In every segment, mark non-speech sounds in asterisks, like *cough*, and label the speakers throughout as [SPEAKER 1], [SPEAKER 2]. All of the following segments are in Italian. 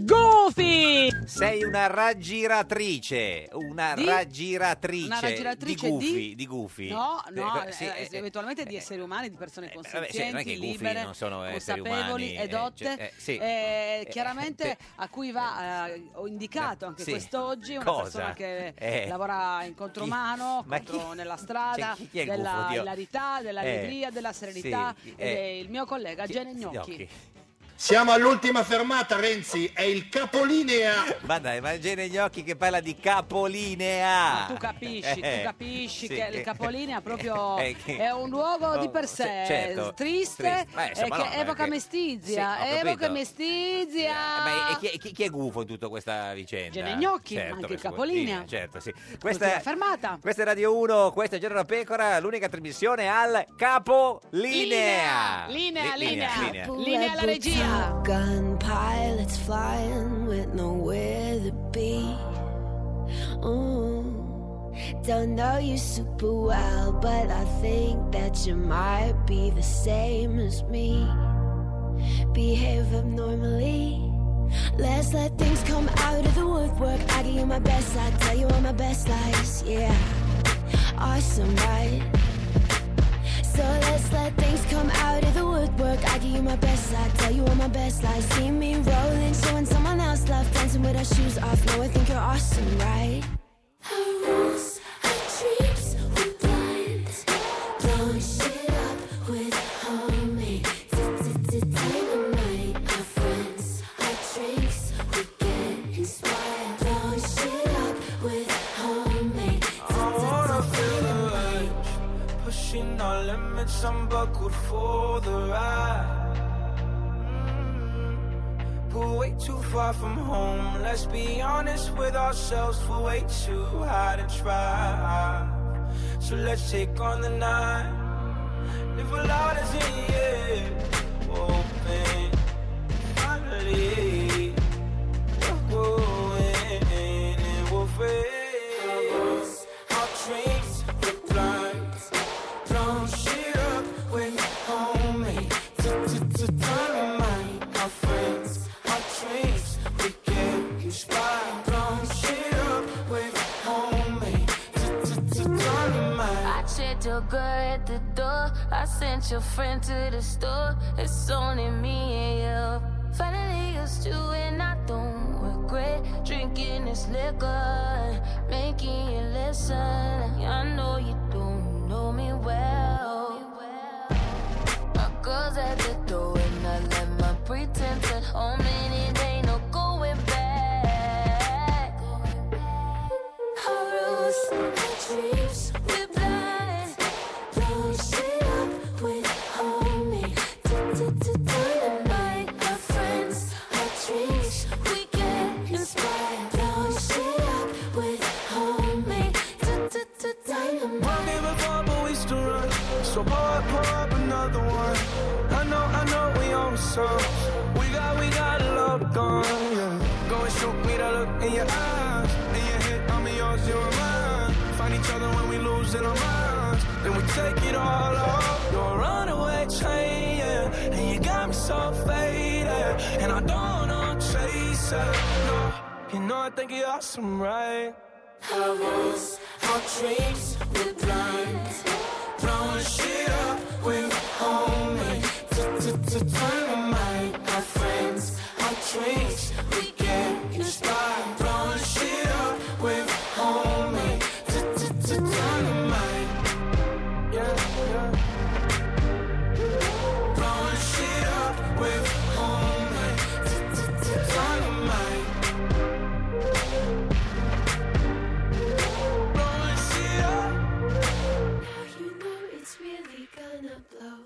[SPEAKER 1] Goofy!
[SPEAKER 2] Sei una raggiratrice, una
[SPEAKER 1] Di?
[SPEAKER 2] raggiratrice,
[SPEAKER 1] Una raggiratrice di-
[SPEAKER 2] di gufi, di, gufi.
[SPEAKER 1] No, no,
[SPEAKER 2] Eh,
[SPEAKER 1] eh,
[SPEAKER 2] sì, eh, eh,
[SPEAKER 1] eventualmente di esseri umani, di persone
[SPEAKER 2] vabbè,
[SPEAKER 1] consenzienti,
[SPEAKER 2] sì, non è che i gufi
[SPEAKER 1] libere,
[SPEAKER 2] non sono esseri
[SPEAKER 1] consapevoli
[SPEAKER 2] umani, eh,
[SPEAKER 1] e dotte,
[SPEAKER 2] cioè, eh, sì.
[SPEAKER 1] eh,
[SPEAKER 2] Eh,
[SPEAKER 1] chiaramente
[SPEAKER 2] eh,
[SPEAKER 1] a cui va, eh, ho indicato anche
[SPEAKER 2] sì.
[SPEAKER 1] quest'oggi, una
[SPEAKER 2] Cosa?
[SPEAKER 1] persona che
[SPEAKER 2] Eh.
[SPEAKER 1] lavora in contromano,
[SPEAKER 2] Ma
[SPEAKER 1] contro-
[SPEAKER 2] chi-
[SPEAKER 1] nella strada,
[SPEAKER 2] cioè, chi- chi è il
[SPEAKER 1] della
[SPEAKER 2] gufo, Dio?
[SPEAKER 1] hilarità, della
[SPEAKER 2] Eh,
[SPEAKER 1] allegria, della
[SPEAKER 2] sì,
[SPEAKER 1] serenità,
[SPEAKER 2] chi-
[SPEAKER 1] ed è
[SPEAKER 2] eh,
[SPEAKER 1] il mio collega Gene Gnocchi.
[SPEAKER 3] Siamo all'ultima fermata, Renzi, è il capolinea.
[SPEAKER 2] Ma dai, ma Gene Gnocchi che parla di capolinea.
[SPEAKER 1] Ma tu capisci, tu
[SPEAKER 2] Eh,
[SPEAKER 1] capisci
[SPEAKER 2] sì.
[SPEAKER 1] che il capolinea proprio
[SPEAKER 2] *laughs* Eh, che-
[SPEAKER 1] è un luogo di per sé
[SPEAKER 2] sì, certo.
[SPEAKER 1] triste,
[SPEAKER 2] Triste. Ma
[SPEAKER 1] eh,
[SPEAKER 2] insomma,
[SPEAKER 1] che
[SPEAKER 2] no, ma
[SPEAKER 1] evoca
[SPEAKER 2] che-
[SPEAKER 1] mestizia,
[SPEAKER 2] Sì, ho capito.
[SPEAKER 1] evoca mestizia.
[SPEAKER 2] Eh, Ma e- e chi, e chi- chi è gufo in tutta questa vicenda? Certo,
[SPEAKER 1] Gene Gnocchi, ma anche
[SPEAKER 2] per
[SPEAKER 1] il capolinea.
[SPEAKER 2] suo- sì, Certo, sì.
[SPEAKER 1] Ultima
[SPEAKER 2] Questa,
[SPEAKER 1] fermata.
[SPEAKER 2] questa è Radio 1, questa è Giorno da Pecora, l'unica trasmissione al capolinea.
[SPEAKER 1] Linea, linea,
[SPEAKER 2] Li-
[SPEAKER 1] linea,
[SPEAKER 2] linea.
[SPEAKER 1] linea alla regia.
[SPEAKER 4] Top Gun pilots flying with nowhere to be. Ooh. Don't know you super well, but I think that you might be the same as me. Behave abnormally. Let's let things come out of the woodwork. I give you my best, I tell you all my best lies. Yeah, awesome, right? So let's let things come out of the woodwork. I give you my best side, tell you all my best lies. See me rolling, showing someone else love, dancing with our shoes off. No, I think you're awesome, right? Our rules, our dreams, we're blind. Blowing shit up with homemade dynamite. Our friends, our drinks, we get inspired. Blowing shit up with homemade dynamite.
[SPEAKER 5] Pushing our limits, I'm buckled for the ride. Mm. We're way too far from home. Let's be honest with ourselves. We're way too high to try. So let's take on the night. Live a lot as in yeah. Open, finally. We're going and we're free. Our dreams, we're blind. Blown shit up with homemade dynamite. Our friends, our dreams, we get inspired. Blown shit up with homemade dynamite.
[SPEAKER 6] I checked your girl at the door. I sent your friend to the store. It's only me and you. Finally, it's you and I don't regret drinking this liquor, and making you listen. I know you don't know me well. My girl's at the door and I left my pretense at home and it ain't no going back.
[SPEAKER 4] Our rules, our dreams, we're blind. Blowing shit up with homemade dynamite. Our friends, our dreams, we get inspired. Blowing shit up with homemade
[SPEAKER 5] Won't
[SPEAKER 4] dynamite.
[SPEAKER 5] give a fuck, but we still run. So hard, pour up another one. I know, I know we on some. We got, we got a lot done. Yeah. Go and shoot me the look in your eyes. In your head, I'm in yours, you're in mine. Find each other when we lose in our minds. Then we take it all off. You're a runaway train, yeah. And you got me so faded. And I don't know, chase it. No, you know I think you're awesome, right?
[SPEAKER 4] Our rules,
[SPEAKER 5] Our dreams, we're blind. Blowing shit up with homemade dynamite. Our friends, our dreams, we get inspired. Blowing shit up with homemade dynamite. Yeah, yeah. Blowing shit up with homemade dynamite. Blowing shit up.
[SPEAKER 4] how you know it's really gonna blow.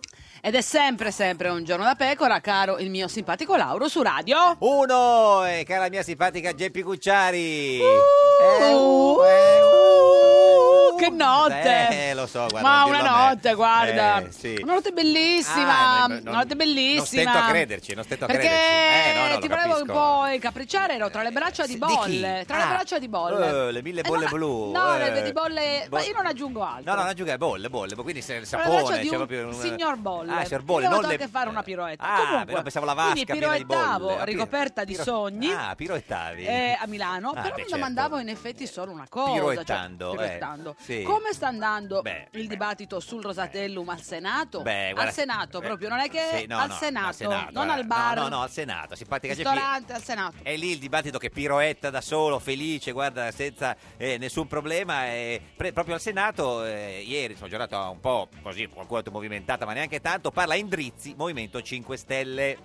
[SPEAKER 1] Ed è sempre, sempre un giorno da pecora, caro il mio simpatico Lauro su radio.
[SPEAKER 2] Uno, e cara mia simpatica Geppi Cucciari.
[SPEAKER 1] Uh,
[SPEAKER 2] Eh, uh, eh, uh,
[SPEAKER 1] che notte!
[SPEAKER 2] Eh, lo so, guarda.
[SPEAKER 1] Ma
[SPEAKER 2] non
[SPEAKER 1] una
[SPEAKER 2] dirlo a me.
[SPEAKER 1] notte, guarda.
[SPEAKER 2] Eh, sì.
[SPEAKER 1] Una notte bellissima.
[SPEAKER 2] Ah, no, no,
[SPEAKER 1] una notte bellissima.
[SPEAKER 2] non stento a crederci, non stento a
[SPEAKER 1] Perché
[SPEAKER 2] crederci. Eh, no, no, lo
[SPEAKER 1] ti volevo un
[SPEAKER 2] capisco.
[SPEAKER 1] po' incapricciare, ero tra le braccia di
[SPEAKER 2] Di chi?
[SPEAKER 1] bolle. Tra le
[SPEAKER 2] Ah,
[SPEAKER 1] braccia di bolle.
[SPEAKER 2] eh, le mille
[SPEAKER 1] Eh,
[SPEAKER 2] bolle
[SPEAKER 1] no,
[SPEAKER 2] blu.
[SPEAKER 1] No,
[SPEAKER 2] eh.
[SPEAKER 1] le di bolle.
[SPEAKER 2] Bo-
[SPEAKER 1] ma io non aggiungo altro.
[SPEAKER 2] No, no, non aggiungere bolle, bolle, boh, quindi se il
[SPEAKER 1] Tra le braccia
[SPEAKER 2] sapone,
[SPEAKER 1] di
[SPEAKER 2] c'è
[SPEAKER 1] un
[SPEAKER 2] proprio un
[SPEAKER 1] signor Bolle.
[SPEAKER 2] Ah, signor Bolle,
[SPEAKER 1] Io
[SPEAKER 2] non
[SPEAKER 1] avevo
[SPEAKER 2] le
[SPEAKER 1] anche fare una piroetta.
[SPEAKER 2] Ah,
[SPEAKER 1] Comunque,
[SPEAKER 2] però pensavo la vasca
[SPEAKER 1] quindi
[SPEAKER 2] piena di bolle.
[SPEAKER 1] piroettavo,
[SPEAKER 2] Ah, piro-
[SPEAKER 1] ricoperta di
[SPEAKER 2] piro-
[SPEAKER 1] sogni.
[SPEAKER 2] Ah, piroettavi.
[SPEAKER 1] eh, a Milano,
[SPEAKER 2] Ah,
[SPEAKER 1] però
[SPEAKER 2] beh,
[SPEAKER 1] mi
[SPEAKER 2] certo.
[SPEAKER 1] domandavo in effetti solo una cosa: cioè,
[SPEAKER 2] Piroettando, eh,
[SPEAKER 1] piroettando.
[SPEAKER 2] sì.
[SPEAKER 1] come sta andando
[SPEAKER 2] Beh,
[SPEAKER 1] il dibattito sul Rosatellum al Senato?
[SPEAKER 2] Beh, guarda-
[SPEAKER 1] al Senato,
[SPEAKER 2] eh,
[SPEAKER 1] proprio non è che
[SPEAKER 2] sì, no,
[SPEAKER 1] al,
[SPEAKER 2] no,
[SPEAKER 1] Senato, non
[SPEAKER 2] guarda,
[SPEAKER 1] al bar,
[SPEAKER 2] No, no, no, al Senato, simpatica c'è Pi-
[SPEAKER 1] ristorante, al Senato.
[SPEAKER 2] È lì il dibattito che piroetta da solo, felice, guarda, senza eh, nessun problema. eh, pre- proprio al Senato, eh, ieri, sono giornata un po' così, qualcuno movimentata, ma neanche tanto, parla Indrizzi, Movimento 5 Stelle.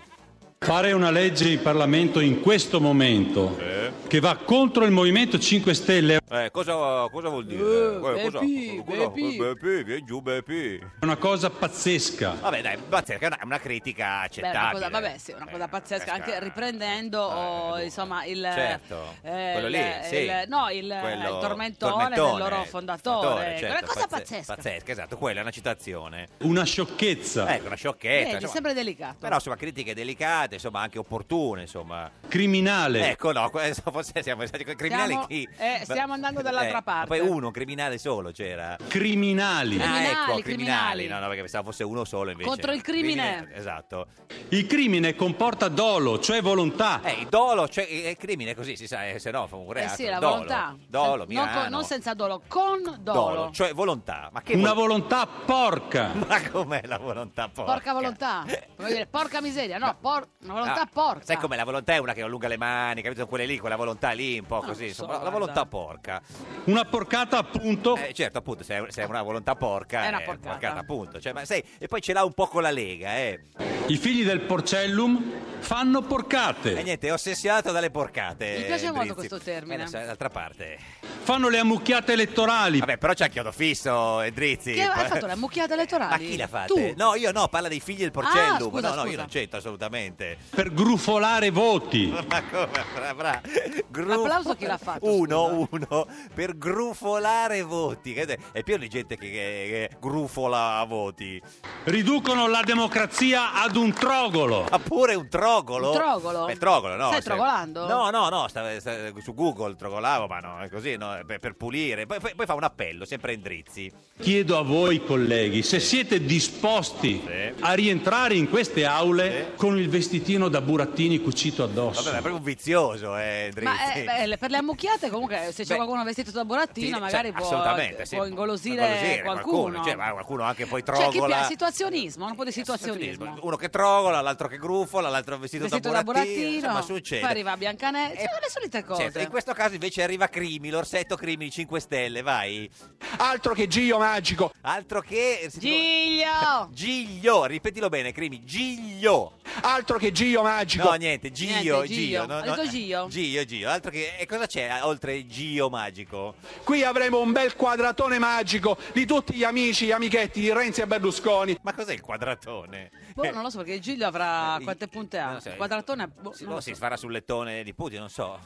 [SPEAKER 7] Fare una legge in Parlamento in questo momento che va contro il Movimento 5 Stelle è
[SPEAKER 2] Eh, cosa, cosa vuol dire?
[SPEAKER 7] Eh, Bepi, Bepi.
[SPEAKER 2] Bepi, vieni giù, Bepi.
[SPEAKER 7] una cosa pazzesca.
[SPEAKER 2] Vabbè, dai, pazzesca, è una- una
[SPEAKER 1] Beh,
[SPEAKER 2] critica
[SPEAKER 1] è una
[SPEAKER 2] accettabile. eh,
[SPEAKER 1] cosa, vabbè, sì, è una cosa pazzesca, anche riprendendo oh, insomma il
[SPEAKER 2] certo.
[SPEAKER 1] eh,
[SPEAKER 2] quello
[SPEAKER 1] il-
[SPEAKER 2] lì, sì.
[SPEAKER 1] il- no, il,
[SPEAKER 2] Quello- eh,
[SPEAKER 1] il tormentone, del loro fondatore.
[SPEAKER 2] fondatore, certo,
[SPEAKER 1] una cosa
[SPEAKER 2] pazze-
[SPEAKER 1] pazzesca.
[SPEAKER 2] Pazzesca, esatto, quella è una citazione.
[SPEAKER 7] Una sciocchezza.
[SPEAKER 2] Ecco, una sciocchezza.
[SPEAKER 1] Vedi,
[SPEAKER 2] insomma.
[SPEAKER 1] sempre delicato.
[SPEAKER 2] Però insomma critiche delicate, insomma anche opportune, insomma.
[SPEAKER 7] Criminale.
[SPEAKER 2] Ecco, no, questo forse siamo stati criminali
[SPEAKER 1] Siamo-
[SPEAKER 2] chi? Eh,
[SPEAKER 1] eh, stiamo andando dall'altra
[SPEAKER 2] ma
[SPEAKER 1] parte.
[SPEAKER 2] Poi uno, un criminale solo c'era.
[SPEAKER 7] Criminali.
[SPEAKER 2] ah, ecco,
[SPEAKER 1] criminali.
[SPEAKER 2] criminali. No, no, perché pensavo fosse uno solo invece.
[SPEAKER 1] Contro il crimine.
[SPEAKER 2] Esatto.
[SPEAKER 7] Il crimine comporta dolo, cioè volontà.
[SPEAKER 2] Eh, il dolo, cioè eh, il crimine è così, si sa, eh, se no fa un
[SPEAKER 1] Eh
[SPEAKER 2] reato.
[SPEAKER 1] sì, la
[SPEAKER 2] dolo.
[SPEAKER 1] volontà.
[SPEAKER 2] Dolo,
[SPEAKER 1] Non con-
[SPEAKER 2] Milano.
[SPEAKER 1] non, senza dolo, con dolo.
[SPEAKER 2] Dolo, cioè volontà. Ma che
[SPEAKER 7] Una
[SPEAKER 2] vol-
[SPEAKER 7] volontà porca.
[SPEAKER 2] *laughs* Ma com'è la volontà porca?
[SPEAKER 1] Porca volontà. Come dire, porca miseria, no, por- una volontà
[SPEAKER 2] Ah,
[SPEAKER 1] porca.
[SPEAKER 2] Sai com'è? La volontà è una che allunga le mani, capito? Sono Quelle lì, quella volontà lì, un po'
[SPEAKER 1] lo
[SPEAKER 2] così.
[SPEAKER 1] so,
[SPEAKER 2] insomma, la
[SPEAKER 1] guarda.
[SPEAKER 2] volontà porca.
[SPEAKER 7] Una porcata appunto.
[SPEAKER 2] Eh, certo, appunto, se è, se è una volontà porca, eh,
[SPEAKER 1] È una
[SPEAKER 2] porcata.
[SPEAKER 1] porcata.
[SPEAKER 2] appunto. Cioè, ma sai, e poi ce l'ha un po' con la Lega, eh.
[SPEAKER 7] I figli del porcellum fanno
[SPEAKER 2] E
[SPEAKER 7] porcate.
[SPEAKER 2] Eh, niente, è ossessionato dalle porcate.
[SPEAKER 1] Mi piace
[SPEAKER 2] eh,
[SPEAKER 1] molto
[SPEAKER 2] Brizzi.
[SPEAKER 1] questo termine.
[SPEAKER 2] Eh, adesso, d'altra parte.
[SPEAKER 7] Fanno le ammucchiate elettorali.
[SPEAKER 2] Vabbè, però c'è chiodo fisso, Endrizzi.
[SPEAKER 1] Che hai
[SPEAKER 2] *laughs*
[SPEAKER 1] fatto le ammucchiate elettorali?
[SPEAKER 2] Ma chi l'ha fatta?
[SPEAKER 1] Tu. Ah,
[SPEAKER 2] No, io no, parla dei figli del porcellum. no,
[SPEAKER 1] scusa,
[SPEAKER 2] no,
[SPEAKER 1] scusa.
[SPEAKER 2] io non c'entro assolutamente.
[SPEAKER 7] Per grufolare voti.
[SPEAKER 2] *laughs* Ma come? Bra, bra. Gru-
[SPEAKER 1] Applauso chi l'ha fatto,
[SPEAKER 2] Uno, uno per grufolare voti. Che- È pieno di gente che, che- che grufola voti.
[SPEAKER 7] Riducono la democrazia ad un trogolo.
[SPEAKER 2] Ma pure un trogolo.
[SPEAKER 1] Un trogolo?
[SPEAKER 2] Beh, trogolo, no.
[SPEAKER 1] Stai
[SPEAKER 2] se-
[SPEAKER 1] trogolando?
[SPEAKER 2] No, no, no. sta- sta- su Google trogolavo, ma no, è così, no, per, per pulire. Poi, poi- poi fa un appello, sempre Endrizzi.
[SPEAKER 7] Chiedo a voi colleghi se siete disposti
[SPEAKER 2] Sì.
[SPEAKER 7] a rientrare in queste aule
[SPEAKER 2] Sì.
[SPEAKER 7] con il vestitino da burattini cucito
[SPEAKER 2] Vabbè,
[SPEAKER 7] addosso.
[SPEAKER 2] ma è proprio un vizioso, eh, Endrizzi.
[SPEAKER 1] Ma eh, beh, le- per le ammucchiate, comunque, se c'è
[SPEAKER 2] Beh,
[SPEAKER 1] qualcuno vestito da burattino,
[SPEAKER 2] Sì,
[SPEAKER 1] magari
[SPEAKER 2] cioè,
[SPEAKER 1] può,
[SPEAKER 2] assolutamente, sì.
[SPEAKER 1] può ingolosire, qualcuno.
[SPEAKER 2] Cioè, ma qualcuno anche poi
[SPEAKER 1] C'è Cioè, chi
[SPEAKER 2] trogola.
[SPEAKER 1] piace situazionismo, un po'
[SPEAKER 2] Eh,
[SPEAKER 1] di situazionismo.
[SPEAKER 2] Uno che trogola, l'altro che grufola, l'altro vestito,
[SPEAKER 1] Vestito
[SPEAKER 2] da
[SPEAKER 1] da
[SPEAKER 2] burattino.
[SPEAKER 1] burattino,
[SPEAKER 2] Insomma, succede.
[SPEAKER 1] poi arriva Biancaneve,
[SPEAKER 2] Eh,
[SPEAKER 1] sono le solite cose.
[SPEAKER 2] certo, in questo caso invece arriva Crimi, l'orsetto Crimi 5 Stelle, vai.
[SPEAKER 8] Altro che Gio Magico,
[SPEAKER 2] Altro che...
[SPEAKER 1] Giglio!
[SPEAKER 2] Giglio, ripetilo bene, Crimi, Giglio.
[SPEAKER 8] altro che Gio Magico.
[SPEAKER 2] No, niente, Gio,
[SPEAKER 1] Niente, Gio.
[SPEAKER 2] Gio. no,
[SPEAKER 1] Ha
[SPEAKER 2] no.
[SPEAKER 1] detto Gio?
[SPEAKER 2] Gio, Gio. Altro che... E cosa c'è eh, oltre il Gio magico?
[SPEAKER 8] Qui avremo un bel quadratone magico di tutti gli amici, gli amichetti di Renzi e Berlusconi.
[SPEAKER 2] Ma cos'è il quadratone?
[SPEAKER 1] Boh, non lo so perché Giglio avrà
[SPEAKER 2] Eh,
[SPEAKER 1] quante punte
[SPEAKER 2] non
[SPEAKER 1] ha?
[SPEAKER 2] lo so,
[SPEAKER 1] Quadratone? Boh,
[SPEAKER 2] si,
[SPEAKER 1] non lo
[SPEAKER 2] Oh, si
[SPEAKER 1] so.
[SPEAKER 2] farà sul lettone di Putin, non so.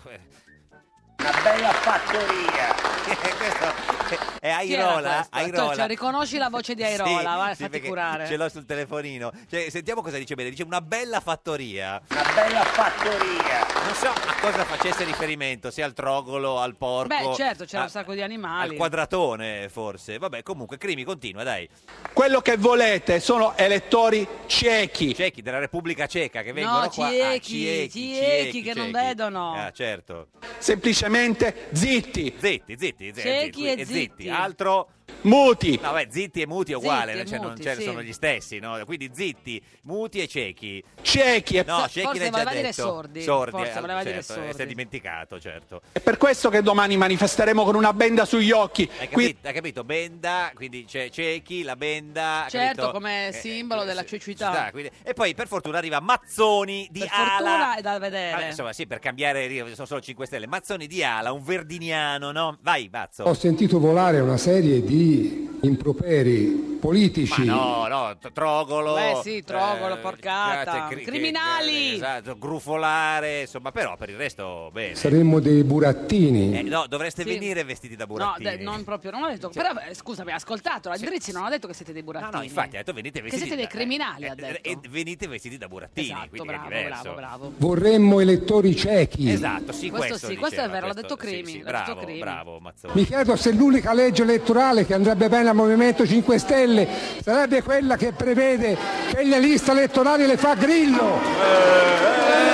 [SPEAKER 9] Una bella fattoria.
[SPEAKER 2] *laughs* Questo è
[SPEAKER 1] Chi era
[SPEAKER 2] Airola,
[SPEAKER 1] questo?
[SPEAKER 2] Airola.
[SPEAKER 1] Cioè, riconosci la voce di Airola,
[SPEAKER 2] Sì,
[SPEAKER 1] vai,
[SPEAKER 2] sì,
[SPEAKER 1] fatti
[SPEAKER 2] perché
[SPEAKER 1] curare.
[SPEAKER 2] Ce l'ho sul telefonino. Cioè, sentiamo cosa dice bene. Dice una bella fattoria.
[SPEAKER 9] Una bella fattoria.
[SPEAKER 2] Non so a cosa facesse riferimento, sia al trogolo, al porco.
[SPEAKER 1] Beh, certo, c'era
[SPEAKER 2] a-
[SPEAKER 1] un sacco di animali.
[SPEAKER 2] Al quadratone, forse. Vabbè, comunque, Crimi continua, dai.
[SPEAKER 8] Quello che volete sono elettori ciechi.
[SPEAKER 2] Ciechi della Repubblica Ceca che vengono qua.
[SPEAKER 1] ciechi, ciechi che non vedono.
[SPEAKER 2] Ah, certo.
[SPEAKER 8] Semplicemente zitti,
[SPEAKER 2] Zitti, zitti, zitti.
[SPEAKER 1] Ciechi e zitti.
[SPEAKER 2] Altro.
[SPEAKER 8] muti.
[SPEAKER 2] No, beh, zitti e muti è uguale,
[SPEAKER 1] Zitti e
[SPEAKER 2] cioè, non
[SPEAKER 1] muti,
[SPEAKER 2] c'è-
[SPEAKER 1] sì.
[SPEAKER 2] sono gli stessi, no? Quindi zitti, muti e ciechi.
[SPEAKER 8] Ciechi e
[SPEAKER 2] No,
[SPEAKER 1] Forse
[SPEAKER 2] ciechi l'hai già
[SPEAKER 1] voleva dire
[SPEAKER 2] detto.
[SPEAKER 1] sordi, forse
[SPEAKER 2] eh,
[SPEAKER 1] voleva dire
[SPEAKER 2] certo, eh, Si
[SPEAKER 1] sordi.
[SPEAKER 2] è dimenticato, certo.
[SPEAKER 8] è per questo che domani manifesteremo con una benda sugli occhi.
[SPEAKER 2] Hai
[SPEAKER 8] Qui-
[SPEAKER 2] capito, hai capito? Benda, quindi c'è ciechi, la benda. hai
[SPEAKER 1] Certo,
[SPEAKER 2] capito? Eh,
[SPEAKER 1] come simbolo della
[SPEAKER 2] sì,
[SPEAKER 1] cecità.
[SPEAKER 2] sì, ah, quindi- E poi per fortuna arriva Mazzoni di
[SPEAKER 1] Per
[SPEAKER 2] Ala.
[SPEAKER 1] fortuna è da vedere.
[SPEAKER 2] Vabbè, insomma, sì, per cambiare, io sono solo 5 stelle. Mazzoni di Ala, un verdiniano, no? Vai, Mazzo.
[SPEAKER 10] Ho sentito volare una serie di improperi politici.
[SPEAKER 2] Ma no, no, t- Trogolo. Eh,
[SPEAKER 1] Beh, sì, Trogolo, porcata,
[SPEAKER 2] grazie, cri- che-
[SPEAKER 1] criminali.
[SPEAKER 2] eh, esatto, grufolare, insomma, però per il resto bene.
[SPEAKER 10] Saremmo dei burattini.
[SPEAKER 2] Eh, no, dovreste
[SPEAKER 1] Sì.
[SPEAKER 2] venire vestiti da
[SPEAKER 1] No,
[SPEAKER 2] burattini.
[SPEAKER 1] de- non proprio, non ho detto. Però eh, scusami, ha ascoltato. La Drizzi non ha detto che siete dei burattini.
[SPEAKER 2] Ah, No, infatti, eh, ha detto venite
[SPEAKER 1] Che
[SPEAKER 2] vestiti
[SPEAKER 1] siete dei
[SPEAKER 2] da-
[SPEAKER 1] criminali, ha detto.
[SPEAKER 2] e venite vestiti da burattini,
[SPEAKER 1] Esatto,
[SPEAKER 2] quindi
[SPEAKER 1] bravo,
[SPEAKER 2] è diverso.
[SPEAKER 1] bravo, bravo.
[SPEAKER 10] Vorremmo elettori ciechi.
[SPEAKER 2] Esatto, sì,
[SPEAKER 1] Questo
[SPEAKER 2] questo,
[SPEAKER 1] sì, questo
[SPEAKER 2] diceva,
[SPEAKER 1] è vero, l'ha
[SPEAKER 2] questo-
[SPEAKER 1] detto
[SPEAKER 2] sì,
[SPEAKER 1] Crimi,
[SPEAKER 2] sì,
[SPEAKER 1] l'ha detto
[SPEAKER 2] bravo,
[SPEAKER 1] Crimi.
[SPEAKER 2] bravo, Mazzoni.
[SPEAKER 10] Mi chiedo se l'unica legge elettorale che andrebbe bene al Movimento 5 Stelle sarebbe quella che prevede che le liste elettorali le fa Grillo.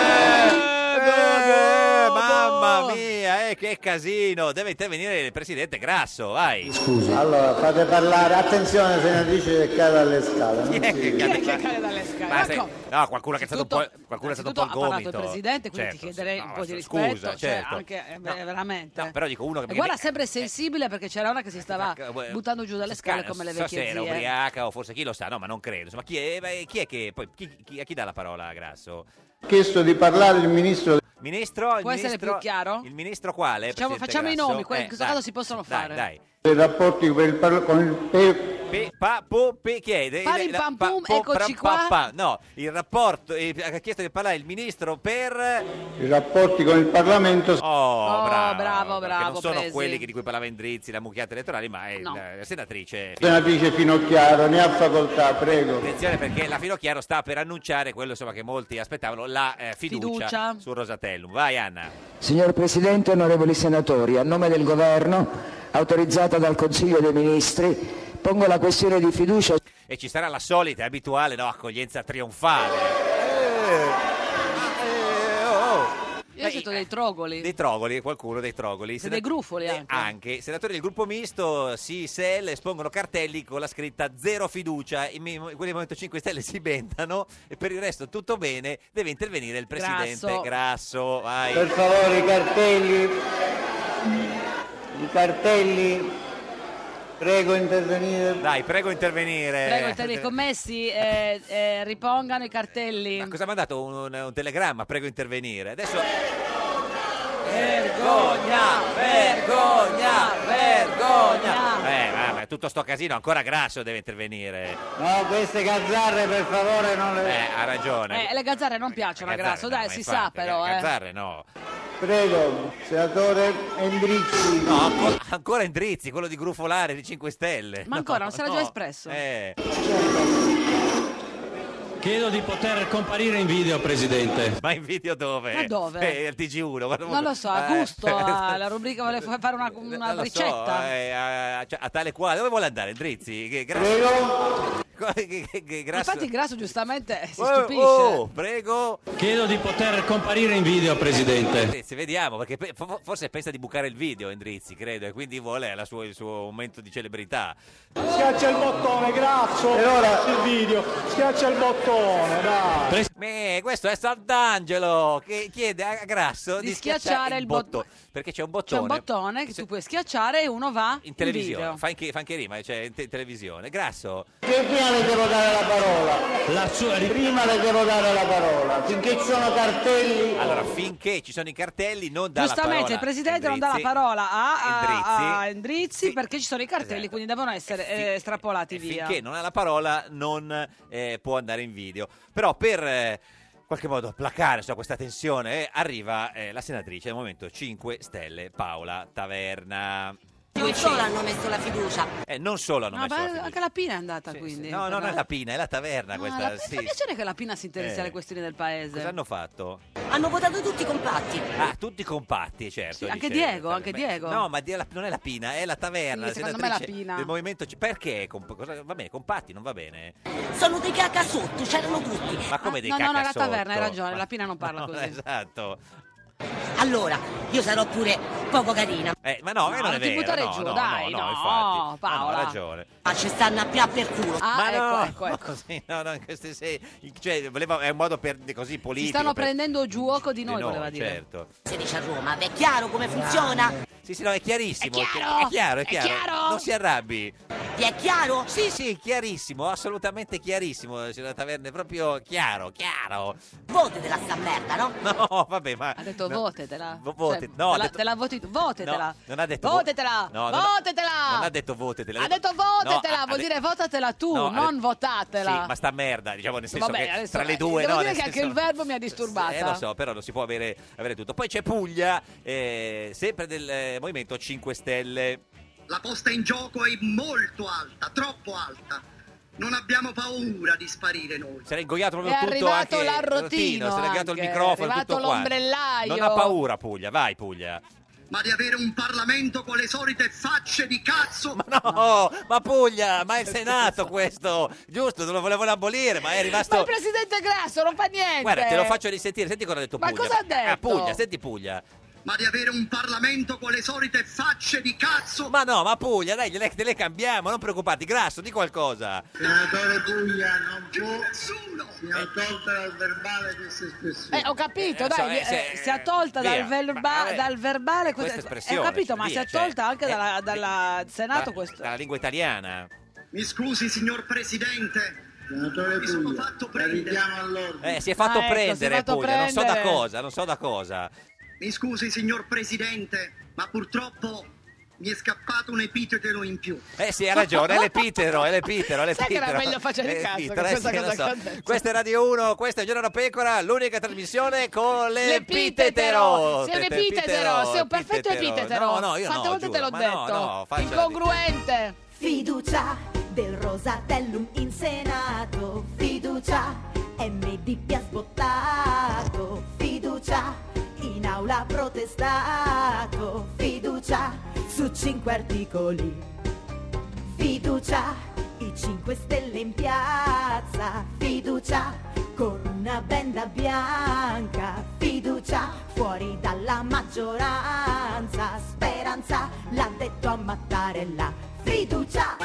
[SPEAKER 2] Eh,
[SPEAKER 1] Boh,
[SPEAKER 2] mamma mia, eh, che casino! Deve intervenire il presidente Grasso, vai.
[SPEAKER 10] Scusa.
[SPEAKER 11] Allora, fate parlare, attenzione senatrice che cade dalle scale. Non
[SPEAKER 2] Chi è che
[SPEAKER 11] si-
[SPEAKER 2] cade-
[SPEAKER 1] dalle scale?
[SPEAKER 2] Ma se-
[SPEAKER 1] Ecco,
[SPEAKER 2] no, qualcuno che è stato un po', qualcuno è stato un
[SPEAKER 1] innanzitutto
[SPEAKER 2] po' il
[SPEAKER 1] ha parlato
[SPEAKER 2] gomito.
[SPEAKER 1] il presidente, quindi
[SPEAKER 2] Certo,
[SPEAKER 1] ti chiederei
[SPEAKER 2] sì,
[SPEAKER 1] un
[SPEAKER 2] no,
[SPEAKER 1] po' di
[SPEAKER 2] scusa,
[SPEAKER 1] rispetto. cioè,
[SPEAKER 2] certo.
[SPEAKER 1] anche, eh, beh, veramente.
[SPEAKER 2] No, però dico uno che
[SPEAKER 1] E
[SPEAKER 2] mi
[SPEAKER 1] guarda,
[SPEAKER 2] viene-
[SPEAKER 1] sempre sensibile perché c'era una che si stava
[SPEAKER 2] eh,
[SPEAKER 1] buttando giù dalle scale come le
[SPEAKER 2] so se
[SPEAKER 1] vecchie
[SPEAKER 2] era
[SPEAKER 1] zie. eh.
[SPEAKER 2] ubriaca o forse chi lo sa, no, ma non credo. Insomma, chi è, beh, chi è che poi chi, chi- a chi dà la parola a Grasso?
[SPEAKER 11] Ha chiesto di parlare il ministro
[SPEAKER 2] Ministro, il
[SPEAKER 1] Può essere
[SPEAKER 2] ministro,
[SPEAKER 1] più chiaro?
[SPEAKER 2] il ministro quale?
[SPEAKER 1] Facciamo,
[SPEAKER 2] presidente
[SPEAKER 1] facciamo i
[SPEAKER 2] Grasso?
[SPEAKER 1] nomi, que- in
[SPEAKER 2] Eh,
[SPEAKER 1] questo
[SPEAKER 2] dai,
[SPEAKER 1] caso si possono fare.
[SPEAKER 2] Dai, dai.
[SPEAKER 11] dei rapporti per il parla- con il per-
[SPEAKER 2] Pe, pa, po, pe, chiede.
[SPEAKER 1] Pari
[SPEAKER 2] la-
[SPEAKER 1] pam
[SPEAKER 2] pa-
[SPEAKER 1] pum,
[SPEAKER 2] po,
[SPEAKER 1] eccoci
[SPEAKER 2] pra-
[SPEAKER 1] qua.
[SPEAKER 2] pa- pa. No, il rapporto, eh, ha chiesto di parlare il ministro per...
[SPEAKER 11] i rapporti con il Parlamento.
[SPEAKER 2] Oh, bravo,
[SPEAKER 1] bravo,
[SPEAKER 2] perché
[SPEAKER 1] bravo,
[SPEAKER 2] non sono
[SPEAKER 1] Presi.
[SPEAKER 2] quelli che- di cui parlava Indrizzi, la mucchiata elettorale, ma è la la
[SPEAKER 12] Eh.
[SPEAKER 2] senatrice.
[SPEAKER 11] Senatrice Finocchiaro, ne ha facoltà, prego.
[SPEAKER 2] Attenzione perché la Finocchiaro sta per annunciare quello insomma, che molti aspettavano, la eh, fiducia,
[SPEAKER 13] Fiducia.
[SPEAKER 2] su Rosatellum. Vai Anna.
[SPEAKER 13] Signor Presidente, onorevoli senatori, a nome del Governo, autorizzata dal Consiglio dei Ministri, pongo la questione di fiducia.
[SPEAKER 2] E ci sarà la solita e abituale no, accoglienza trionfale.
[SPEAKER 1] Io ho detto
[SPEAKER 2] Eh.
[SPEAKER 1] dei trogoli.
[SPEAKER 2] Dei trogoli, qualcuno dei trogoli.
[SPEAKER 1] Dei grufoli
[SPEAKER 2] Eh,
[SPEAKER 1] anche.
[SPEAKER 2] Anche. Senatori del gruppo misto, sì, SEL, espongono cartelli con la scritta zero fiducia. I mi- quelli del Movimento 5 Stelle *laughs* si bentano e per il resto tutto bene. Deve intervenire il presidente
[SPEAKER 11] Grasso.
[SPEAKER 2] Grasso. vai.
[SPEAKER 11] Per favore, i cartelli. I cartelli. Prego intervenire.
[SPEAKER 2] Dai, prego intervenire.
[SPEAKER 1] Prego, intervi-
[SPEAKER 2] *laughs*
[SPEAKER 1] i commessi eh, eh, ripongano i cartelli.
[SPEAKER 2] Cosa ha mandato? Un, un- un telegramma, prego intervenire. Adesso
[SPEAKER 1] Vergogna, vergogna, vergogna.
[SPEAKER 2] Eh, vabbè, tutto sto casino, ancora Grasso deve intervenire.
[SPEAKER 11] No, queste gazzarre per favore non le...
[SPEAKER 2] Eh, ha ragione.
[SPEAKER 1] Eh, le gazzarre non piacciono a
[SPEAKER 2] Gazzarre,
[SPEAKER 1] Grasso,
[SPEAKER 2] no,
[SPEAKER 1] dai,
[SPEAKER 2] ma
[SPEAKER 1] si
[SPEAKER 2] infatti,
[SPEAKER 1] sa però, eh.
[SPEAKER 2] Gazzarre no.
[SPEAKER 11] Prego, senatore Endrizzi.
[SPEAKER 2] No, ancora, ancora Endrizzi, quello di Grufolare di 5 Stelle.
[SPEAKER 1] Ma ancora, non si era già espresso?
[SPEAKER 2] Eh.
[SPEAKER 7] Chiedo di poter comparire in video, Presidente.
[SPEAKER 2] Ma in video dove?
[SPEAKER 1] Ma dove?
[SPEAKER 2] Eh, al TG1. guarda un
[SPEAKER 1] Non
[SPEAKER 2] po'.
[SPEAKER 1] lo so, a
[SPEAKER 2] Eh, *laughs*
[SPEAKER 1] gusto, alla rubrica vuole fa- fare una, una
[SPEAKER 2] non lo so,
[SPEAKER 1] ricetta.
[SPEAKER 2] eh, a, cioè, a tale quale. Dove vuole andare Endrizzi? Che
[SPEAKER 11] Prego.
[SPEAKER 2] Che, che- che Grasso...
[SPEAKER 1] Infatti Grasso giustamente si
[SPEAKER 2] Oh,
[SPEAKER 1] stupisce.
[SPEAKER 2] oh, prego.
[SPEAKER 7] Chiedo di poter comparire in video, Presidente.
[SPEAKER 2] Endrizzi, vediamo, perché pe- fo- forse pensa di bucare il video Endrizzi, credo, e quindi vuole la sua- il suo momento di celebrità.
[SPEAKER 14] Schiaccia il bottone, grasso. E ora il video. Schiaccia il bottone, dai.
[SPEAKER 2] Eh, questo è Sant'Angelo che chiede a Grasso di, schiacciare, il bottone. Perché c'è un
[SPEAKER 1] C'è
[SPEAKER 2] bottone.
[SPEAKER 1] un bottone che tu puoi schiacciare e uno va in,
[SPEAKER 2] in televisione,
[SPEAKER 1] video.
[SPEAKER 2] fa anche, fa anche rima, cioè in, te- televisione. Grasso.
[SPEAKER 11] Che prima le devo dare la parola. Prima le devo dare la parola. Finché ci sono cartelli.
[SPEAKER 2] Allora, finché ci sono i cartelli, non dà la
[SPEAKER 1] Giustamente
[SPEAKER 2] parola.
[SPEAKER 1] il presidente non dà la
[SPEAKER 2] Endrizzi.
[SPEAKER 1] parola a, a-
[SPEAKER 2] Endrizzi. Esatto.
[SPEAKER 1] a Endrizzi perché ci sono i cartelli, quindi devono essere eh, strappolati via.
[SPEAKER 2] Finché non ha la parola, non eh, può andare in video. Però per. eh, in qualche modo placare insomma, questa tensione eh, arriva eh, la senatrice del Movimento 5 Stelle Paola Taverna.
[SPEAKER 15] Non solo hanno messo la fiducia,
[SPEAKER 2] Eh, non solo hanno
[SPEAKER 1] No,
[SPEAKER 2] messo
[SPEAKER 1] beh,
[SPEAKER 2] la fiducia.
[SPEAKER 1] Ah, anche la Pina è andata quindi.
[SPEAKER 2] No, no,
[SPEAKER 1] però-
[SPEAKER 2] non è la Pina, è la taverna
[SPEAKER 1] Ah,
[SPEAKER 2] questa.
[SPEAKER 1] la- mi
[SPEAKER 2] sì.
[SPEAKER 1] fa piacere che la Pina si interessi
[SPEAKER 2] Eh.
[SPEAKER 1] alle questioni del paese.
[SPEAKER 2] Cosa hanno fatto?
[SPEAKER 15] hanno votato tutti compatti.
[SPEAKER 2] Ah, tutti compatti,
[SPEAKER 1] Sì,
[SPEAKER 2] certo.
[SPEAKER 1] anche
[SPEAKER 2] dice-
[SPEAKER 1] Diego, anche
[SPEAKER 2] Beh,
[SPEAKER 1] Diego.
[SPEAKER 2] No, ma di- la- non è la Pina, è la taverna.
[SPEAKER 1] Sì,
[SPEAKER 2] la
[SPEAKER 1] secondo me è la
[SPEAKER 2] senatrice
[SPEAKER 1] Pina.
[SPEAKER 2] Del movimento. C- Perché? comp- cosa- va bene, compatti, non va bene.
[SPEAKER 15] Sono dei caca sotto, c'erano tutti.
[SPEAKER 2] Ma come dei
[SPEAKER 1] Ah, no, no, no, la
[SPEAKER 2] cacca
[SPEAKER 1] taverna, hai
[SPEAKER 2] sotto?
[SPEAKER 1] ragione,
[SPEAKER 2] Ma-
[SPEAKER 1] la Pina non parla
[SPEAKER 2] No,
[SPEAKER 1] così.
[SPEAKER 2] *laughs* Esatto.
[SPEAKER 15] Allora, io sarò pure poco carina.
[SPEAKER 2] Eh, ma no,
[SPEAKER 15] No,
[SPEAKER 2] eh, non
[SPEAKER 15] non
[SPEAKER 2] è
[SPEAKER 15] ti
[SPEAKER 2] vero.
[SPEAKER 15] buttare
[SPEAKER 2] no,
[SPEAKER 15] giù,
[SPEAKER 2] no,
[SPEAKER 15] dai,
[SPEAKER 2] no,
[SPEAKER 15] no,
[SPEAKER 2] infatti. Ma no,
[SPEAKER 15] Paola.
[SPEAKER 2] ha ragione.
[SPEAKER 15] Ma ci stanno a pia per culo.
[SPEAKER 1] Ah,
[SPEAKER 2] ma no,
[SPEAKER 1] ecco,
[SPEAKER 2] *laughs*
[SPEAKER 1] ecco, ecco.
[SPEAKER 2] Così, no, no, in queste sei, cioè, voleva- è un modo per, così
[SPEAKER 1] Ci
[SPEAKER 2] politico.
[SPEAKER 1] stanno
[SPEAKER 2] per-
[SPEAKER 1] prendendo giuoco di
[SPEAKER 2] di
[SPEAKER 1] noi,
[SPEAKER 2] noi,
[SPEAKER 1] voleva dire.
[SPEAKER 2] certo.
[SPEAKER 15] Si dice a Roma, è chiaro come funziona?
[SPEAKER 2] Sì, sì, no, è chiarissimo.
[SPEAKER 15] È chiaro?
[SPEAKER 2] È chiaro, è
[SPEAKER 15] È
[SPEAKER 2] chiaro.
[SPEAKER 15] chiaro?
[SPEAKER 2] Non si arrabbi.
[SPEAKER 15] Ti è chiaro?
[SPEAKER 2] Sì, sì, chiarissimo, assolutamente chiarissimo, signora Taverna, è proprio chiaro, *laughs* chiaro.
[SPEAKER 15] Voti della sta merda, no?
[SPEAKER 2] No, vabbè, ma...
[SPEAKER 1] Ha detto
[SPEAKER 2] No.
[SPEAKER 1] votetela.
[SPEAKER 2] Vo- vote- no, ha
[SPEAKER 1] te, la,
[SPEAKER 2] detto-
[SPEAKER 1] te la voti tu, votetela.
[SPEAKER 2] No, non ha detto vo-
[SPEAKER 1] votetela.
[SPEAKER 2] No, non ha-
[SPEAKER 1] votetela.
[SPEAKER 2] Non ha detto votetela.
[SPEAKER 1] Ha detto
[SPEAKER 2] No,
[SPEAKER 1] votetela,
[SPEAKER 2] ha- ha
[SPEAKER 1] vuol
[SPEAKER 2] de-
[SPEAKER 1] dire votatela tu,
[SPEAKER 2] no, ha
[SPEAKER 1] non
[SPEAKER 2] detto-
[SPEAKER 1] votatela.
[SPEAKER 2] Sì, ma sta merda, diciamo nel senso
[SPEAKER 1] Vabbè,
[SPEAKER 2] che
[SPEAKER 1] adesso- eh,
[SPEAKER 2] tra le due
[SPEAKER 1] devo
[SPEAKER 2] no,
[SPEAKER 1] dire
[SPEAKER 2] nel
[SPEAKER 1] che anche
[SPEAKER 2] senso-
[SPEAKER 1] il verbo mi ha disturbata.
[SPEAKER 2] Eh, lo so, però non si può avere, avere tutto. Poi c'è Puglia, eh, sempre del eh, Movimento 5 Stelle.
[SPEAKER 16] La posta in gioco è molto alta, troppo alta. Non abbiamo paura di sparire noi.
[SPEAKER 2] Si era ingoiato
[SPEAKER 1] È
[SPEAKER 2] proprio tutto
[SPEAKER 1] arrivato
[SPEAKER 2] anche
[SPEAKER 1] l'arrotino.
[SPEAKER 2] si era ingoiato il
[SPEAKER 1] anche,
[SPEAKER 2] microfono,
[SPEAKER 1] È arrivato
[SPEAKER 2] tutto quanto.
[SPEAKER 1] l'ombrellaio.
[SPEAKER 2] Non ha paura Puglia, vai Puglia.
[SPEAKER 16] Ma di avere un Parlamento con le solite facce di cazzo. Ma
[SPEAKER 2] no, Oh, ma Puglia, ma è il Senato questo, giusto, non lo volevano abolire, ma è rimasto...
[SPEAKER 1] Ma il presidente Grasso non fa niente.
[SPEAKER 2] Guarda, te lo faccio risentire, senti cosa ha detto
[SPEAKER 1] Ma
[SPEAKER 2] Puglia.
[SPEAKER 1] cosa ha detto?
[SPEAKER 2] Ah, Puglia, senti Puglia.
[SPEAKER 16] Ma di avere un Parlamento con le solite facce di cazzo.
[SPEAKER 2] Ma no, ma Puglia, dai, gliele, te le cambiamo, non preoccupati, grasso, di qualcosa.
[SPEAKER 8] Senatore Puglia non può sia tolta dal verbale questa espressione.
[SPEAKER 1] Eh, ho capito,
[SPEAKER 8] Eh,
[SPEAKER 1] dai,
[SPEAKER 8] so,
[SPEAKER 1] eh,
[SPEAKER 8] eh, se-
[SPEAKER 1] si è tolta
[SPEAKER 8] via,
[SPEAKER 1] dal, verba-
[SPEAKER 2] ma, eh,
[SPEAKER 1] dal verbale
[SPEAKER 2] questa
[SPEAKER 1] questa-
[SPEAKER 2] espressione,
[SPEAKER 1] eh, Ho capito, ma
[SPEAKER 2] via,
[SPEAKER 1] si è
[SPEAKER 2] cioè,
[SPEAKER 1] tolta anche
[SPEAKER 2] eh,
[SPEAKER 1] dalla, dalla Senato
[SPEAKER 2] Dalla-
[SPEAKER 1] questo.
[SPEAKER 2] Dalla lingua italiana.
[SPEAKER 16] Mi scusi, signor Presidente. Mi sono fatto prendere.
[SPEAKER 2] Eh, si è fatto
[SPEAKER 16] Ah, ecco, si è
[SPEAKER 2] prendere
[SPEAKER 16] fatto
[SPEAKER 2] Puglia, non so da
[SPEAKER 16] prendere.
[SPEAKER 2] cosa, non so da cosa.
[SPEAKER 16] Mi scusi, signor Presidente, ma purtroppo mi è scappato un epitetelo in più.
[SPEAKER 2] Eh sì, ha
[SPEAKER 16] *laughs*
[SPEAKER 2] ragione, è l'epitero, è l'epitero, è l'epitero.
[SPEAKER 16] Sai che era meglio facere il
[SPEAKER 2] Eh,
[SPEAKER 16] cazzo che
[SPEAKER 2] l'epitero, eh
[SPEAKER 16] questa
[SPEAKER 2] sì,
[SPEAKER 16] cosa
[SPEAKER 2] lo
[SPEAKER 16] che
[SPEAKER 2] so.
[SPEAKER 16] ho detto.
[SPEAKER 2] Questa è Radio 1, questa è Giorno da Pecora, l'unica trasmissione con
[SPEAKER 1] L'epitetero.
[SPEAKER 2] l'epitetero.
[SPEAKER 1] Sei un epitetero, sei un perfetto epitetero.
[SPEAKER 2] No, no, io
[SPEAKER 1] Quante
[SPEAKER 2] no,
[SPEAKER 1] volte
[SPEAKER 2] giuro,
[SPEAKER 1] te l'ho
[SPEAKER 2] ma
[SPEAKER 1] detto?
[SPEAKER 2] No, no, faccio la
[SPEAKER 1] Incongruente.
[SPEAKER 17] Fiducia del Rosatellum in Senato, fiducia MDP ha sbottato, fiducia in aula ha protestato, fiducia su cinque articoli, fiducia i 5 Stelle in piazza, fiducia con una benda bianca, fiducia fuori dalla maggioranza, speranza l'ha detto a Mattarella, fiducia!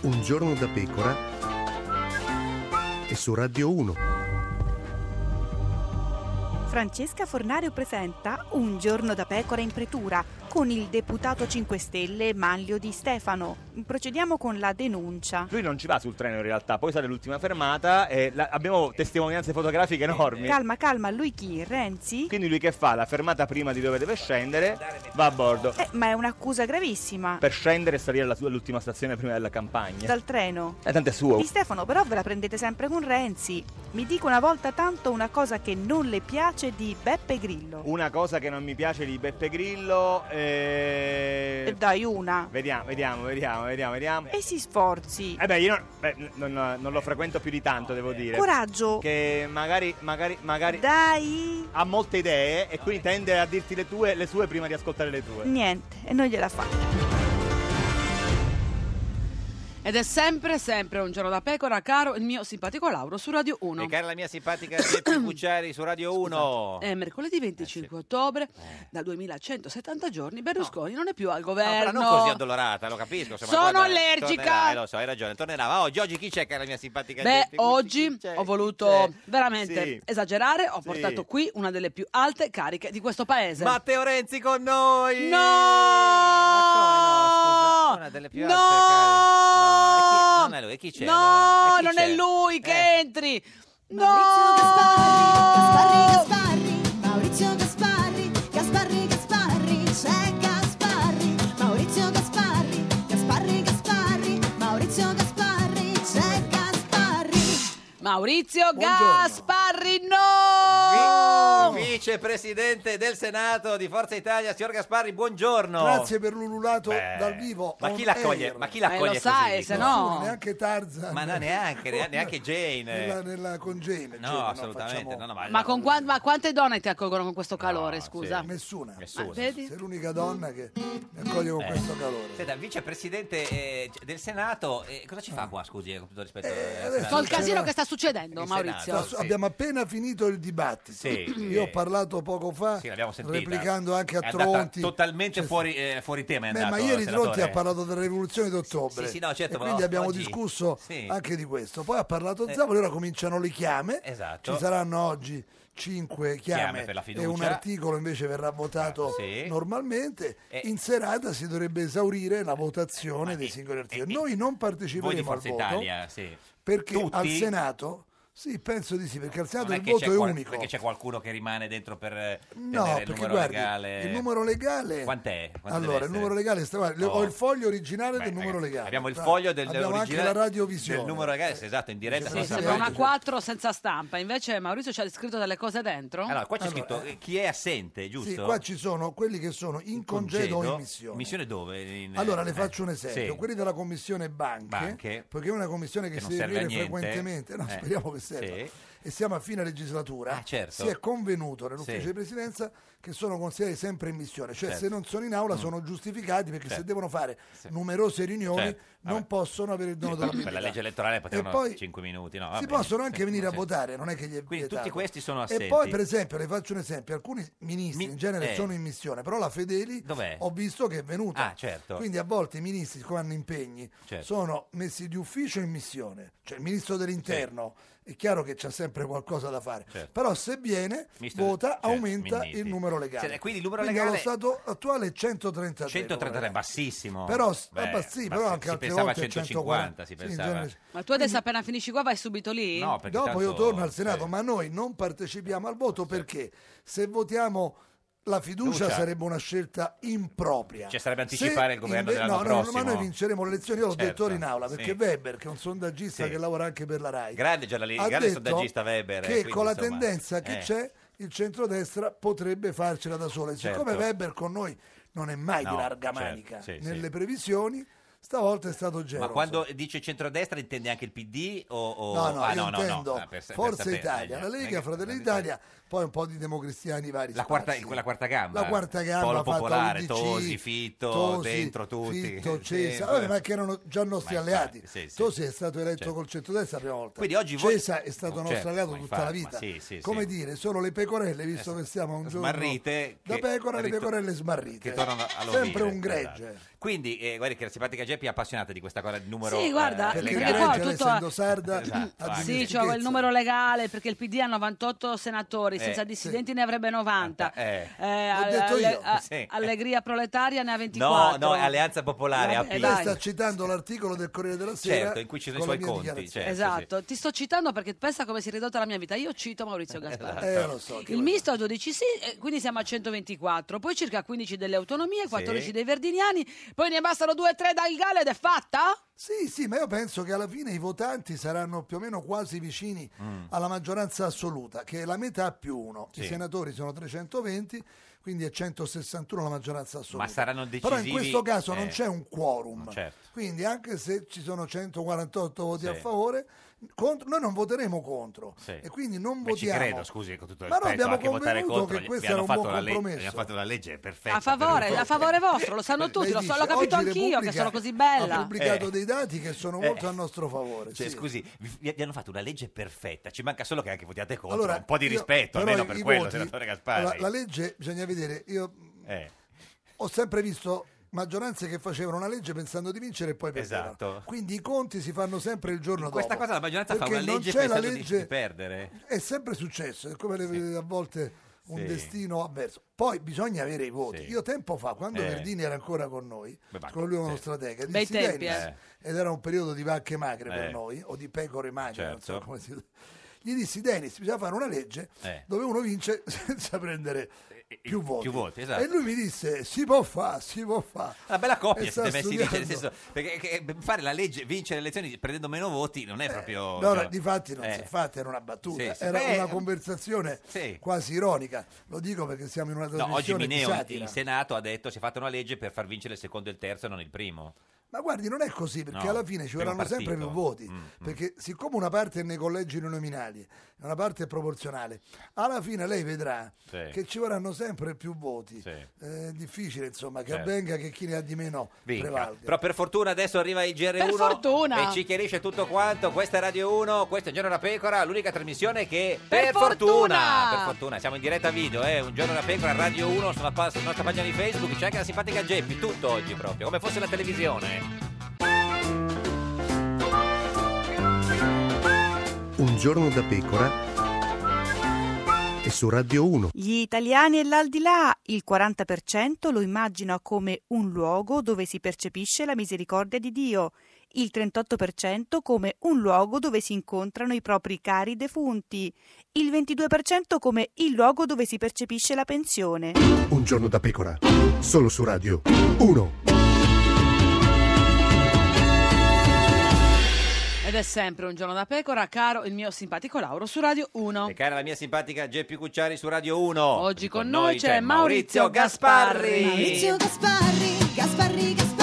[SPEAKER 18] Un giorno da pecora e su Radio 1.
[SPEAKER 19] Francesca Fornario presenta Un giorno da pecora in pretura con il deputato 5 Stelle Maglio Di Stefano. Procediamo con la denuncia.
[SPEAKER 20] Lui non ci va sul treno in realtà, poi sarà l'ultima fermata e la- abbiamo testimonianze fotografiche enormi.
[SPEAKER 19] Calma, calma, lui chi? Renzi?
[SPEAKER 20] Quindi lui che fa? La fermata prima di dove deve scendere, va a bordo.
[SPEAKER 19] Eh, ma è un'accusa gravissima.
[SPEAKER 20] Per scendere e salire alla sua- all'ultima stazione prima della campagna.
[SPEAKER 19] Dal treno.
[SPEAKER 20] Eh, tanto è suo.
[SPEAKER 19] Di Stefano però ve la prendete sempre con Renzi. Mi dico una volta tanto una cosa che non le piace di Beppe Grillo.
[SPEAKER 20] Una cosa che non mi piace di Beppe Grillo è...
[SPEAKER 19] E Eh, dai una.
[SPEAKER 20] Vediamo, vediamo, vediamo, vediamo, vediamo.
[SPEAKER 19] E si sforzi.
[SPEAKER 20] Eh beh, io non, beh, non- non lo frequento più di tanto, devo dire.
[SPEAKER 19] Coraggio.
[SPEAKER 20] Che magari, magari, magari...
[SPEAKER 19] Dai.
[SPEAKER 20] Ha molte idee e quindi tende a dirti le tue, le sue prima di ascoltare le tue.
[SPEAKER 19] Niente, e non gliela fa.
[SPEAKER 1] Ed è sempre, sempre un giorno da pecora, caro il mio simpatico Lauro su Radio 1.
[SPEAKER 2] E cara la
[SPEAKER 1] *laughs*
[SPEAKER 2] mia simpatica Seppi Cucciari su Radio 1.
[SPEAKER 1] È Eh,
[SPEAKER 2] Eh,
[SPEAKER 1] mercoledì 25 ottobre, da 2170 giorni Berlusconi non è più al
[SPEAKER 2] No,
[SPEAKER 1] governo.
[SPEAKER 2] però non così addolorata, lo capisco. insomma,
[SPEAKER 1] Sono
[SPEAKER 2] guarda,
[SPEAKER 1] allergica.
[SPEAKER 2] tornerà, eh, lo so, hai ragione, tornerà. Ma oggi, oggi chi c'è, cara mia simpatica
[SPEAKER 1] Beh,
[SPEAKER 2] Seppi?
[SPEAKER 1] oggi ho voluto veramente
[SPEAKER 2] cioè, Sì.
[SPEAKER 1] esagerare, ho
[SPEAKER 2] Sì.
[SPEAKER 1] portato qui una delle più alte cariche di questo paese.
[SPEAKER 2] Matteo Renzi con noi!
[SPEAKER 1] No!
[SPEAKER 2] Una delle più
[SPEAKER 1] No!
[SPEAKER 2] alte, cara. No, e chi- non è lui, e chi c'è?
[SPEAKER 1] oh! No,
[SPEAKER 2] allora? E chi
[SPEAKER 1] non
[SPEAKER 2] c'è? Eh.
[SPEAKER 1] è lui che entri. No!
[SPEAKER 17] Maurizio Gasparri, Gasparri, Gasparri, c'è Gasparri, Maurizio Gasparri, Gasparri, Gasparri, Maurizio Gasparri, c'è Gasparri.
[SPEAKER 1] Maurizio Gasparri, no!
[SPEAKER 2] Vicepresidente del Senato di Forza Italia, signor Gasparri, buongiorno.
[SPEAKER 21] Grazie per l'ululato
[SPEAKER 2] Beh,
[SPEAKER 21] dal vivo.
[SPEAKER 2] Eh, Ma
[SPEAKER 21] on
[SPEAKER 2] chi l'accoglie?
[SPEAKER 21] air.
[SPEAKER 2] Ma chi l'accoglie
[SPEAKER 1] lo sai,
[SPEAKER 2] così,
[SPEAKER 1] se
[SPEAKER 2] dico?
[SPEAKER 1] no-
[SPEAKER 21] Nessuno, Neanche Tarzan.
[SPEAKER 2] Ma no, neanche, nea- neanche Jane.
[SPEAKER 21] Nella, nella congene.
[SPEAKER 2] No, assolutamente. No, no, ma,
[SPEAKER 1] Ma, con qua- ma quante donne ti accolgono con questo calore, scusa? Eh,
[SPEAKER 21] Nessuna.
[SPEAKER 2] Nessuna.
[SPEAKER 1] vedi?
[SPEAKER 21] Sei l'unica donna che mi accoglie con
[SPEAKER 2] Eh.
[SPEAKER 21] Eh, questo calore.
[SPEAKER 2] Senta, vicepresidente eh, del Senato, eh, cosa ci fa qua, scusi, eh, con tutto rispetto? eh, al Senato?
[SPEAKER 1] Col casino che sta succedendo,
[SPEAKER 2] Il
[SPEAKER 1] Maurizio.
[SPEAKER 2] Senato, sì.
[SPEAKER 21] Abbiamo appena finito il dibattito.
[SPEAKER 2] Sì,
[SPEAKER 21] Io
[SPEAKER 2] eh.
[SPEAKER 21] ho parlato poco fa,
[SPEAKER 2] Sì, l'abbiamo sentita.
[SPEAKER 21] replicando anche
[SPEAKER 2] È
[SPEAKER 21] a
[SPEAKER 2] andata
[SPEAKER 21] Tronti.
[SPEAKER 2] Totalmente fuori, eh, fuori tema è
[SPEAKER 21] Beh,
[SPEAKER 2] andato,
[SPEAKER 21] ma ieri
[SPEAKER 2] senatore.
[SPEAKER 21] Tronti ha parlato della rivoluzione d'ottobre
[SPEAKER 2] Sì, sì, no, certo,
[SPEAKER 21] e
[SPEAKER 2] ma
[SPEAKER 21] quindi abbiamo
[SPEAKER 2] oggi-
[SPEAKER 21] discusso
[SPEAKER 2] sì.
[SPEAKER 21] anche di questo. Poi ha parlato
[SPEAKER 2] Eh.
[SPEAKER 21] Zavoli, ora cominciano le chiame.
[SPEAKER 2] Esatto.
[SPEAKER 21] Ci saranno oggi cinque chiame,
[SPEAKER 2] Chiame per la fiducia.
[SPEAKER 21] e un articolo invece verrà votato
[SPEAKER 2] Sì.
[SPEAKER 21] normalmente.
[SPEAKER 2] Eh.
[SPEAKER 21] In serata si dovrebbe esaurire la votazione dei singoli articoli. Noi non
[SPEAKER 2] eh, Voi di
[SPEAKER 21] parteciperemo al
[SPEAKER 2] Forza
[SPEAKER 21] voto
[SPEAKER 2] Italia, sì.
[SPEAKER 21] perché
[SPEAKER 2] Tutti?
[SPEAKER 21] al Senato Sì, penso di sì, perché al Senato
[SPEAKER 2] Non è
[SPEAKER 21] il
[SPEAKER 2] che
[SPEAKER 21] voto
[SPEAKER 2] c'è,
[SPEAKER 21] è
[SPEAKER 2] qual-
[SPEAKER 21] unico.
[SPEAKER 2] perché c'è qualcuno che rimane dentro per eh,
[SPEAKER 21] No,
[SPEAKER 2] tenere il
[SPEAKER 21] perché
[SPEAKER 2] numero
[SPEAKER 21] guardi,
[SPEAKER 2] legale.
[SPEAKER 21] il numero legale-
[SPEAKER 2] Quant'è? Quanto
[SPEAKER 21] Allora,
[SPEAKER 2] deve
[SPEAKER 21] il
[SPEAKER 2] essere?
[SPEAKER 21] numero legale sta guarda, le-
[SPEAKER 2] Oh.
[SPEAKER 21] Ho il foglio originale
[SPEAKER 2] Beh,
[SPEAKER 21] del numero
[SPEAKER 2] ragazzi,
[SPEAKER 21] legale.
[SPEAKER 2] Abbiamo il
[SPEAKER 21] Tra-
[SPEAKER 2] foglio del
[SPEAKER 21] Abbiamo
[SPEAKER 2] originale-
[SPEAKER 21] anche la radiovisione.
[SPEAKER 2] Del numero legale, esatto, in diretta.
[SPEAKER 1] Sì, sembra una 4 senza stampa. Invece Maurizio ci ha descritto delle cose dentro.
[SPEAKER 2] Allora, qua c'è
[SPEAKER 21] Allora,
[SPEAKER 2] scritto eh, chi è assente, giusto?
[SPEAKER 21] Sì, qua ci sono quelli che sono in congedo o in missione.
[SPEAKER 2] Missione dove? In-
[SPEAKER 21] Allora le
[SPEAKER 2] eh,
[SPEAKER 21] faccio un esempio,
[SPEAKER 2] sì.
[SPEAKER 21] quelli della commissione banche,
[SPEAKER 2] Banche.
[SPEAKER 21] perché è una commissione che,
[SPEAKER 2] Che
[SPEAKER 21] si
[SPEAKER 2] non
[SPEAKER 21] deve
[SPEAKER 2] serve a
[SPEAKER 21] riunire
[SPEAKER 2] niente.
[SPEAKER 21] frequentemente, no,
[SPEAKER 2] Eh,
[SPEAKER 21] speriamo che serva,
[SPEAKER 2] sì.
[SPEAKER 21] e siamo a fine legislatura,
[SPEAKER 2] Ah, certo.
[SPEAKER 21] si è convenuto nell'ufficio
[SPEAKER 2] Sì.
[SPEAKER 21] di presidenza che sono consiglieri sempre in missione, cioè
[SPEAKER 2] Certo.
[SPEAKER 21] se non sono in aula
[SPEAKER 2] Mm.
[SPEAKER 21] sono giustificati perché se
[SPEAKER 2] Certo.
[SPEAKER 21] devono fare
[SPEAKER 2] Sì.
[SPEAKER 21] numerose riunioni
[SPEAKER 2] Certo.
[SPEAKER 21] non possono avere il dono della
[SPEAKER 2] Per la
[SPEAKER 21] mobilità.
[SPEAKER 2] legge elettorale
[SPEAKER 21] E
[SPEAKER 2] potevano
[SPEAKER 21] poi
[SPEAKER 2] 5 minuti, no?
[SPEAKER 21] si
[SPEAKER 2] vabbè.
[SPEAKER 21] possono
[SPEAKER 2] *laughs*
[SPEAKER 21] anche
[SPEAKER 2] Sì,
[SPEAKER 21] venire a
[SPEAKER 2] sì.
[SPEAKER 21] votare, non è che gli è
[SPEAKER 2] Quindi tutti
[SPEAKER 21] vietato.
[SPEAKER 2] questi sono
[SPEAKER 21] E
[SPEAKER 2] assenti.
[SPEAKER 21] poi, per esempio, le faccio un esempio: alcuni ministri
[SPEAKER 2] Mi-
[SPEAKER 21] in genere
[SPEAKER 2] eh.
[SPEAKER 21] sono in missione, però la Fedeli
[SPEAKER 2] Dov'è?
[SPEAKER 21] ho visto che è venuta.
[SPEAKER 2] Ah, certo.
[SPEAKER 21] Quindi a volte i ministri, quando hanno impegni,
[SPEAKER 2] Certo.
[SPEAKER 21] sono messi di ufficio in missione. Cioè il ministro dell'interno è chiaro che c'è sempre qualcosa da fare,
[SPEAKER 2] Certo.
[SPEAKER 21] però se viene,
[SPEAKER 2] Mister-
[SPEAKER 21] vota,
[SPEAKER 2] certo,
[SPEAKER 21] aumenta
[SPEAKER 2] Minniti.
[SPEAKER 21] il numero legale.
[SPEAKER 2] Cioè, quindi il numero
[SPEAKER 21] allo
[SPEAKER 2] legale-
[SPEAKER 21] stato attuale è 133. numero
[SPEAKER 2] 133 bassissimo.
[SPEAKER 21] Però, s-
[SPEAKER 2] Beh,
[SPEAKER 21] bassi,
[SPEAKER 2] ma
[SPEAKER 21] però
[SPEAKER 2] si-
[SPEAKER 21] anche
[SPEAKER 2] si
[SPEAKER 21] altre
[SPEAKER 2] pensava a
[SPEAKER 21] volte
[SPEAKER 2] 150, si
[SPEAKER 21] Sì, in
[SPEAKER 2] pensava.
[SPEAKER 21] genere-
[SPEAKER 1] Ma tu adesso appena finisci qua vai subito lì?
[SPEAKER 2] No, perché
[SPEAKER 21] Dopo io
[SPEAKER 2] tanto- eh.
[SPEAKER 21] torno al Senato, ma noi non partecipiamo al voto perché se votiamo la fiducia
[SPEAKER 2] Fiducia.
[SPEAKER 21] sarebbe una scelta impropria.
[SPEAKER 2] Cioè, sarebbe
[SPEAKER 21] Se
[SPEAKER 2] anticipare il governo
[SPEAKER 21] inve-
[SPEAKER 2] dell'anno
[SPEAKER 21] no, no, no,
[SPEAKER 2] prossimo.
[SPEAKER 21] ma noi vinceremo le elezioni, io l'ho
[SPEAKER 2] Certo,
[SPEAKER 21] detto ora in aula,
[SPEAKER 2] sì.
[SPEAKER 21] perché Weber, che è un sondaggista
[SPEAKER 2] Sì.
[SPEAKER 21] che lavora anche per la RAI,
[SPEAKER 2] Grande giornalista,
[SPEAKER 21] ha
[SPEAKER 2] grande
[SPEAKER 21] detto
[SPEAKER 2] sondaggista Weber. eh,
[SPEAKER 21] che
[SPEAKER 2] quindi,
[SPEAKER 21] con la
[SPEAKER 2] insomma,
[SPEAKER 21] tendenza
[SPEAKER 2] eh.
[SPEAKER 21] che c'è il centrodestra potrebbe farcela da sola. E
[SPEAKER 2] Certo.
[SPEAKER 21] siccome Weber con noi non è mai
[SPEAKER 2] No,
[SPEAKER 21] di larga
[SPEAKER 2] certo,
[SPEAKER 21] manica
[SPEAKER 2] sì, sì.
[SPEAKER 21] nelle previsioni, stavolta è stato generoso.
[SPEAKER 2] Ma quando dice centrodestra intende anche il PD o... o-
[SPEAKER 21] No, no,
[SPEAKER 2] ah,
[SPEAKER 21] io intendo
[SPEAKER 2] ah, per- per
[SPEAKER 21] Forza
[SPEAKER 2] sapere,
[SPEAKER 21] Italia,
[SPEAKER 2] eh,
[SPEAKER 21] la Lega,
[SPEAKER 2] perché-
[SPEAKER 21] Fratelli d'Italia, poi un po' di democristiani vari.
[SPEAKER 2] La quarta,
[SPEAKER 21] spazi.
[SPEAKER 2] quella quarta gamba.
[SPEAKER 21] La quarta gamba
[SPEAKER 2] Polo
[SPEAKER 21] fatta
[SPEAKER 2] popolare,
[SPEAKER 21] UDC,
[SPEAKER 2] Tosi, Fitto,
[SPEAKER 21] Tosi,
[SPEAKER 2] dentro tutti. *laughs*
[SPEAKER 21] Fitto, Cesa,
[SPEAKER 2] Dentro.
[SPEAKER 21] vabbè, ma che erano già nostri
[SPEAKER 2] Ma infatti,
[SPEAKER 21] alleati.
[SPEAKER 2] sì, sì.
[SPEAKER 21] Tosi è stato eletto
[SPEAKER 2] Certo.
[SPEAKER 21] col centrodestra la prima volta.
[SPEAKER 2] Quindi oggi voi-
[SPEAKER 21] Cesa è stato nostro
[SPEAKER 2] Certo,
[SPEAKER 21] alleato
[SPEAKER 2] ma
[SPEAKER 21] tutta la
[SPEAKER 2] infatti,
[SPEAKER 21] vita.
[SPEAKER 2] ma sì, sì, sì.
[SPEAKER 21] Come dire, solo le pecorelle, visto che siamo a un giorno
[SPEAKER 2] Smarrite,
[SPEAKER 21] da
[SPEAKER 2] che-
[SPEAKER 21] pecora, le
[SPEAKER 2] rit-
[SPEAKER 21] pecorelle smarrite.
[SPEAKER 2] che tornano all'ovile,
[SPEAKER 21] Sempre un gregge.
[SPEAKER 2] esatto. Quindi, eh, guarda che la simpatica Geppi è appassionata di questa cosa del numero
[SPEAKER 1] Sì, guarda,
[SPEAKER 2] eh,
[SPEAKER 1] perché
[SPEAKER 2] legale.
[SPEAKER 1] qua tutto-
[SPEAKER 21] Essendo sarda,
[SPEAKER 2] Esatto,
[SPEAKER 21] ha
[SPEAKER 2] anche.
[SPEAKER 1] Sì,
[SPEAKER 21] dimestichezza.
[SPEAKER 1] cioè il numero legale perché il PD ha 98 senatori,
[SPEAKER 2] Eh,
[SPEAKER 1] senza dissidenti ne avrebbe 90.
[SPEAKER 2] Eh.
[SPEAKER 1] Eh,
[SPEAKER 21] L'ho
[SPEAKER 1] al-
[SPEAKER 21] detto
[SPEAKER 1] alle-
[SPEAKER 21] io.
[SPEAKER 1] a-
[SPEAKER 2] Sì.
[SPEAKER 1] Allegria proletaria ne ha
[SPEAKER 2] No,
[SPEAKER 1] 24.
[SPEAKER 2] no, è Alleanza Popolare,
[SPEAKER 1] Vabbè,
[SPEAKER 2] AP.
[SPEAKER 1] dai.
[SPEAKER 21] Sta citando l'articolo del Corriere della Sera
[SPEAKER 2] Certo, in cui ci sono i
[SPEAKER 21] con la
[SPEAKER 2] suoi
[SPEAKER 21] mia
[SPEAKER 2] conti,
[SPEAKER 21] dichiarazione.
[SPEAKER 2] certo,
[SPEAKER 1] esatto, ti sto citando perché pensa come si è ridotta la mia vita. Io cito Maurizio Gasparri.
[SPEAKER 2] esatto.
[SPEAKER 21] Eh, lo so, che
[SPEAKER 1] Il misto a 12 sì, eh, quindi siamo a 124, poi circa 15 delle autonomie, 14 dei verdiniani, poi ne bastano 2 3 dal Gallo ed è fatta?
[SPEAKER 21] Sì, sì, ma io penso che alla fine i votanti saranno più o meno quasi vicini alla maggioranza assoluta, che è la metà più uno. I
[SPEAKER 2] Mm. Sì.
[SPEAKER 21] senatori sono 320, quindi è 161 la maggioranza assoluta.
[SPEAKER 2] Ma saranno
[SPEAKER 21] Però in
[SPEAKER 2] decisivi,
[SPEAKER 21] questo caso non
[SPEAKER 2] eh,
[SPEAKER 21] c'è un quorum.
[SPEAKER 2] certo.
[SPEAKER 21] Quindi anche se ci sono 148 voti
[SPEAKER 2] Sì.
[SPEAKER 21] a favore, contro- noi non voteremo contro.
[SPEAKER 2] Sì.
[SPEAKER 21] E quindi non
[SPEAKER 2] Ma ci
[SPEAKER 21] votiamo.
[SPEAKER 2] credo, scusi, con tutto il
[SPEAKER 21] Ma noi
[SPEAKER 2] rispetto,
[SPEAKER 21] abbiamo
[SPEAKER 2] anche votare
[SPEAKER 21] convenuto
[SPEAKER 2] contro,
[SPEAKER 21] che
[SPEAKER 2] gli-
[SPEAKER 21] questo
[SPEAKER 2] abbiamo
[SPEAKER 21] era un
[SPEAKER 2] fatto
[SPEAKER 21] buon
[SPEAKER 2] la legge-
[SPEAKER 21] compromesso.
[SPEAKER 2] abbiamo fatto la legge perfetta. Eh.
[SPEAKER 1] A favore,
[SPEAKER 2] per-
[SPEAKER 1] a favore vostro, lo sanno tutti,
[SPEAKER 21] Lei
[SPEAKER 1] lo so,
[SPEAKER 21] dice,
[SPEAKER 1] l'ho capito
[SPEAKER 21] oggi
[SPEAKER 1] anch'io che
[SPEAKER 21] Repubblica
[SPEAKER 1] sono così
[SPEAKER 21] Ha
[SPEAKER 1] bella.
[SPEAKER 21] pubblicato
[SPEAKER 2] Eh.
[SPEAKER 21] dei dati che sono
[SPEAKER 2] Eh.
[SPEAKER 21] molto a nostro favore.
[SPEAKER 2] Cioè,
[SPEAKER 21] sì.
[SPEAKER 2] scusi, vi, vi hanno fatto una legge perfetta, ci manca solo che anche votiate contro,
[SPEAKER 21] Allora,
[SPEAKER 2] un po' di
[SPEAKER 21] io-
[SPEAKER 2] rispetto,
[SPEAKER 21] però
[SPEAKER 2] almeno
[SPEAKER 21] i-
[SPEAKER 2] per
[SPEAKER 21] i
[SPEAKER 2] quello,
[SPEAKER 21] voti-
[SPEAKER 2] senatore Gasparri.
[SPEAKER 21] allora, la legge, bisogna vedere, io
[SPEAKER 2] Eh,
[SPEAKER 21] ho sempre visto maggioranze che facevano una legge pensando di vincere e poi perdevano.
[SPEAKER 2] Esatto.
[SPEAKER 21] Quindi i conti si fanno sempre il giorno dopo.
[SPEAKER 2] Questa cosa la maggioranza fa
[SPEAKER 21] Perché
[SPEAKER 2] una
[SPEAKER 21] non
[SPEAKER 2] legge
[SPEAKER 21] c'è la
[SPEAKER 2] pensando di-
[SPEAKER 21] legge-
[SPEAKER 2] di perdere.
[SPEAKER 21] È sempre successo, è come le- a volte un
[SPEAKER 2] Sì.
[SPEAKER 21] destino avverso. Poi bisogna avere i voti.
[SPEAKER 2] Sì.
[SPEAKER 21] Io tempo fa, quando
[SPEAKER 2] Eh.
[SPEAKER 21] Verdini era ancora con noi,
[SPEAKER 2] Beh, ma-
[SPEAKER 21] con lui uno
[SPEAKER 2] sì.
[SPEAKER 21] stratega,
[SPEAKER 1] Bei
[SPEAKER 21] dissi
[SPEAKER 1] tempi,
[SPEAKER 21] Dennis,
[SPEAKER 1] eh.
[SPEAKER 21] ed era un periodo di vacche magre
[SPEAKER 2] Eh.
[SPEAKER 21] per noi, o di pecore magre, non so
[SPEAKER 2] Certo.
[SPEAKER 21] come si Gli dissi, Dennis, bisogna fare una legge
[SPEAKER 2] Eh.
[SPEAKER 21] dove uno vince *laughs* senza prendere più voti.
[SPEAKER 2] più voti, esatto.
[SPEAKER 21] E lui mi disse, si può fare, si può fare.
[SPEAKER 2] Una bella coppia
[SPEAKER 21] E
[SPEAKER 2] siete
[SPEAKER 21] sta
[SPEAKER 2] messi dice, nel
[SPEAKER 21] studiando.
[SPEAKER 2] senso, perché che- fare la legge, vincere le elezioni prendendo meno voti non è proprio...
[SPEAKER 21] Eh, No,
[SPEAKER 2] cioè-
[SPEAKER 21] no, difatti non
[SPEAKER 2] eh.
[SPEAKER 21] si è fatta, era una battuta,
[SPEAKER 2] Sì, Eh, sì.
[SPEAKER 21] era
[SPEAKER 2] Beh,
[SPEAKER 21] una conversazione
[SPEAKER 2] sì.
[SPEAKER 21] quasi ironica. Lo dico perché siamo in una
[SPEAKER 2] No, oggi
[SPEAKER 21] trasmissione di
[SPEAKER 2] Mineo in-
[SPEAKER 21] satira.
[SPEAKER 2] in Senato ha detto si è fatta una legge per far vincere il secondo e il terzo e non il primo.
[SPEAKER 21] Ma guardi, non è così, perché
[SPEAKER 2] No,
[SPEAKER 21] alla fine ci
[SPEAKER 2] primo
[SPEAKER 21] vorranno sempre
[SPEAKER 2] partito.
[SPEAKER 21] più voti.
[SPEAKER 2] Mm, mm.
[SPEAKER 21] Perché siccome una parte è nei collegi uninominali e una parte è proporzionale, alla fine lei vedrà
[SPEAKER 2] Sì.
[SPEAKER 21] che ci vorranno sempre più voti.
[SPEAKER 2] Sì.
[SPEAKER 21] Eh, è difficile, insomma, che
[SPEAKER 2] Certo.
[SPEAKER 21] avvenga che chi ne ha di meno
[SPEAKER 2] Vinca.
[SPEAKER 21] prevalga.
[SPEAKER 2] Però per fortuna adesso arriva il GR1
[SPEAKER 1] Per fortuna.
[SPEAKER 2] e ci chiarisce tutto quanto. Questa è Radio 1, questo è Un Giorno da Pecora, l'unica trasmissione che
[SPEAKER 1] Per fortuna!
[SPEAKER 2] per fortuna, siamo in diretta video, eh, Un Giorno da Pecora, Radio 1, sulla, pa- sulla nostra pagina di Facebook, c'è anche la simpatica Geppi, tutto oggi proprio, come fosse la televisione.
[SPEAKER 18] Un giorno da pecora e su Radio 1.
[SPEAKER 19] Gli italiani e l'aldilà, il 40% lo immagina come un luogo dove si percepisce la misericordia di Dio, il 38% come un luogo dove si incontrano i propri cari defunti, il 22% come il luogo dove si percepisce la pensione.
[SPEAKER 18] Un giorno da pecora. Solo su Radio 1.
[SPEAKER 1] Ed è sempre un giorno da pecora, caro il mio simpatico Lauro su Radio 1.
[SPEAKER 2] E cara la mia simpatica Geppi Cucciari su Radio 1. Oggi
[SPEAKER 1] con noi c'è Maurizio Gasparri.
[SPEAKER 22] Maurizio Gasparri, Gasparri, Gasparri.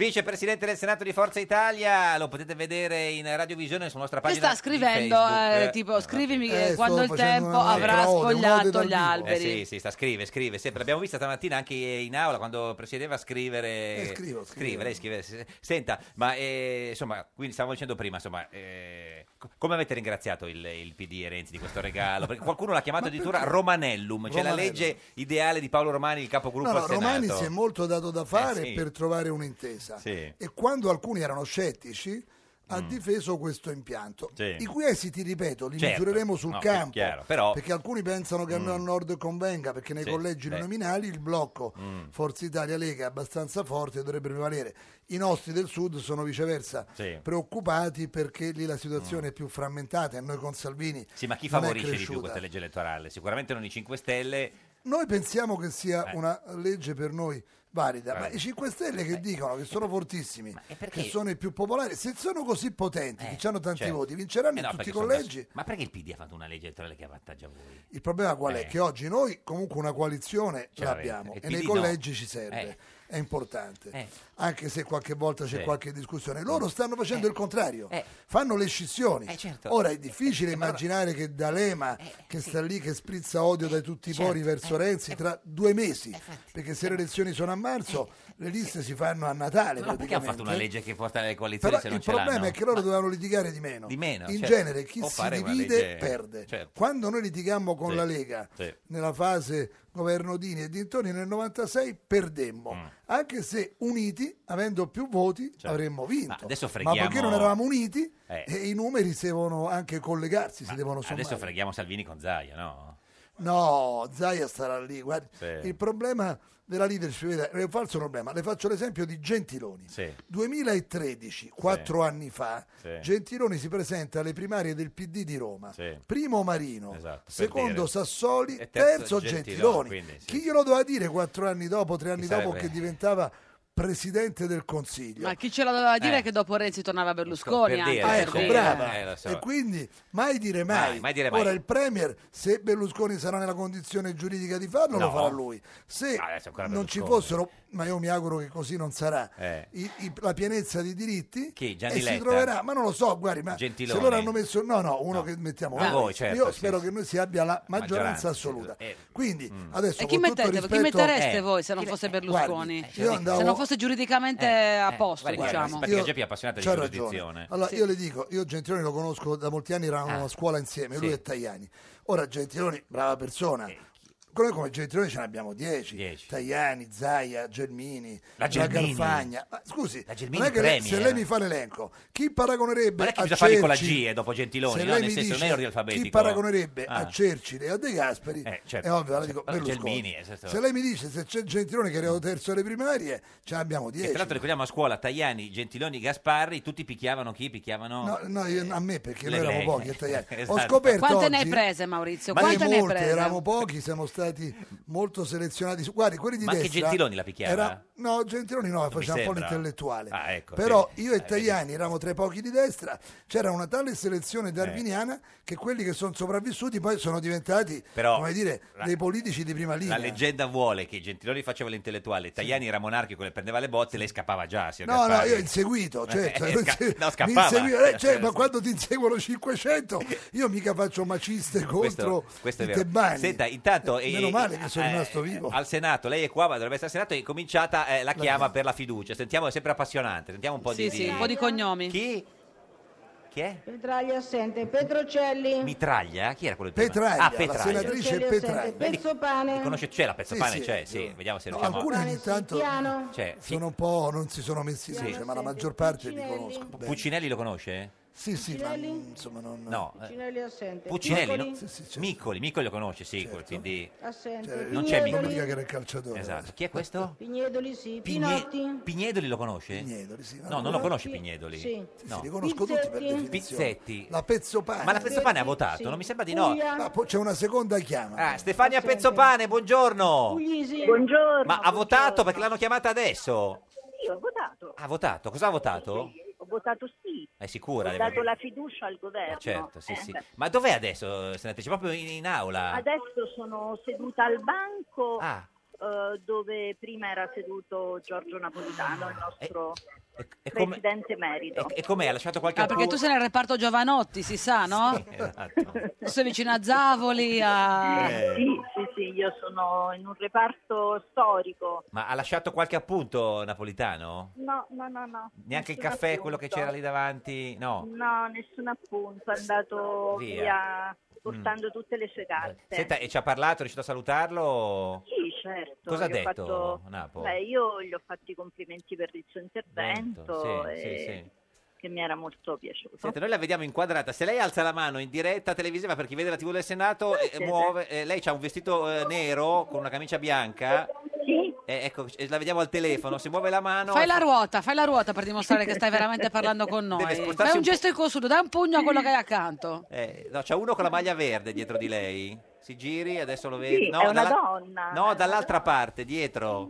[SPEAKER 2] Vicepresidente del Senato di Forza Italia, lo potete vedere in radiovisione sulla nostra
[SPEAKER 1] Che
[SPEAKER 2] pagina.
[SPEAKER 1] sta scrivendo,
[SPEAKER 2] di Facebook.
[SPEAKER 1] eh, tipo, scrivimi eh,
[SPEAKER 2] sto
[SPEAKER 1] quando il
[SPEAKER 2] facendo
[SPEAKER 1] tempo
[SPEAKER 2] una-
[SPEAKER 1] avrà
[SPEAKER 2] Sì.
[SPEAKER 1] sfogliato gli alberi.
[SPEAKER 2] Eh sì, sì, sta scrive, scrive sempre. L'abbiamo vista stamattina anche in aula quando presiedeva a scrivere.
[SPEAKER 21] Eh, scrivo, scrivo.
[SPEAKER 2] Scrive, lei scrive. S- Senta, ma eh, insomma, quindi stavo dicendo prima, insomma, eh, co- come avete ringraziato il, il PD e Renzi di questo regalo? Perché qualcuno
[SPEAKER 21] *laughs*
[SPEAKER 2] l'ha chiamato addirittura
[SPEAKER 21] perché?
[SPEAKER 2] Romanellum, cioè la
[SPEAKER 21] Romanellum.
[SPEAKER 2] legge ideale di Paolo Romani, il capogruppo
[SPEAKER 21] No, no,
[SPEAKER 2] al Senato.
[SPEAKER 21] Romani si è eh, molto dato da fare
[SPEAKER 2] Eh, sì.
[SPEAKER 21] per trovare un'intesa.
[SPEAKER 2] Sì.
[SPEAKER 21] E quando alcuni erano scettici, ha
[SPEAKER 2] Mm.
[SPEAKER 21] difeso questo impianto.
[SPEAKER 2] Sì.
[SPEAKER 21] I cui esiti, ripeto, li
[SPEAKER 2] Certo.
[SPEAKER 21] misureremo sul
[SPEAKER 2] No, è
[SPEAKER 21] campo.
[SPEAKER 2] chiaro, però-
[SPEAKER 21] Perché alcuni pensano che a noi
[SPEAKER 2] Mm.
[SPEAKER 21] al nord convenga, perché nei
[SPEAKER 2] Sì,
[SPEAKER 21] collegi
[SPEAKER 2] beh.
[SPEAKER 21] nominali il blocco
[SPEAKER 2] Mm.
[SPEAKER 21] Forza Italia Lega è abbastanza forte e dovrebbe prevalere. I nostri del sud sono viceversa
[SPEAKER 2] Sì. Mm.
[SPEAKER 21] preoccupati perché lì la situazione è più frammentata e noi con Salvini.
[SPEAKER 2] Sì, ma chi
[SPEAKER 21] non è
[SPEAKER 2] favorisce di più
[SPEAKER 21] cresciuta.
[SPEAKER 2] questa legge elettorale? Sicuramente non i 5 Stelle.
[SPEAKER 21] Noi pensiamo che sia
[SPEAKER 2] Eh.
[SPEAKER 21] una legge per noi valida, ma
[SPEAKER 2] Valida.
[SPEAKER 21] i 5 Stelle che dicono che sono fortissimi,
[SPEAKER 2] Eh. perché-
[SPEAKER 21] che sono i più popolari, se sono così potenti, che hanno tanti
[SPEAKER 2] certo.
[SPEAKER 21] voti, vinceranno
[SPEAKER 2] Eh no,
[SPEAKER 21] in tutti
[SPEAKER 2] perché
[SPEAKER 21] i
[SPEAKER 2] sono
[SPEAKER 21] collegi.
[SPEAKER 2] da- Ma perché il PD ha fatto una legge elettorale che avvantaggia voi?
[SPEAKER 21] Il problema qual è?
[SPEAKER 2] Eh.
[SPEAKER 21] Che oggi noi comunque una coalizione
[SPEAKER 2] Ce
[SPEAKER 21] l'abbiamo
[SPEAKER 2] l'avete.
[SPEAKER 21] e
[SPEAKER 2] Il
[SPEAKER 21] nei
[SPEAKER 2] PD no.
[SPEAKER 21] collegi ci serve.
[SPEAKER 2] Eh.
[SPEAKER 21] È importante,
[SPEAKER 2] Eh.
[SPEAKER 21] anche se qualche volta c'è
[SPEAKER 2] Sì.
[SPEAKER 21] qualche discussione. Loro stanno facendo il contrario, fanno le scissioni.
[SPEAKER 2] Eh, certo. Eh,
[SPEAKER 21] Ora è difficile immaginare che D'Alema, che sta lì, che sprizza odio dai tutti i
[SPEAKER 2] certo.
[SPEAKER 21] pori verso
[SPEAKER 2] eh,
[SPEAKER 21] Renzi, tra due mesi, perché se le elezioni sono a marzo, le liste si fanno a Natale.
[SPEAKER 2] Eh, Ma perché hanno fatto una
[SPEAKER 21] praticamente.
[SPEAKER 2] legge che porta alle coalizioni
[SPEAKER 21] Però
[SPEAKER 2] se non
[SPEAKER 21] il
[SPEAKER 2] ce l'hanno?
[SPEAKER 21] problema è che loro dovevano litigare di meno.
[SPEAKER 2] Di meno,
[SPEAKER 21] In
[SPEAKER 2] certo.
[SPEAKER 21] genere chi
[SPEAKER 2] O
[SPEAKER 21] si
[SPEAKER 2] fare una
[SPEAKER 21] divide
[SPEAKER 2] legge-
[SPEAKER 21] perde.
[SPEAKER 2] certo.
[SPEAKER 21] Quando noi litigammo con
[SPEAKER 2] Sì,
[SPEAKER 21] la Lega
[SPEAKER 2] sì.
[SPEAKER 21] nella fase governo Dini e dintorni nel 96 perdemmo, anche se uniti, avendo più voti, avremmo vinto.
[SPEAKER 2] Certo. Ma adesso
[SPEAKER 21] Ma
[SPEAKER 2] freghiamo...
[SPEAKER 21] perché non eravamo uniti
[SPEAKER 2] Eh.
[SPEAKER 21] e i numeri si devono anche collegarsi, si devono sommare.
[SPEAKER 2] Adesso freghiamo Salvini con Zaia, no?
[SPEAKER 21] No, Zaia starà lì. guardi.
[SPEAKER 2] Sì.
[SPEAKER 21] Il problema della leadership vede, è un falso problema. Le faccio l'esempio di Gentiloni.
[SPEAKER 2] Sì.
[SPEAKER 21] 2013, quattro anni fa,
[SPEAKER 2] Sì.
[SPEAKER 21] Gentiloni si presenta alle primarie del PD di Roma. Primo Marino,
[SPEAKER 2] Esatto, per
[SPEAKER 21] secondo
[SPEAKER 2] dire.
[SPEAKER 21] Sassoli,
[SPEAKER 2] E
[SPEAKER 21] terzo,
[SPEAKER 2] terzo Gentiloni,
[SPEAKER 21] Gentiloni.
[SPEAKER 2] quindi, sì.
[SPEAKER 21] Chi glielo doveva dire quattro anni dopo, tre anni
[SPEAKER 2] Chi
[SPEAKER 21] dopo
[SPEAKER 2] sarebbe?
[SPEAKER 21] che diventava presidente del Consiglio?
[SPEAKER 1] Ma chi ce la doveva dire
[SPEAKER 21] Eh.
[SPEAKER 1] che dopo Renzi tornava Berlusconi?
[SPEAKER 21] Per
[SPEAKER 1] anche
[SPEAKER 21] dire,
[SPEAKER 1] per
[SPEAKER 21] ecco,
[SPEAKER 1] dire.
[SPEAKER 21] brava.
[SPEAKER 2] Eh, lo so.
[SPEAKER 21] E quindi mai dire mai.
[SPEAKER 2] Mai, mai dire mai.
[SPEAKER 21] Ora il Premier, se Berlusconi sarà nella condizione giuridica di farlo,
[SPEAKER 2] No.
[SPEAKER 21] lo farà lui. Se
[SPEAKER 2] Ah, adesso ancora
[SPEAKER 21] non ci
[SPEAKER 2] Berlusconi.
[SPEAKER 21] fossero, ma io mi auguro che così non sarà,
[SPEAKER 2] Eh.
[SPEAKER 21] i- i- la pienezza di diritti
[SPEAKER 2] Chi? Gianni
[SPEAKER 21] e si
[SPEAKER 2] Letta?
[SPEAKER 21] troverà, ma non lo so, guardi, ma
[SPEAKER 2] Gentiloni?
[SPEAKER 21] se loro hanno messo, no no, uno che mettiamo
[SPEAKER 2] Ah,
[SPEAKER 21] noi.
[SPEAKER 2] voi, certo,
[SPEAKER 21] io
[SPEAKER 2] sì,
[SPEAKER 21] spero
[SPEAKER 2] sì.
[SPEAKER 21] che noi si abbia la maggioranza,
[SPEAKER 2] Maggioranza,
[SPEAKER 21] assoluta.
[SPEAKER 2] sì, eh.
[SPEAKER 21] Quindi adesso
[SPEAKER 1] E chi,
[SPEAKER 21] con tutto
[SPEAKER 1] mettete- chi
[SPEAKER 21] rispetto-
[SPEAKER 1] mettereste
[SPEAKER 21] Eh.
[SPEAKER 1] voi se non
[SPEAKER 21] Chi-
[SPEAKER 1] fosse
[SPEAKER 21] eh,
[SPEAKER 1] Berlusconi?
[SPEAKER 2] Cioè,
[SPEAKER 21] guardi, Eh, io andavo-
[SPEAKER 1] Se non fosse giuridicamente a posto,
[SPEAKER 2] guarda, guarda,
[SPEAKER 1] diciamo.
[SPEAKER 2] simpatica Geppi è appassionata di
[SPEAKER 21] C'ha
[SPEAKER 2] giurisdizione.
[SPEAKER 21] ragione. Allora,
[SPEAKER 2] Sì.
[SPEAKER 21] io le dico, io Gentiloni lo conosco da molti anni, eravamo
[SPEAKER 2] Ah.
[SPEAKER 21] a scuola insieme,
[SPEAKER 2] Sì.
[SPEAKER 21] lui e Tajani. Ora Gentiloni, brava persona. Noi come Gentiloni ce ne abbiamo 10. Tajani, Zaia, Gelmini,
[SPEAKER 2] La
[SPEAKER 21] la,
[SPEAKER 2] Gelmini.
[SPEAKER 21] Garfagna. Ma scusi,
[SPEAKER 2] La Gelmini
[SPEAKER 21] non è che lei- se
[SPEAKER 2] premier.
[SPEAKER 21] lei mi fa l'elenco, chi
[SPEAKER 2] Ma
[SPEAKER 21] paragonerebbe
[SPEAKER 2] non è che
[SPEAKER 21] a
[SPEAKER 2] bisogna farli con la
[SPEAKER 21] Cerci-
[SPEAKER 2] G eh, dopo Gentiloni,
[SPEAKER 21] se
[SPEAKER 2] no?
[SPEAKER 21] lei
[SPEAKER 2] Nel
[SPEAKER 21] mi
[SPEAKER 2] senso, non
[SPEAKER 21] dice
[SPEAKER 2] è ordine alfabetico.
[SPEAKER 21] Chi paragonerebbe
[SPEAKER 2] Ah.
[SPEAKER 21] a Cercile e a De Gasperi?
[SPEAKER 2] Eh, certo.
[SPEAKER 21] È ovvio, la dico
[SPEAKER 2] Però
[SPEAKER 21] Berlusconi.
[SPEAKER 2] Gelmini, eh, certo.
[SPEAKER 21] Se lei mi dice se c'è Gentiloni che è arrivato terzo alle primarie, ce ne abbiamo
[SPEAKER 2] E tra
[SPEAKER 21] 10.
[SPEAKER 2] l'altro ricordiamo a scuola Tajani, Gentiloni, Gasparri, tutti picchiavano chi? Picchiavano...
[SPEAKER 21] No, no, io- a me perché
[SPEAKER 2] Le-
[SPEAKER 21] noi eravamo
[SPEAKER 2] lei.
[SPEAKER 21] pochi a
[SPEAKER 2] *laughs*
[SPEAKER 21] tagliare.
[SPEAKER 2] Esatto.
[SPEAKER 21] Ho scoperto
[SPEAKER 1] Quante ne hai
[SPEAKER 21] oggi
[SPEAKER 1] prese, Maurizio?
[SPEAKER 21] che
[SPEAKER 1] Quante ne hai
[SPEAKER 21] molte,
[SPEAKER 1] prese?
[SPEAKER 21] eravamo pochi, siamo stati molto selezionati. su- Guardi, quelli di
[SPEAKER 2] Ma anche
[SPEAKER 21] destra
[SPEAKER 2] Gentiloni la picchiava? eh?
[SPEAKER 21] era- no, Gentiloni no,
[SPEAKER 2] mi
[SPEAKER 21] faceva un po'
[SPEAKER 2] sembra.
[SPEAKER 21] l'intellettuale.
[SPEAKER 2] Ah, ecco,
[SPEAKER 21] Però
[SPEAKER 2] sì.
[SPEAKER 21] io
[SPEAKER 2] Eh,
[SPEAKER 21] e
[SPEAKER 2] vedi.
[SPEAKER 21] Tajani eravamo tra i pochi di destra, c'era una tale
[SPEAKER 2] Eh.
[SPEAKER 21] selezione darwiniana che quelli che sono sopravvissuti poi sono diventati,
[SPEAKER 2] Però
[SPEAKER 21] come dire,
[SPEAKER 2] la-
[SPEAKER 21] dei politici di prima linea.
[SPEAKER 2] La leggenda vuole che Gentiloni faceva l'intellettuale, Tajani era monarchico e prendeva le botte, lei scappava già. signor
[SPEAKER 21] No, no,
[SPEAKER 2] Gasparri.
[SPEAKER 21] io ho inseguito, certo.
[SPEAKER 2] Eh,
[SPEAKER 21] Io
[SPEAKER 2] sca-
[SPEAKER 21] inse-
[SPEAKER 2] no,
[SPEAKER 21] mi
[SPEAKER 2] scappava. *laughs*
[SPEAKER 21] inseguiva, eh, cioè, ma quando ti inseguono 500, io mica faccio maciste contro
[SPEAKER 2] questo è
[SPEAKER 21] i
[SPEAKER 2] vero.
[SPEAKER 21] tebani.
[SPEAKER 2] Senta, intanto
[SPEAKER 21] Eh,
[SPEAKER 2] eh,
[SPEAKER 21] meno
[SPEAKER 2] eh,
[SPEAKER 21] male che sono
[SPEAKER 2] eh,
[SPEAKER 21] rimasto vivo.
[SPEAKER 2] Al Senato, lei è qua, ma dovrebbe essere al Senato, è cominciata eh, la chiama per la fiducia. Sentiamo, è sempre appassionante. Sentiamo un po'
[SPEAKER 1] Sì,
[SPEAKER 2] di
[SPEAKER 1] sì, un po' di cognomi.
[SPEAKER 2] Chi? Chi è?
[SPEAKER 23] Petraglia assente, Petrocelli.
[SPEAKER 2] Mitraglia? eh? Chi era quello di
[SPEAKER 21] Petraglia,
[SPEAKER 2] prima? Ah,
[SPEAKER 21] la senatrice
[SPEAKER 23] Petrocelli assente, Pezzopane.
[SPEAKER 2] Conosce, c'è la pezzopane?
[SPEAKER 21] Sì, sì,
[SPEAKER 2] c'è, sì. Vediamo se
[SPEAKER 21] No,
[SPEAKER 2] riusciamo
[SPEAKER 21] alcuni ogni tanto
[SPEAKER 23] Piano.
[SPEAKER 2] C'è, fi-
[SPEAKER 21] sono un po', non si sono messi
[SPEAKER 2] Sì.
[SPEAKER 21] in luce, ma la maggior parte li
[SPEAKER 23] Puccinelli.
[SPEAKER 21] conosco. bene.
[SPEAKER 2] Puccinelli lo conosce?
[SPEAKER 21] Sì, sì, ma
[SPEAKER 23] Cinelli?
[SPEAKER 21] insomma non...
[SPEAKER 2] No, eh.
[SPEAKER 23] Puccinelli è assente.
[SPEAKER 2] Puccinelli,
[SPEAKER 23] Piccoli?
[SPEAKER 2] no?
[SPEAKER 21] certo.
[SPEAKER 2] Miccoli, Miccoli lo conosce, sì, quindi...
[SPEAKER 24] Ah,
[SPEAKER 23] Assente.
[SPEAKER 2] Cioè, non
[SPEAKER 23] Pignedoli?
[SPEAKER 2] c'è Miccoli.
[SPEAKER 21] Mica che era il calciatore.
[SPEAKER 2] Esatto. Chi è questo?
[SPEAKER 23] Pignedoli sì.
[SPEAKER 2] Pigne-
[SPEAKER 23] Pinotti?
[SPEAKER 2] Pignedoli lo conosce?
[SPEAKER 21] Pignedoli, sì.
[SPEAKER 2] No, non lo conosce Pignedoli.
[SPEAKER 23] Sì.
[SPEAKER 2] No.
[SPEAKER 21] Li conosco tutti per
[SPEAKER 23] Pizzetti?
[SPEAKER 21] definizione.
[SPEAKER 2] Pizzetti.
[SPEAKER 21] La Pezzopane.
[SPEAKER 2] Ma la Pezzopane ha votato? Non mi sembra di no. Puglia.
[SPEAKER 21] Ma poi c'è una seconda chiama.
[SPEAKER 2] Ah, Stefania Pezzopane, buongiorno.
[SPEAKER 23] Buongiorno.
[SPEAKER 2] Ma ha votato perché l'hanno chiamata adesso?
[SPEAKER 24] Io ho votato,
[SPEAKER 2] Ha votato? Cosa ha votato?
[SPEAKER 24] ho votato sì,
[SPEAKER 2] È
[SPEAKER 24] ho
[SPEAKER 2] sicura?
[SPEAKER 24] dato la fiducia al governo.
[SPEAKER 2] Certo, sì,
[SPEAKER 24] Eh,
[SPEAKER 2] sì.
[SPEAKER 24] beh.
[SPEAKER 2] Ma dov'è adesso, senatrice? Proprio in, in
[SPEAKER 24] Ah,
[SPEAKER 2] aula?
[SPEAKER 24] Adesso sono seduta al banco
[SPEAKER 2] Ah.
[SPEAKER 24] eh, dove prima era seduto Giorgio Napolitano, il nostro
[SPEAKER 2] Eh, E come-
[SPEAKER 24] presidente merito.
[SPEAKER 2] e com'è? Ha lasciato qualche
[SPEAKER 1] Ah, perché tu sei nel reparto Giovanotti, si sa,
[SPEAKER 21] *laughs*
[SPEAKER 1] no?
[SPEAKER 2] Esatto.
[SPEAKER 1] Tu sei vicino a Zavoli, a...
[SPEAKER 2] Eh.
[SPEAKER 24] Sì, sì, sì, io sono in un reparto storico.
[SPEAKER 2] Ma ha lasciato qualche appunto napolitano?
[SPEAKER 24] No, no, no, no.
[SPEAKER 2] Neanche il
[SPEAKER 24] Nessun
[SPEAKER 2] caffè, quello che
[SPEAKER 24] appunto.
[SPEAKER 2] c'era lì davanti? No.
[SPEAKER 24] No, nessun appunto, è andato
[SPEAKER 2] Via. Mm.
[SPEAKER 24] via, portando tutte le sue carte.
[SPEAKER 2] Senta, e ci ha parlato, è riuscito a salutarlo?
[SPEAKER 24] Sì, certo.
[SPEAKER 2] Cosa ha
[SPEAKER 24] gli ho
[SPEAKER 2] detto,
[SPEAKER 24] fatto-
[SPEAKER 2] Napo?
[SPEAKER 24] Beh, io gli ho fatto i complimenti per il suo intervento
[SPEAKER 2] Sì, sì,
[SPEAKER 24] e-
[SPEAKER 2] sì.
[SPEAKER 24] che mi era molto piaciuto.
[SPEAKER 2] Senta, noi la vediamo inquadrata. Se lei alza la mano in diretta televisiva per chi vede la TV del Senato, eh,
[SPEAKER 24] siete?
[SPEAKER 2] muove, eh, lei ha un vestito eh, nero con una camicia bianca.
[SPEAKER 24] Sì.
[SPEAKER 2] Eh, ecco, eh, la vediamo al telefono. Se muove la mano.
[SPEAKER 1] Fai la ruota, fai la ruota per dimostrare che stai
[SPEAKER 21] *laughs*
[SPEAKER 1] veramente parlando con
[SPEAKER 2] Deve
[SPEAKER 1] noi.
[SPEAKER 2] spostarsi
[SPEAKER 1] Dai un
[SPEAKER 2] un po'.
[SPEAKER 1] gesto di consueto, dai un pugno a quello che hai accanto.
[SPEAKER 2] Eh, no, c'è uno con la maglia verde dietro di lei. Si giri, adesso lo vedi.
[SPEAKER 24] Sì,
[SPEAKER 2] no,
[SPEAKER 24] è una
[SPEAKER 2] dalla-
[SPEAKER 24] donna.
[SPEAKER 2] No, dall'altra parte, dietro.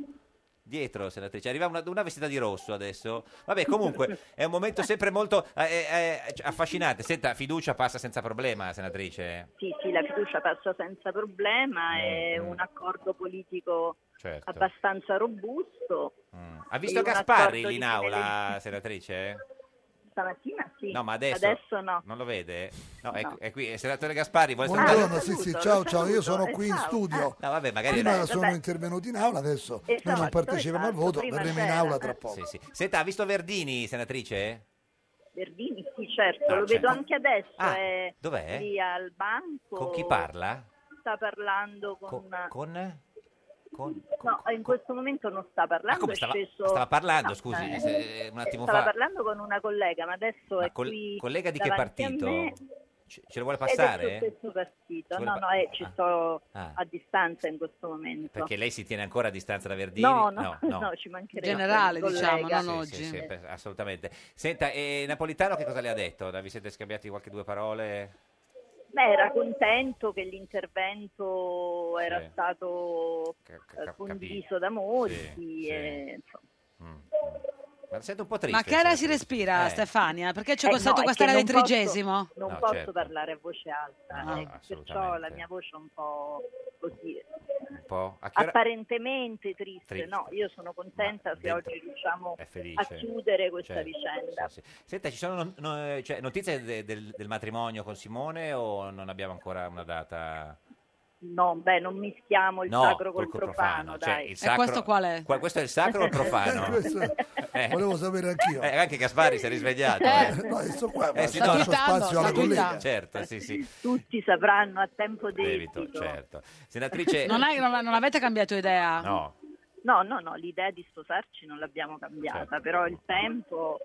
[SPEAKER 2] Dietro, senatrice, arriva una, una vestita di rosso adesso. Vabbè, comunque, è un momento sempre molto eh, eh, affascinante. Senta, fiducia passa senza problema, senatrice.
[SPEAKER 24] Sì, sì, la fiducia passa senza problema, è un accordo politico
[SPEAKER 2] Mm, Certo. Mm.
[SPEAKER 24] abbastanza robusto.
[SPEAKER 2] Ha visto
[SPEAKER 24] Sì, un
[SPEAKER 2] Gasparri
[SPEAKER 24] accordo
[SPEAKER 2] lì
[SPEAKER 24] di
[SPEAKER 2] in aula, senatrice?
[SPEAKER 24] Stamattina sì,
[SPEAKER 2] No, ma adesso,
[SPEAKER 24] no.
[SPEAKER 2] Non lo vede? No, è, è qui, è il senatore Gasparri. Vuole
[SPEAKER 21] Buongiorno,
[SPEAKER 2] salutare-
[SPEAKER 21] sì, sì, ciao, ciao, io sono
[SPEAKER 24] Eh,
[SPEAKER 21] qui in studio.
[SPEAKER 2] No, vabbè, magari
[SPEAKER 21] Prima
[SPEAKER 2] era-
[SPEAKER 21] sono intervenuto in aula, adesso noi non
[SPEAKER 24] Esatto,
[SPEAKER 21] partecipiamo al
[SPEAKER 24] esatto,
[SPEAKER 21] voto,
[SPEAKER 24] prima
[SPEAKER 21] verremo in
[SPEAKER 24] c'era.
[SPEAKER 21] aula tra poco.
[SPEAKER 2] Sì, sì. Senta, ha visto Verdini, senatrice?
[SPEAKER 24] Verdini sì, certo,
[SPEAKER 2] Ah,
[SPEAKER 24] lo
[SPEAKER 2] certo.
[SPEAKER 24] vedo anche adesso,
[SPEAKER 2] Ah,
[SPEAKER 24] è
[SPEAKER 2] dov'è?
[SPEAKER 24] lì al banco.
[SPEAKER 2] Con chi parla?
[SPEAKER 24] Sta parlando con...
[SPEAKER 2] Co- con? con- Ah,
[SPEAKER 24] No, in questo momento non sta parlando.
[SPEAKER 2] come stava-
[SPEAKER 24] è sceso-
[SPEAKER 2] stava parlando,
[SPEAKER 24] No,
[SPEAKER 2] scusi,
[SPEAKER 24] eh,
[SPEAKER 2] se- un attimo
[SPEAKER 24] stava
[SPEAKER 2] fa.
[SPEAKER 24] parlando con una collega, ma adesso
[SPEAKER 2] Ma
[SPEAKER 24] è
[SPEAKER 2] col-
[SPEAKER 24] qui
[SPEAKER 2] collega di che
[SPEAKER 24] davanti a
[SPEAKER 2] partito?
[SPEAKER 24] me
[SPEAKER 2] Ce, ce lo vuole
[SPEAKER 24] Ed è
[SPEAKER 2] passare?
[SPEAKER 24] del suo stesso partito.
[SPEAKER 2] Ci
[SPEAKER 24] No,
[SPEAKER 2] vuole
[SPEAKER 24] no,
[SPEAKER 2] pa-
[SPEAKER 24] eh, ci
[SPEAKER 2] ah.
[SPEAKER 24] sto
[SPEAKER 2] Ah.
[SPEAKER 24] a distanza in questo momento.
[SPEAKER 2] Perché lei si tiene ancora a distanza da Verdini?
[SPEAKER 24] No, *laughs* no, no, ci mancherebbe.
[SPEAKER 1] Generale,
[SPEAKER 24] un
[SPEAKER 1] diciamo,
[SPEAKER 24] collega.
[SPEAKER 1] non
[SPEAKER 2] Sì,
[SPEAKER 1] oggi.
[SPEAKER 2] sì, per- assolutamente. Senta, e Napolitano che cosa le ha detto? Vi siete scambiati qualche due parole?
[SPEAKER 24] Beh, era contento che l'intervento era
[SPEAKER 2] Sì.
[SPEAKER 24] stato eh,
[SPEAKER 2] cap-
[SPEAKER 24] condiviso da molti.
[SPEAKER 2] Sì,
[SPEAKER 24] e,
[SPEAKER 2] sì.
[SPEAKER 24] insomma.
[SPEAKER 2] Ma la sento un po' triste.
[SPEAKER 1] Ma che aria si
[SPEAKER 2] senatrice.
[SPEAKER 1] respira,
[SPEAKER 2] Eh.
[SPEAKER 1] Stefania? Perché ci è
[SPEAKER 24] Eh,
[SPEAKER 1] costato
[SPEAKER 24] no, è
[SPEAKER 1] questa
[SPEAKER 24] che
[SPEAKER 1] era del
[SPEAKER 24] non posso-
[SPEAKER 1] trigesimo?
[SPEAKER 24] Non
[SPEAKER 2] No,
[SPEAKER 24] posso
[SPEAKER 2] certo.
[SPEAKER 24] parlare a voce alta,
[SPEAKER 2] No,
[SPEAKER 24] eh, perciò la
[SPEAKER 2] assolutamente.
[SPEAKER 24] mia voce è un po' così, eh,
[SPEAKER 2] Un po'. A che ora-
[SPEAKER 24] apparentemente triste.
[SPEAKER 2] Triste.
[SPEAKER 24] No, io sono contenta se oggi riusciamo
[SPEAKER 2] È
[SPEAKER 24] a
[SPEAKER 2] felice.
[SPEAKER 24] chiudere questa
[SPEAKER 2] Certo,
[SPEAKER 24] vicenda.
[SPEAKER 2] sì, sì. Senta, ci sono non- no- cioè, notizie de- del, del matrimonio con Simone o non abbiamo ancora una data?
[SPEAKER 24] No, beh, non mischiamo il
[SPEAKER 2] No,
[SPEAKER 24] sacro col,
[SPEAKER 2] col
[SPEAKER 24] profano,
[SPEAKER 2] profano, cioè,
[SPEAKER 24] dai.
[SPEAKER 2] il E sacro- questo qual è? Qua- questo è il *laughs* sacro o il profano?
[SPEAKER 21] *laughs* Questo- Volevo sapere anch'io.
[SPEAKER 2] Eh, anche Gasparri si è risvegliato.
[SPEAKER 21] Eh,
[SPEAKER 2] Eh.
[SPEAKER 21] no, io sto qua, ma
[SPEAKER 2] sì,
[SPEAKER 21] lascio
[SPEAKER 2] no,
[SPEAKER 21] spazio alla collega.
[SPEAKER 2] Certo, sì, sì.
[SPEAKER 24] Tutti sapranno a tempo debito.
[SPEAKER 2] Debito, certo. Senatrice... eh,
[SPEAKER 1] Non, hai- non- non avete cambiato idea?
[SPEAKER 2] No,
[SPEAKER 24] No, no, no, l'idea di sposarci non l'abbiamo cambiata,
[SPEAKER 2] Certo.
[SPEAKER 24] però il tempo...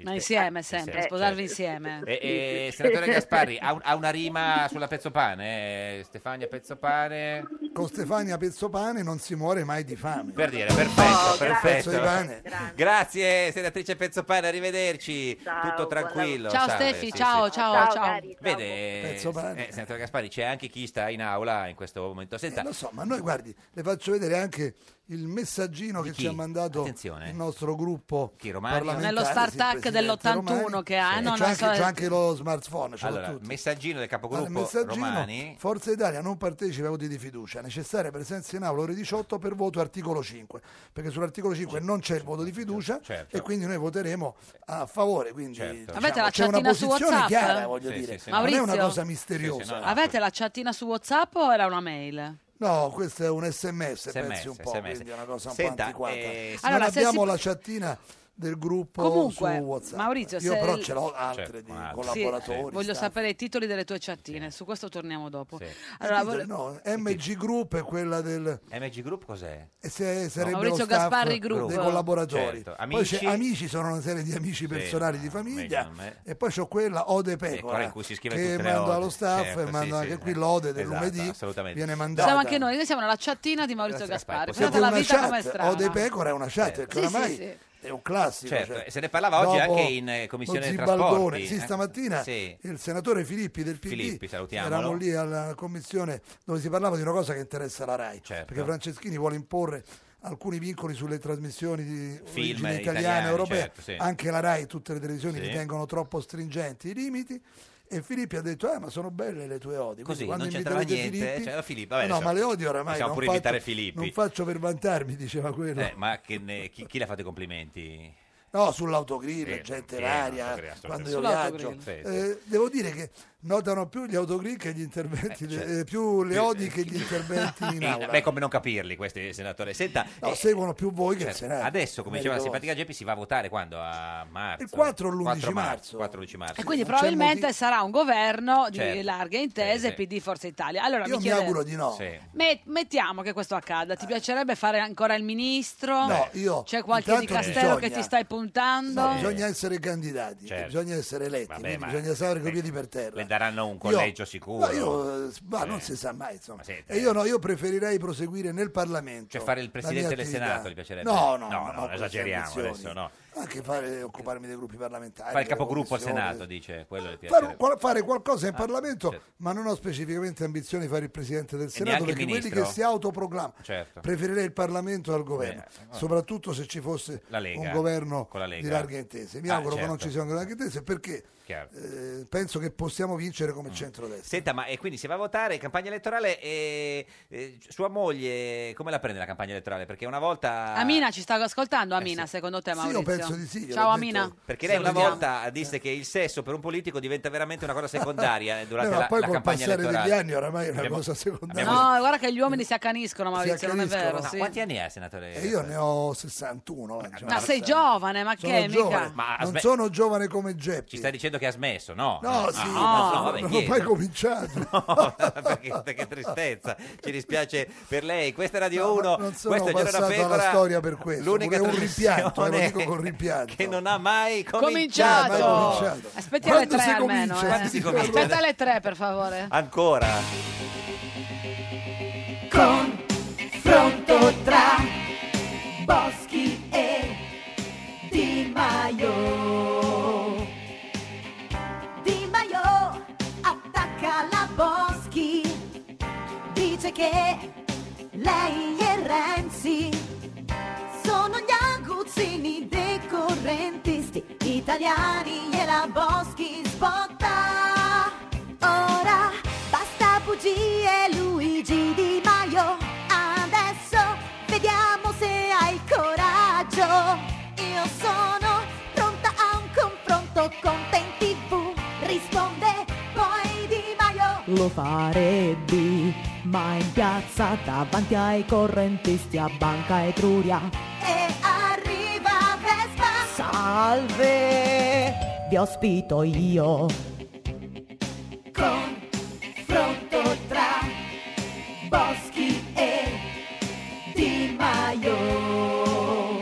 [SPEAKER 1] Ma insieme sempre,
[SPEAKER 21] Eh,
[SPEAKER 2] Insieme,
[SPEAKER 1] sposarvi
[SPEAKER 2] certo.
[SPEAKER 1] insieme. Eh,
[SPEAKER 2] E, e, senatore Gasparri, ha, un- ha una rima sulla Pezzopane? eh? Stefania Pezzopane?
[SPEAKER 21] Con Stefania Pezzopane non si muore mai di fame.
[SPEAKER 2] Per dire, perfetto, perfetto.
[SPEAKER 21] Oh, Pezzo di pane.
[SPEAKER 2] Grazie, senatrice Pezzopane, arrivederci. Tutto tranquillo.
[SPEAKER 1] Ciao
[SPEAKER 2] salve,
[SPEAKER 1] Stefi,
[SPEAKER 2] sì,
[SPEAKER 1] ciao,
[SPEAKER 2] sì.
[SPEAKER 1] ciao,
[SPEAKER 24] Ciao,
[SPEAKER 1] ciao.
[SPEAKER 24] cari.
[SPEAKER 2] Vede, eh,
[SPEAKER 21] Pezzopane.
[SPEAKER 2] senatore Gasparri, c'è anche chi sta in aula in questo momento. Senta,
[SPEAKER 21] Eh, lo so, ma noi guardi, le faccio vedere anche il messaggino che
[SPEAKER 2] chi?
[SPEAKER 21] ci ha mandato
[SPEAKER 2] Attenzione.
[SPEAKER 21] il nostro gruppo
[SPEAKER 2] chi Romagno?
[SPEAKER 21] parlamentare.
[SPEAKER 1] Nello
[SPEAKER 21] startup
[SPEAKER 1] startup dell'81 che ha, Ah, no,
[SPEAKER 21] Eh,
[SPEAKER 1] eh.
[SPEAKER 21] c'è,
[SPEAKER 1] non
[SPEAKER 21] anche,
[SPEAKER 1] so-
[SPEAKER 21] c'è anche lo smartphone, ce l'ho
[SPEAKER 2] Allora,
[SPEAKER 21] tutti.
[SPEAKER 2] messaggino del
[SPEAKER 21] Al
[SPEAKER 2] capogruppo
[SPEAKER 21] messaggino,
[SPEAKER 2] Romani.
[SPEAKER 21] Forza Italia non partecipa ai voti di fiducia, necessaria presenza in aula ore 18 per voto articolo 5, perché sull'articolo 5 non c'è il voto di fiducia
[SPEAKER 2] Certo.
[SPEAKER 21] e quindi noi voteremo a favore, quindi diciamo,
[SPEAKER 1] Avete la
[SPEAKER 21] c'è una
[SPEAKER 1] chattina su
[SPEAKER 21] posizione
[SPEAKER 1] WhatsApp?
[SPEAKER 21] chiara, voglio
[SPEAKER 2] Sì,
[SPEAKER 21] dire,
[SPEAKER 2] sì, sì.
[SPEAKER 21] non è una
[SPEAKER 1] Maurizio?
[SPEAKER 21] cosa misteriosa.
[SPEAKER 2] Sì, sì, no, no.
[SPEAKER 1] Avete la chattina su WhatsApp o era una mail?
[SPEAKER 21] No, questo è un sms, pensi un po',
[SPEAKER 2] SMS.
[SPEAKER 21] quindi è una cosa un
[SPEAKER 2] Senta,
[SPEAKER 21] po' antiquata.
[SPEAKER 2] eh,
[SPEAKER 21] non
[SPEAKER 1] Allora, se
[SPEAKER 21] abbiamo
[SPEAKER 1] si-
[SPEAKER 21] la chattina del gruppo
[SPEAKER 1] Comunque,
[SPEAKER 21] su WhatsApp.
[SPEAKER 1] Maurizio,
[SPEAKER 21] Io
[SPEAKER 1] se
[SPEAKER 21] però
[SPEAKER 1] il-
[SPEAKER 21] ce l'ho Ah, altre
[SPEAKER 2] Certo,
[SPEAKER 21] di
[SPEAKER 2] altre.
[SPEAKER 21] collaboratori.
[SPEAKER 1] Sì, voglio
[SPEAKER 21] staff.
[SPEAKER 1] sapere i titoli delle tue chattine, su questo torniamo dopo.
[SPEAKER 21] Allora,
[SPEAKER 1] vol-
[SPEAKER 21] no, MG Group è quella del
[SPEAKER 2] MG Group cos'è?
[SPEAKER 21] e se sarebbero
[SPEAKER 1] Maurizio
[SPEAKER 21] staff
[SPEAKER 1] Gasparri Group.
[SPEAKER 21] dei collaboratori.
[SPEAKER 2] Certo,
[SPEAKER 21] Poi c'è
[SPEAKER 2] amici-
[SPEAKER 21] amici sono una serie di amici personali
[SPEAKER 2] no,
[SPEAKER 21] di
[SPEAKER 2] meglio
[SPEAKER 21] famiglia
[SPEAKER 2] non me.
[SPEAKER 21] e poi c'ho quella Ode
[SPEAKER 2] eh. Ecco, quella
[SPEAKER 21] Pecora
[SPEAKER 2] in cui si scrive
[SPEAKER 21] che
[SPEAKER 2] tutte le
[SPEAKER 21] mando
[SPEAKER 2] ode,
[SPEAKER 21] allo staff
[SPEAKER 2] certo,
[SPEAKER 21] e
[SPEAKER 2] sì,
[SPEAKER 21] mando
[SPEAKER 2] sì,
[SPEAKER 21] anche
[SPEAKER 2] eh.
[SPEAKER 21] qui l'ode del
[SPEAKER 2] Esatto,
[SPEAKER 21] lunedì
[SPEAKER 2] assolutamente.
[SPEAKER 21] viene mandata.
[SPEAKER 1] Siamo anche noi, noi siamo la chattina di Maurizio Gasparri.
[SPEAKER 21] Siete
[SPEAKER 1] Pensate la
[SPEAKER 21] una
[SPEAKER 1] vita come è
[SPEAKER 21] chat,
[SPEAKER 1] strana.
[SPEAKER 21] Ode Pecora è una chat
[SPEAKER 2] Certo.
[SPEAKER 21] che oramai
[SPEAKER 1] Sì, sì, sì.
[SPEAKER 21] è un classico.
[SPEAKER 2] Certo,
[SPEAKER 21] cioè.
[SPEAKER 2] e se ne parlava oggi
[SPEAKER 21] Dopo
[SPEAKER 2] anche in, eh, commissione
[SPEAKER 21] lo
[SPEAKER 2] dei
[SPEAKER 21] Zibaldone.
[SPEAKER 2] trasporti,
[SPEAKER 21] Sì,
[SPEAKER 2] eh.
[SPEAKER 21] stamattina
[SPEAKER 2] Sì.
[SPEAKER 21] il senatore Filippi del PD,
[SPEAKER 2] Filippi, salutiamolo.
[SPEAKER 21] eravamo lì alla commissione dove si parlava di una cosa che interessa la RAI,
[SPEAKER 2] Certo.
[SPEAKER 21] perché Franceschini vuole imporre alcuni vincoli sulle trasmissioni di
[SPEAKER 2] Film
[SPEAKER 21] origine italiana
[SPEAKER 2] italiani,
[SPEAKER 21] e europea,
[SPEAKER 2] certo, sì.
[SPEAKER 21] anche la RAI e tutte le televisioni
[SPEAKER 2] Sì.
[SPEAKER 21] ritengono troppo stringenti i limiti. E Filippi ha detto: Ah, ma sono belle le tue odi. Quindi
[SPEAKER 2] Così,
[SPEAKER 21] quando
[SPEAKER 2] non c'entrava
[SPEAKER 21] inviterete
[SPEAKER 2] niente,
[SPEAKER 21] Filippi-
[SPEAKER 2] cioè, Filippo, vabbè,
[SPEAKER 21] no,
[SPEAKER 2] adesso
[SPEAKER 21] ma le odi oramai.
[SPEAKER 2] possiamo
[SPEAKER 21] non
[SPEAKER 2] pure
[SPEAKER 21] faccio-
[SPEAKER 2] invitare Filippi.
[SPEAKER 21] Non faccio per vantarmi, diceva quello.
[SPEAKER 2] Eh, ma che ne- chi, chi le ha fatto i complimenti?
[SPEAKER 21] No, sull'autogrill,
[SPEAKER 2] Sì,
[SPEAKER 21] gente
[SPEAKER 2] sì,
[SPEAKER 21] varia,
[SPEAKER 2] l'autogrill,
[SPEAKER 21] quando
[SPEAKER 2] assolutamente.
[SPEAKER 21] io
[SPEAKER 2] Sull'autogrill.
[SPEAKER 21] viaggio.
[SPEAKER 2] Sì, sì.
[SPEAKER 21] Eh, devo dire che notano più gli autogrill che gli interventi,
[SPEAKER 2] Eh, certo.
[SPEAKER 21] de- eh, più le odi che gli interventi
[SPEAKER 2] *laughs*
[SPEAKER 21] in
[SPEAKER 2] Eh,
[SPEAKER 21] aula.
[SPEAKER 2] beh, come non capirli questi senatori? Senta,
[SPEAKER 21] No,
[SPEAKER 2] eh,
[SPEAKER 21] seguono più voi che il
[SPEAKER 2] certo,
[SPEAKER 21] Senato.
[SPEAKER 2] adesso, come diceva la
[SPEAKER 21] Merito
[SPEAKER 2] simpatica Geppi, si va a votare quando? A marzo?
[SPEAKER 21] Il 4 o l'11
[SPEAKER 2] 4
[SPEAKER 21] marzo.
[SPEAKER 2] 4 11 marzo.
[SPEAKER 1] E quindi probabilmente sarà un governo di
[SPEAKER 2] Certo.
[SPEAKER 1] larghe intese, PD Forza Italia. Allora,
[SPEAKER 21] Io mi
[SPEAKER 1] chiede-
[SPEAKER 21] auguro di no. Eh.
[SPEAKER 2] Sì.
[SPEAKER 1] Met- mettiamo che questo accada. Ti piacerebbe fare ancora il ministro?
[SPEAKER 21] No, io-
[SPEAKER 1] C'è qualche di
[SPEAKER 21] intanto
[SPEAKER 1] Castello
[SPEAKER 21] bisogna-
[SPEAKER 1] che ti stai puntando?
[SPEAKER 21] No, bisogna essere candidati,
[SPEAKER 2] eh, Certo.
[SPEAKER 21] bisogna essere eletti,
[SPEAKER 2] Vabbè,
[SPEAKER 21] quindi
[SPEAKER 2] ma-
[SPEAKER 21] bisogna stare con i piedi per terra.
[SPEAKER 2] Le daranno un
[SPEAKER 21] Io-
[SPEAKER 2] collegio sicuro.
[SPEAKER 21] No, io, eh, ma non
[SPEAKER 2] Eh.
[SPEAKER 21] si sa mai, insomma.
[SPEAKER 2] Ma senta,
[SPEAKER 21] E io no, io preferirei proseguire nel Parlamento.
[SPEAKER 2] Cioè fare il
[SPEAKER 21] la
[SPEAKER 2] presidente
[SPEAKER 21] mia
[SPEAKER 2] del
[SPEAKER 21] attività.
[SPEAKER 2] Senato, gli piacerebbe?
[SPEAKER 21] No, no,
[SPEAKER 2] No, no,
[SPEAKER 21] non ho queste
[SPEAKER 2] esageriamo
[SPEAKER 21] ambizioni.
[SPEAKER 2] adesso, no.
[SPEAKER 21] Anche fare, occuparmi dei gruppi parlamentari.
[SPEAKER 2] Fa il
[SPEAKER 21] delle
[SPEAKER 2] capogruppo al
[SPEAKER 21] commissioni.
[SPEAKER 2] Senato, dice. Quello le
[SPEAKER 21] Fare,
[SPEAKER 2] piacerebbe.
[SPEAKER 21] qual- fare qualcosa in Parlamento,
[SPEAKER 2] certo.
[SPEAKER 21] ma non ho specificamente ambizioni di fare il Presidente del Senato,
[SPEAKER 2] neanche il
[SPEAKER 21] perché quelli
[SPEAKER 2] ministro?
[SPEAKER 21] che si autoproclamano
[SPEAKER 2] Certo. Eh,
[SPEAKER 21] preferirei il Parlamento al governo, soprattutto se ci fosse
[SPEAKER 2] La Lega,
[SPEAKER 21] un governo
[SPEAKER 2] con la Lega.
[SPEAKER 21] di larghe intese. Mi
[SPEAKER 2] Ah,
[SPEAKER 21] auguro che non
[SPEAKER 2] certo.
[SPEAKER 21] ci siano larghe intese perché
[SPEAKER 2] Chiaro. Mm.
[SPEAKER 21] eh, penso che possiamo vincere come centrodestra.
[SPEAKER 2] Senta, ma e quindi se va a votare, campagna elettorale, eh, eh, sua moglie come la prende la campagna elettorale? Perché una volta...
[SPEAKER 1] Amina ci sta ascoltando?
[SPEAKER 2] Eh
[SPEAKER 1] Amina, secondo te,
[SPEAKER 21] Sì, io
[SPEAKER 1] Maurizio?
[SPEAKER 21] penso di sì, gliel'ho
[SPEAKER 1] Ciao,
[SPEAKER 21] detto.
[SPEAKER 1] Amina.
[SPEAKER 2] Perché lei una
[SPEAKER 1] Salutiamo.
[SPEAKER 2] volta disse che il sesso per un politico diventa
[SPEAKER 1] *laughs*
[SPEAKER 2] veramente una cosa secondaria eh, durante
[SPEAKER 21] Beh, ma
[SPEAKER 2] la,
[SPEAKER 21] poi
[SPEAKER 2] la
[SPEAKER 21] col
[SPEAKER 2] campagna
[SPEAKER 21] passare
[SPEAKER 2] elettorale.
[SPEAKER 21] degli anni oramai è una
[SPEAKER 2] Abbiamo-
[SPEAKER 21] cosa secondaria.
[SPEAKER 1] No, guarda che gli uomini si accaniscono, Maurizio, non è
[SPEAKER 21] accaniscono.
[SPEAKER 1] vero?
[SPEAKER 21] No,
[SPEAKER 1] sì. Eh,
[SPEAKER 2] Quanti anni ha, senatore?
[SPEAKER 21] E io ne ho
[SPEAKER 2] Ah,
[SPEAKER 21] 61.
[SPEAKER 1] Ma
[SPEAKER 21] eh, insomma.
[SPEAKER 1] sei giovane, ma
[SPEAKER 21] Sono
[SPEAKER 1] che mica?
[SPEAKER 21] giovane.
[SPEAKER 2] Ma
[SPEAKER 21] non
[SPEAKER 2] aspe-
[SPEAKER 21] sono giovane come Geppi.
[SPEAKER 2] Ci sta dicendo che ha smesso, no?
[SPEAKER 21] No, sì,
[SPEAKER 2] Ah,
[SPEAKER 21] no,
[SPEAKER 2] no, vabbè,
[SPEAKER 21] non ho
[SPEAKER 2] chiedo. *laughs*
[SPEAKER 21] mai cominciato.
[SPEAKER 2] No, perché, perché tristezza, ci dispiace per lei. Questa è Radio 1,
[SPEAKER 21] non sono
[SPEAKER 2] questo è Giorno da
[SPEAKER 21] passato alla
[SPEAKER 2] Pecora,
[SPEAKER 21] storia per questo,
[SPEAKER 2] L'unica
[SPEAKER 21] pure un rimpianto, eh, lo
[SPEAKER 2] trasmissione
[SPEAKER 21] dico con rimpianto.
[SPEAKER 2] che non ha mai cominciato.
[SPEAKER 1] Cominciato!
[SPEAKER 21] cominciato.
[SPEAKER 1] Aspetti alle
[SPEAKER 21] Quando
[SPEAKER 1] tre
[SPEAKER 21] si
[SPEAKER 1] almeno.
[SPEAKER 21] comincia?
[SPEAKER 1] eh.
[SPEAKER 2] Quando si comincia?
[SPEAKER 1] Aspetta alle tre, per favore.
[SPEAKER 2] Ancora.
[SPEAKER 17] Confronto tra Boschi e Di Maio. Di Maio attacca la Boschi, dice che lei e Renzi sono gli aguzzini dei correntisti italiani e la Boschi sbotta. Ora basta bugie Luigi Di Maio, adesso vediamo se hai il coraggio. Io sono pronta a un confronto con te in tv, risponde poi Di Maio.
[SPEAKER 25] Lo farebbe, ma in piazza davanti ai correntisti a Banca Etruria.
[SPEAKER 17] E arriva Vespa,
[SPEAKER 25] Salve, vi ospito io.
[SPEAKER 17] confronto tra Boschi e Di Maio.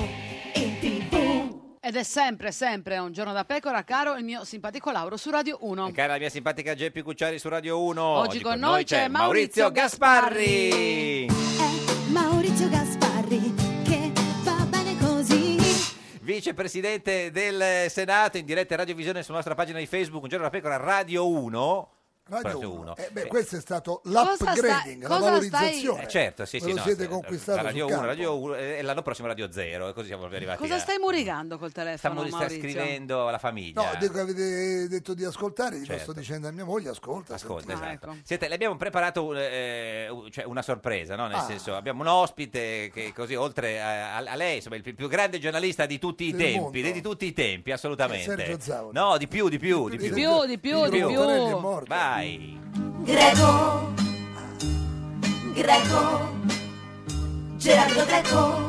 [SPEAKER 17] In tv.
[SPEAKER 1] Ed è sempre, sempre un giorno da pecora, caro il mio simpatico Lauro su Radio 1.
[SPEAKER 2] Cara la mia simpatica Geppi Cucciari su Radio 1.
[SPEAKER 1] Oggi con noi c'è Maurizio
[SPEAKER 2] Gasparri.
[SPEAKER 22] Maurizio Gasparri che va bene così.
[SPEAKER 2] vicepresidente del Senato in diretta in radiovisione sulla nostra pagina di Facebook, un giorno la pecora Radio 1.
[SPEAKER 21] Radio
[SPEAKER 2] Uno.
[SPEAKER 21] 1.
[SPEAKER 2] Eh,
[SPEAKER 21] Eh, beh, questo è stato
[SPEAKER 1] Cosa
[SPEAKER 21] l'upgrading,
[SPEAKER 1] sta-
[SPEAKER 21] la
[SPEAKER 1] cosa stai-
[SPEAKER 21] valorizzazione.
[SPEAKER 2] certo, sì,
[SPEAKER 21] Ve
[SPEAKER 2] sì,
[SPEAKER 21] lo
[SPEAKER 2] no,
[SPEAKER 21] siete
[SPEAKER 2] eh,
[SPEAKER 21] conquistato
[SPEAKER 2] la Radio
[SPEAKER 21] sul
[SPEAKER 2] 1,
[SPEAKER 21] campo.
[SPEAKER 2] Radio 1 eh, e l'anno prossimo Radio 0 e così siamo arrivati.
[SPEAKER 1] Cosa
[SPEAKER 2] a-
[SPEAKER 1] stai murigando col
[SPEAKER 2] Stiamo
[SPEAKER 1] telefono,
[SPEAKER 2] eh. sta
[SPEAKER 1] Maurizio?
[SPEAKER 2] scrivendo alla famiglia.
[SPEAKER 21] No, dico, avete detto di ascoltare, io
[SPEAKER 2] Certo.
[SPEAKER 21] sto dicendo a mia moglie, ascolta. Ah,
[SPEAKER 2] Ascolta,
[SPEAKER 21] senti.
[SPEAKER 2] esatto. Senta, le abbiamo preparato eh, eh, cioè una sorpresa, no? nel
[SPEAKER 21] Ah.
[SPEAKER 2] senso abbiamo un ospite che così oltre a, a lei, insomma, il più, più grande giornalista di tutti i
[SPEAKER 21] Del
[SPEAKER 2] tempi,
[SPEAKER 21] mondo.
[SPEAKER 2] di tutti i tempi, assolutamente.
[SPEAKER 21] ecco. Sergio Zavoli.
[SPEAKER 2] No, di più, di più, di
[SPEAKER 1] Di
[SPEAKER 2] più.
[SPEAKER 1] più, di più, di più.
[SPEAKER 2] Vai.
[SPEAKER 17] Greco, Greco, Gerardo Greco,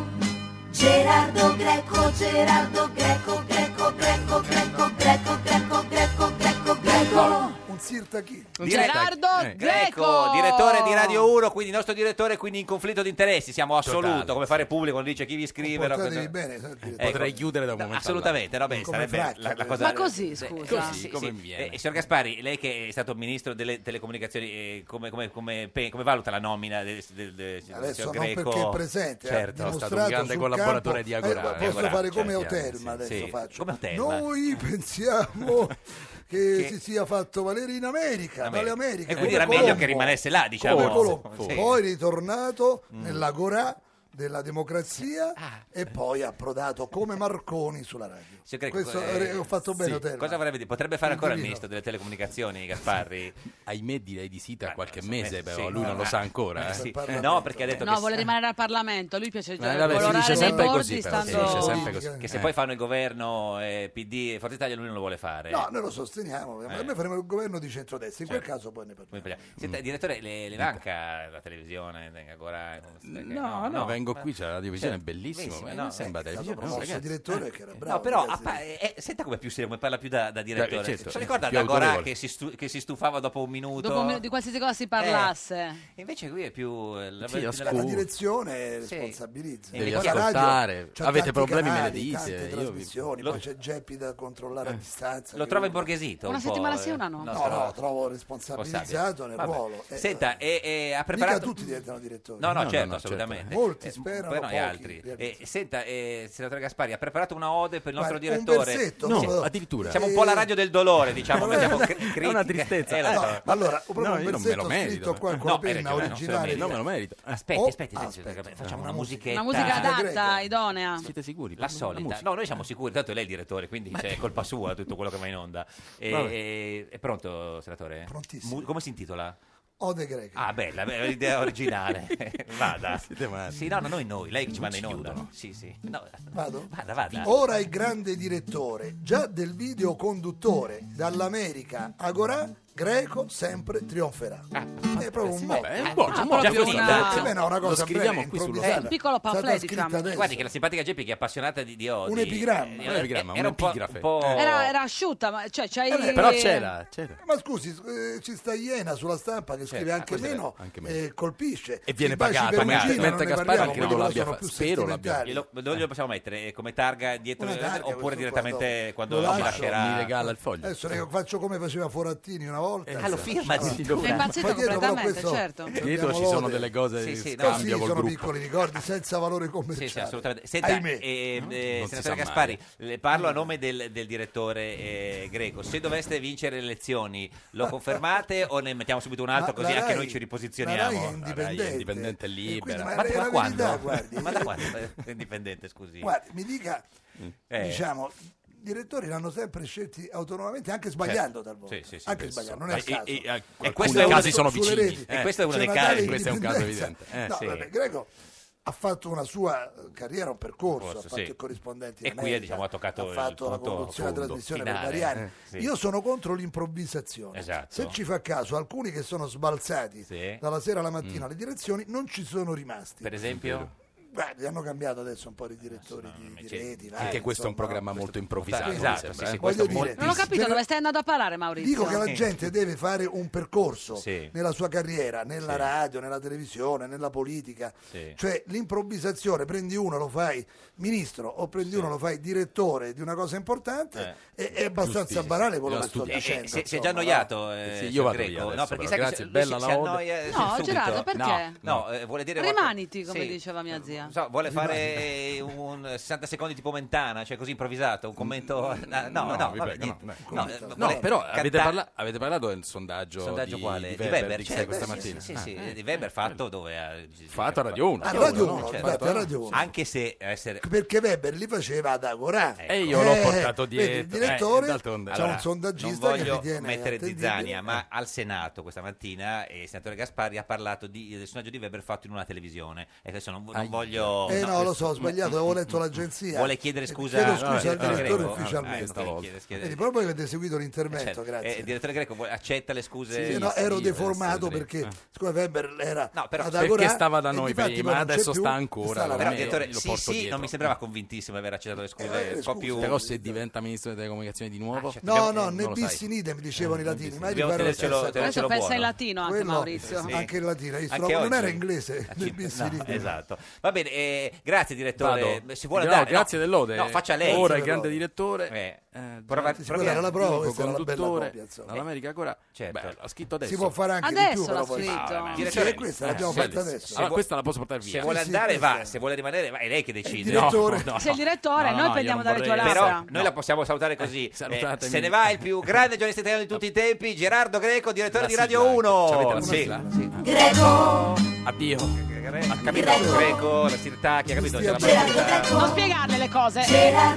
[SPEAKER 17] Gerardo Greco, Gerardo Greco, Greco, Greco, Greco, Greco, Greco, Greco, Greco, Greco.
[SPEAKER 21] Un sirtaki.
[SPEAKER 1] Gerardo
[SPEAKER 2] Eh.
[SPEAKER 1] Greco.
[SPEAKER 2] direttore di Radio 1, quindi il nostro direttore, quindi in conflitto di interessi, siamo assoluto,
[SPEAKER 4] Totale,
[SPEAKER 2] come fare pubblico, non dice chi vi scrive. no, questo-
[SPEAKER 21] Portatevi
[SPEAKER 2] Ecco.
[SPEAKER 21] bene, sai, direttore.
[SPEAKER 4] Potrei chiudere da un momento
[SPEAKER 2] Assolutamente, no, beh,
[SPEAKER 4] Come
[SPEAKER 2] sarebbe
[SPEAKER 4] Fracchia,
[SPEAKER 21] cioè.
[SPEAKER 2] la, la
[SPEAKER 4] per
[SPEAKER 2] cosa...
[SPEAKER 1] Ma così, scusa.
[SPEAKER 2] Così,
[SPEAKER 4] sì, come viene.
[SPEAKER 2] Eh, signor Gaspari, lei che è stato ministro delle telecomunicazioni, eh, come, come- come pe- come valuta la nomina del, del- del signor
[SPEAKER 21] Adesso non
[SPEAKER 2] Greco?
[SPEAKER 21] perché è presente,
[SPEAKER 2] certo.
[SPEAKER 21] ha dimostrato sul campo- Eh, posso
[SPEAKER 2] Agorà,
[SPEAKER 21] fare come
[SPEAKER 2] certo,
[SPEAKER 21] Otelma
[SPEAKER 2] sì,
[SPEAKER 21] adesso
[SPEAKER 2] sì.
[SPEAKER 21] faccio.
[SPEAKER 2] Come Otelma?
[SPEAKER 21] Noi
[SPEAKER 2] *laughs*
[SPEAKER 21] pensiamo che,
[SPEAKER 2] Eh. Che-
[SPEAKER 21] si sia fatto valere in America, dalle Americhe.
[SPEAKER 2] E quindi
[SPEAKER 21] come
[SPEAKER 2] era meglio
[SPEAKER 21] Colombo.
[SPEAKER 2] che rimanesse là, diciamo.
[SPEAKER 21] Come Colombo.
[SPEAKER 2] Sì. Mm.
[SPEAKER 21] Poi ritornato nell'agorà della democrazia
[SPEAKER 2] Eh. Ah.
[SPEAKER 21] e poi approdato come Marconi sulla radio.
[SPEAKER 2] Signor Greco,
[SPEAKER 21] Questo
[SPEAKER 2] eh,
[SPEAKER 21] re- ho fatto bene,
[SPEAKER 2] sì.
[SPEAKER 21] Otelma.
[SPEAKER 2] Cosa vorrebbe dire? Potrebbe fare ancora il
[SPEAKER 21] Indovino.
[SPEAKER 2] ministro delle telecomunicazioni, Gasparri?
[SPEAKER 4] *laughs* Ahimè direi di sì tra qualche mese, però
[SPEAKER 2] sì.
[SPEAKER 4] lui non lo sa
[SPEAKER 2] Eh,
[SPEAKER 4] ancora. eh.
[SPEAKER 2] sì. No, perché ha detto
[SPEAKER 1] No,
[SPEAKER 2] che
[SPEAKER 1] vuole rimanere al Parlamento. Lui piace
[SPEAKER 4] Eh, vabbè, si
[SPEAKER 1] colorare
[SPEAKER 4] dice
[SPEAKER 1] dei
[SPEAKER 4] sempre
[SPEAKER 1] bordi
[SPEAKER 4] così, però, si
[SPEAKER 1] stando-
[SPEAKER 4] dice sempre così.
[SPEAKER 2] che se
[SPEAKER 4] Eh.
[SPEAKER 2] poi fanno il governo eh, PD e Forza Italia lui non lo vuole fare.
[SPEAKER 21] No, noi lo sosteniamo.
[SPEAKER 2] Eh. Certo.
[SPEAKER 21] A noi faremo il governo di centrodestra. In quel caso poi ne parliamo.
[SPEAKER 2] Come parliamo.
[SPEAKER 4] Mm.
[SPEAKER 2] Senta, direttore, le, le manca la televisione? tenga ancora- eh, come stai- che-
[SPEAKER 4] No, no, vengo
[SPEAKER 2] ma-
[SPEAKER 4] qui, c'è la televisione, è bellissimo, ma non
[SPEAKER 2] eh,
[SPEAKER 4] sembra
[SPEAKER 2] è stato
[SPEAKER 4] televisione,
[SPEAKER 2] promosso
[SPEAKER 4] no, ragazzi.
[SPEAKER 21] direttore che era bravo,
[SPEAKER 2] Eh, No, però
[SPEAKER 21] ragazzi.
[SPEAKER 2] appa- eh, eh, senta come è più serio, come parla più da, da direttore.
[SPEAKER 4] Beh, certo,
[SPEAKER 2] Se ricorda
[SPEAKER 4] più
[SPEAKER 2] da Gorà
[SPEAKER 4] autorevole.
[SPEAKER 2] che si, stu- che si stufava dopo un minuto?
[SPEAKER 1] Dopo un minuto di qualsiasi cosa si parlasse.
[SPEAKER 2] Eh, Invece qui è più... eh, La,
[SPEAKER 4] Sì,
[SPEAKER 2] la-
[SPEAKER 4] ascolta.
[SPEAKER 21] la
[SPEAKER 4] Uh.
[SPEAKER 21] direzione responsabilizza.
[SPEAKER 4] Devi
[SPEAKER 21] Poi la
[SPEAKER 4] ascoltare.
[SPEAKER 21] c'ha
[SPEAKER 4] Avete
[SPEAKER 21] tanti
[SPEAKER 4] problemi, me le
[SPEAKER 21] canali,
[SPEAKER 4] dite, io
[SPEAKER 21] Tante
[SPEAKER 4] vi- Eh.
[SPEAKER 21] trasmissioni,
[SPEAKER 4] Lo-
[SPEAKER 21] poi c'è Geppi da controllare a distanza.
[SPEAKER 2] Lo
[SPEAKER 21] che
[SPEAKER 2] trova
[SPEAKER 21] uno-
[SPEAKER 2] imborghesito un
[SPEAKER 1] Una
[SPEAKER 2] po',
[SPEAKER 1] settimana
[SPEAKER 2] eh.
[SPEAKER 1] sì, una no.
[SPEAKER 21] No,
[SPEAKER 2] trova-
[SPEAKER 21] no, trovo responsabilizzato nel
[SPEAKER 2] Vabbè.
[SPEAKER 21] ruolo. Eh,
[SPEAKER 2] Senta, e, e ha
[SPEAKER 21] mica
[SPEAKER 2] preparato...
[SPEAKER 21] tutti diventano direttori.
[SPEAKER 2] No, no, certo,
[SPEAKER 4] no,
[SPEAKER 2] assolutamente.
[SPEAKER 21] certo. Molti
[SPEAKER 2] Eh,
[SPEAKER 21] sperano,
[SPEAKER 2] però e
[SPEAKER 21] pochi
[SPEAKER 2] altri.
[SPEAKER 21] realizzano.
[SPEAKER 2] Eh, senta, eh, senatore Gaspari, ha preparato una ode per il nostro
[SPEAKER 21] Guarda, un
[SPEAKER 2] direttore.
[SPEAKER 21] versetto, Eh, No, solo- addirittura.
[SPEAKER 2] Siamo un po' la radio del dolore, diciamo.
[SPEAKER 21] Eh,
[SPEAKER 2] mettiamo
[SPEAKER 21] eh,
[SPEAKER 2] cri-
[SPEAKER 21] è una
[SPEAKER 2] critica.
[SPEAKER 4] tristezza.
[SPEAKER 2] Eh, la
[SPEAKER 4] Eh,
[SPEAKER 21] No,
[SPEAKER 2] so.
[SPEAKER 21] allora, ho proprio
[SPEAKER 4] No, io non
[SPEAKER 21] un
[SPEAKER 4] me lo
[SPEAKER 21] versetto
[SPEAKER 4] merito,
[SPEAKER 21] scritto qua
[SPEAKER 4] no.
[SPEAKER 21] con
[SPEAKER 4] No,
[SPEAKER 21] la
[SPEAKER 4] hai
[SPEAKER 21] penna
[SPEAKER 4] ragione,
[SPEAKER 21] originale.
[SPEAKER 4] non se lo merito.
[SPEAKER 2] Eh, Aspetti,
[SPEAKER 21] Oh,
[SPEAKER 2] aspetti, aspetti, facciamo una musichetta.
[SPEAKER 1] Una musica adatta, idonea.
[SPEAKER 4] Siete sicuri?
[SPEAKER 2] La solita. No, noi
[SPEAKER 4] eh.
[SPEAKER 2] siamo sicuri, tanto lei è il direttore, quindi cioè, è colpa sua tutto quello che va
[SPEAKER 4] *laughs*
[SPEAKER 2] in onda. E-
[SPEAKER 4] Vabbè.
[SPEAKER 2] e- è pronto, senatore?
[SPEAKER 21] Prontissimo. Eh,
[SPEAKER 2] Mu- come si intitola?
[SPEAKER 21] Ode greca.
[SPEAKER 2] Ah, bella, bella, l'idea originale. Vada.
[SPEAKER 4] Siete matti.
[SPEAKER 2] Sì, no, no, noi, noi, lei che ci manda in onda. Sì, sì. No,
[SPEAKER 21] Vado?
[SPEAKER 2] vada, vada.
[SPEAKER 21] Ora è grande direttore, già del video conduttore, dall'America Agorà, Greco sempre trionferà. è proprio un motto.
[SPEAKER 4] Ah, vabbè, è un buono, un buono,
[SPEAKER 2] già
[SPEAKER 4] più
[SPEAKER 2] finita.
[SPEAKER 4] Eh, ah, una-
[SPEAKER 21] Eh, beh, no, una
[SPEAKER 4] Lo
[SPEAKER 21] cosa
[SPEAKER 4] scriviamo
[SPEAKER 21] breve,
[SPEAKER 4] qui sullo-
[SPEAKER 21] improvvisata.
[SPEAKER 1] Eh, un piccolo pamphlet,
[SPEAKER 21] È stata scritta
[SPEAKER 1] diciamo.
[SPEAKER 21] adesso.
[SPEAKER 2] Guardi che la simpatica Geppi che è appassionata di, di odi.
[SPEAKER 21] Un epigramma.
[SPEAKER 2] eh,
[SPEAKER 4] Un epigramma,
[SPEAKER 2] era
[SPEAKER 4] un
[SPEAKER 2] un po',
[SPEAKER 4] epigrafe.
[SPEAKER 2] un po'-
[SPEAKER 1] Era, era asciutta, ma cioè c'hai.
[SPEAKER 21] Eh,
[SPEAKER 4] Però c'era, c'era.
[SPEAKER 21] Ma scusi, eh, ci sta Iena sulla stampa che scrive anche
[SPEAKER 4] questo è vero,
[SPEAKER 21] meno,
[SPEAKER 4] anche meno.
[SPEAKER 21] eh, colpisce.
[SPEAKER 4] E viene
[SPEAKER 21] I baci
[SPEAKER 4] pagato,
[SPEAKER 21] per
[SPEAKER 4] mentre-
[SPEAKER 21] Gino
[SPEAKER 4] mentre
[SPEAKER 21] non ne
[SPEAKER 4] Gaspari
[SPEAKER 21] parliamo,
[SPEAKER 4] che non
[SPEAKER 21] quelli
[SPEAKER 4] lo
[SPEAKER 21] là
[SPEAKER 4] abbia
[SPEAKER 21] sono
[SPEAKER 4] fa-
[SPEAKER 21] più
[SPEAKER 4] spero l'abbia-
[SPEAKER 21] sentimentali.
[SPEAKER 2] Glielo- dove lo possiamo mettere? Eh, Come targa dietro?
[SPEAKER 21] Una
[SPEAKER 2] eh,
[SPEAKER 21] targa,
[SPEAKER 2] oppure
[SPEAKER 21] questo qua,
[SPEAKER 2] direttamente
[SPEAKER 21] dopo.
[SPEAKER 2] quando
[SPEAKER 21] Lo
[SPEAKER 2] lo
[SPEAKER 21] lascio.
[SPEAKER 2] lascerà?
[SPEAKER 4] Mi regala il foglio.
[SPEAKER 21] Adesso ne faccio come faceva Forattini una volta.
[SPEAKER 4] Eh,
[SPEAKER 2] Ah, lo firma addirittura.
[SPEAKER 1] È impazzito
[SPEAKER 21] Poi dietro però
[SPEAKER 1] completamente,
[SPEAKER 21] questo-
[SPEAKER 1] certo.
[SPEAKER 4] Dietro ci
[SPEAKER 21] Abbiamo
[SPEAKER 4] sono
[SPEAKER 21] lode.
[SPEAKER 4] delle cose
[SPEAKER 2] Sì,
[SPEAKER 4] di
[SPEAKER 2] sì, no.
[SPEAKER 4] scambio
[SPEAKER 21] Così
[SPEAKER 4] col
[SPEAKER 21] sono
[SPEAKER 4] gruppo.
[SPEAKER 21] piccoli ricordi, senza valore
[SPEAKER 2] Sì,
[SPEAKER 21] commerciale.
[SPEAKER 2] sì, assolutamente. Senta,
[SPEAKER 21] Certo. Ahimè.
[SPEAKER 2] eh, eh,
[SPEAKER 4] Non si sa
[SPEAKER 2] senatore Gaspari, le parlo a nome del, del direttore eh, greco. Se doveste vincere le elezioni, lo confermate o ne mettiamo subito un altro
[SPEAKER 21] Ma
[SPEAKER 2] così
[SPEAKER 21] la
[SPEAKER 2] anche
[SPEAKER 21] Rai-
[SPEAKER 2] noi ci
[SPEAKER 21] la Rai è
[SPEAKER 2] riposizioniamo?
[SPEAKER 4] La Rai è indipendente e
[SPEAKER 21] E Eh, quindi,
[SPEAKER 4] libera.
[SPEAKER 21] ma-
[SPEAKER 2] Ma,
[SPEAKER 21] è
[SPEAKER 2] ma
[SPEAKER 21] la
[SPEAKER 2] quando?
[SPEAKER 21] verità,
[SPEAKER 2] *laughs*
[SPEAKER 21] guardi.
[SPEAKER 2] Ma da quando? è Indipendente, scusi.
[SPEAKER 21] Guardi, mi dica,
[SPEAKER 2] Eh.
[SPEAKER 21] diciamo, i direttori l'hanno sempre scelti autonomamente, anche sbagliando
[SPEAKER 2] Certo.
[SPEAKER 21] talvolta.
[SPEAKER 2] Sì, sì, sì,
[SPEAKER 21] anche
[SPEAKER 2] penso.
[SPEAKER 21] sbagliando, non è a
[SPEAKER 4] Ma
[SPEAKER 21] caso.
[SPEAKER 4] e- e- a-
[SPEAKER 21] C'è
[SPEAKER 4] alcuni
[SPEAKER 21] una
[SPEAKER 4] casi
[SPEAKER 21] tale-
[SPEAKER 4] sono
[SPEAKER 21] sulle
[SPEAKER 4] vicini.
[SPEAKER 21] reti,
[SPEAKER 2] Eh, questo è uno
[SPEAKER 21] c'è
[SPEAKER 2] dei
[SPEAKER 21] una
[SPEAKER 2] casi.
[SPEAKER 21] tale
[SPEAKER 4] Questo è un caso
[SPEAKER 21] indipendenza.
[SPEAKER 4] evidente. Eh,
[SPEAKER 21] no,
[SPEAKER 4] sì.
[SPEAKER 21] vabbè, Greco ha fatto una sua eh, carriera, un percorso,
[SPEAKER 2] Forse,
[SPEAKER 21] ha fatto
[SPEAKER 2] sì.
[SPEAKER 21] il corrispondente in
[SPEAKER 2] E qui,
[SPEAKER 21] America,
[SPEAKER 2] diciamo, ha toccato il
[SPEAKER 21] fatto la
[SPEAKER 2] punto
[SPEAKER 21] conduzione della
[SPEAKER 2] fondo,
[SPEAKER 21] trasmissione
[SPEAKER 2] finale.
[SPEAKER 21] per vari anni.
[SPEAKER 2] Eh, sì.
[SPEAKER 21] Io sono contro l'improvvisazione.
[SPEAKER 2] Esatto.
[SPEAKER 21] Se ci fa caso, alcuni che sono sbalzati
[SPEAKER 2] Sì. Mm.
[SPEAKER 21] dalla sera alla mattina alle direzioni non ci sono rimasti.
[SPEAKER 2] Per esempio?
[SPEAKER 21] Guardi, hanno cambiato adesso un po' i direttori di, di
[SPEAKER 2] c'è-
[SPEAKER 21] reti. vari,
[SPEAKER 4] Anche questo è un
[SPEAKER 21] insomma,
[SPEAKER 4] programma
[SPEAKER 21] questo-
[SPEAKER 4] molto improvvisato.
[SPEAKER 21] Esatto,
[SPEAKER 4] mi
[SPEAKER 2] sì,
[SPEAKER 4] sembra,
[SPEAKER 2] sì,
[SPEAKER 4] eh.
[SPEAKER 21] questo
[SPEAKER 2] Voglio
[SPEAKER 21] è
[SPEAKER 2] dire-
[SPEAKER 1] Non ho capito dove stai andando a parare, Maurizio.
[SPEAKER 21] Dico che la
[SPEAKER 2] Sì.
[SPEAKER 21] gente deve fare un percorso
[SPEAKER 2] Sì.
[SPEAKER 21] nella sua carriera, nella
[SPEAKER 2] Sì.
[SPEAKER 21] radio, nella televisione, nella politica.
[SPEAKER 2] Sì.
[SPEAKER 21] Cioè l'improvvisazione, prendi uno lo fai ministro o prendi uno lo fai direttore di una cosa importante, è, è abbastanza
[SPEAKER 4] Giustissimo.
[SPEAKER 21] banale quello che
[SPEAKER 4] Bisogna studiare.
[SPEAKER 21] sto
[SPEAKER 2] Eh,
[SPEAKER 21] dicendo.
[SPEAKER 2] eh, si, si è già
[SPEAKER 21] insomma, no?
[SPEAKER 2] annoiato eh,
[SPEAKER 4] Sì, io
[SPEAKER 2] signor
[SPEAKER 4] vado
[SPEAKER 2] Greco.
[SPEAKER 4] via adesso,
[SPEAKER 2] no, perché
[SPEAKER 4] però.
[SPEAKER 2] sa che
[SPEAKER 4] Grazie,
[SPEAKER 2] lui
[SPEAKER 4] bella
[SPEAKER 2] si,
[SPEAKER 4] la
[SPEAKER 2] si
[SPEAKER 4] ode.
[SPEAKER 2] annoia eh,
[SPEAKER 1] No,
[SPEAKER 2] subito.
[SPEAKER 1] Gerardo, perché?
[SPEAKER 2] No, no, eh, vuole dire
[SPEAKER 1] Rimaniti, come
[SPEAKER 2] Sì.
[SPEAKER 1] diceva mia zia.
[SPEAKER 2] Non so, vuole fare un 60 secondi tipo Mentana, cioè così improvvisato, un commento... *laughs* No, no, no,
[SPEAKER 4] vi
[SPEAKER 2] vabbè,
[SPEAKER 4] prego,
[SPEAKER 2] niente.
[SPEAKER 4] no,
[SPEAKER 2] No,
[SPEAKER 4] no.
[SPEAKER 2] eh,
[SPEAKER 4] No,
[SPEAKER 2] vuole
[SPEAKER 4] però
[SPEAKER 2] cantare-
[SPEAKER 4] avete, parla- avete parlato del sondaggio,
[SPEAKER 2] sondaggio
[SPEAKER 4] di,
[SPEAKER 2] quale?
[SPEAKER 4] di Weber, di
[SPEAKER 2] certo,
[SPEAKER 4] Xè questa
[SPEAKER 2] sì,
[SPEAKER 4] mattina.
[SPEAKER 2] Sì, sì,
[SPEAKER 4] Ah,
[SPEAKER 2] sì, di Weber fatto dove... ha-
[SPEAKER 4] Fatto a Radio 1.
[SPEAKER 21] A Radio
[SPEAKER 4] no?
[SPEAKER 21] Uno,
[SPEAKER 4] Certo.
[SPEAKER 21] infatti, a Radio Uno.
[SPEAKER 2] Anche se essere...
[SPEAKER 21] Perché Weber li faceva ad Agorà.
[SPEAKER 2] Ecco.
[SPEAKER 4] E io l'ho portato
[SPEAKER 21] Eh, vedi,
[SPEAKER 4] dietro.
[SPEAKER 21] il direttore
[SPEAKER 4] Eh, d'altronde.
[SPEAKER 21] c'è
[SPEAKER 4] Allora,
[SPEAKER 21] un sondaggista
[SPEAKER 2] non
[SPEAKER 21] che
[SPEAKER 2] voglio
[SPEAKER 21] ritiene
[SPEAKER 2] mettere
[SPEAKER 21] attendibile.
[SPEAKER 2] zizzania, ma al Senato eh, questa mattina eh, il senatore Gaspari ha parlato di- del sondaggio di Weber fatto in una televisione. E adesso non, non
[SPEAKER 4] Ai,
[SPEAKER 2] voglio...
[SPEAKER 21] Eh no,
[SPEAKER 2] no,
[SPEAKER 21] lo so, ho sbagliato, avevo letto l'agenzia. Eh,
[SPEAKER 2] Vuole chiedere scusa-
[SPEAKER 21] Chiedo
[SPEAKER 2] no,
[SPEAKER 21] scusa al
[SPEAKER 2] direttore
[SPEAKER 21] direttore
[SPEAKER 2] Greco.
[SPEAKER 21] ufficialmente.
[SPEAKER 2] Ah, questa volta. Chiede- chiede-
[SPEAKER 21] Vedi, proprio che avete seguito l'intervento,
[SPEAKER 2] Certo,
[SPEAKER 21] grazie.
[SPEAKER 2] eh, il direttore Greco vuole- accetta le scuse.
[SPEAKER 21] Sì, no, ero
[SPEAKER 2] eh, Sì,
[SPEAKER 21] deformato
[SPEAKER 2] sì, sì.
[SPEAKER 21] perché
[SPEAKER 2] Ah.
[SPEAKER 21] scusa Weber era
[SPEAKER 2] No, però-
[SPEAKER 21] ad
[SPEAKER 2] Perché
[SPEAKER 21] Agorà
[SPEAKER 2] stava da
[SPEAKER 21] e
[SPEAKER 2] noi
[SPEAKER 21] difatti
[SPEAKER 2] prima,
[SPEAKER 21] poi non c'è
[SPEAKER 2] adesso
[SPEAKER 21] più,
[SPEAKER 2] sta
[SPEAKER 21] sta Eh,
[SPEAKER 4] ancora,
[SPEAKER 21] alla
[SPEAKER 4] allora
[SPEAKER 2] Però,
[SPEAKER 4] me
[SPEAKER 2] direttore,
[SPEAKER 4] lo
[SPEAKER 2] sì,
[SPEAKER 4] porto
[SPEAKER 2] sì,
[SPEAKER 4] dietro.
[SPEAKER 2] non mi sembrava convintissimo aver accettato le scuse.
[SPEAKER 21] eh,
[SPEAKER 2] un po'
[SPEAKER 21] scusa.
[SPEAKER 2] più... Ah, certo,
[SPEAKER 4] Però se diventa ministro delle comunicazioni di nuovo...
[SPEAKER 21] No,
[SPEAKER 2] eh,
[SPEAKER 21] no,
[SPEAKER 4] ne
[SPEAKER 21] ne bis in idem dicevano i latini, ma io
[SPEAKER 4] Dobbiamo
[SPEAKER 21] riparo la
[SPEAKER 4] tenercelo-
[SPEAKER 21] stessa cosa.
[SPEAKER 4] tenercelo
[SPEAKER 1] Adesso pensa in latino anche
[SPEAKER 21] Quello-
[SPEAKER 1] Maurizio.
[SPEAKER 2] Sì.
[SPEAKER 21] Anche in latino, io
[SPEAKER 2] Anche
[SPEAKER 21] trovo- non
[SPEAKER 2] oggi. Ah, Eh,
[SPEAKER 21] era inglese, ne bis in
[SPEAKER 2] No,
[SPEAKER 21] idem.
[SPEAKER 2] esatto. Va bene, eh, grazie direttore.
[SPEAKER 4] Vado?
[SPEAKER 2] Si vuole
[SPEAKER 4] No,
[SPEAKER 2] dare-
[SPEAKER 4] grazie dell'ode.
[SPEAKER 2] No, faccia lei.
[SPEAKER 4] Ora il grande direttore,
[SPEAKER 2] Eh,
[SPEAKER 4] eh,
[SPEAKER 2] prova-
[SPEAKER 4] si
[SPEAKER 2] prova-
[SPEAKER 4] può dare la prova,
[SPEAKER 21] Dico,
[SPEAKER 4] questa era la bella
[SPEAKER 21] conduttore
[SPEAKER 4] coppia, insomma. dall'America ancora.
[SPEAKER 2] Certo.
[SPEAKER 4] Beh, ha scritto adesso.
[SPEAKER 21] Si può fare anche di
[SPEAKER 1] Adesso
[SPEAKER 21] più,
[SPEAKER 1] l'ha
[SPEAKER 21] però poi-
[SPEAKER 1] scritto.
[SPEAKER 21] Ah, ma-
[SPEAKER 2] Direttore-
[SPEAKER 21] Sì, questa
[SPEAKER 4] Eh,
[SPEAKER 21] l'abbiamo
[SPEAKER 2] se-
[SPEAKER 21] fatta
[SPEAKER 2] se-
[SPEAKER 21] adesso.
[SPEAKER 2] se
[SPEAKER 4] Allora,
[SPEAKER 2] vuo-
[SPEAKER 4] questa la posso portare via.
[SPEAKER 2] Se vuole
[SPEAKER 4] Sì, sì,
[SPEAKER 2] andare, va.
[SPEAKER 4] questa.
[SPEAKER 2] Se vuole rimanere, va. È lei che decide.
[SPEAKER 4] direttore.
[SPEAKER 2] No, no.
[SPEAKER 1] Sei il direttore, noi prendiamo dalle tue labbra.
[SPEAKER 2] Però noi la possiamo salutare così. Eh,
[SPEAKER 4] salutatemi.
[SPEAKER 2] se ne va il più grande giornalista italiano di tutti i tempi, Gerardo Greco, direttore
[SPEAKER 4] La
[SPEAKER 2] di Radio
[SPEAKER 4] sigla,
[SPEAKER 2] 1.
[SPEAKER 4] ci avete la
[SPEAKER 2] Sì,
[SPEAKER 4] sigla?
[SPEAKER 2] eh, sì.
[SPEAKER 4] Greco. Addio.
[SPEAKER 2] Ha capito Greco, la Sirtacchi, ha capito? C'è la
[SPEAKER 1] Non spiegarle le cose.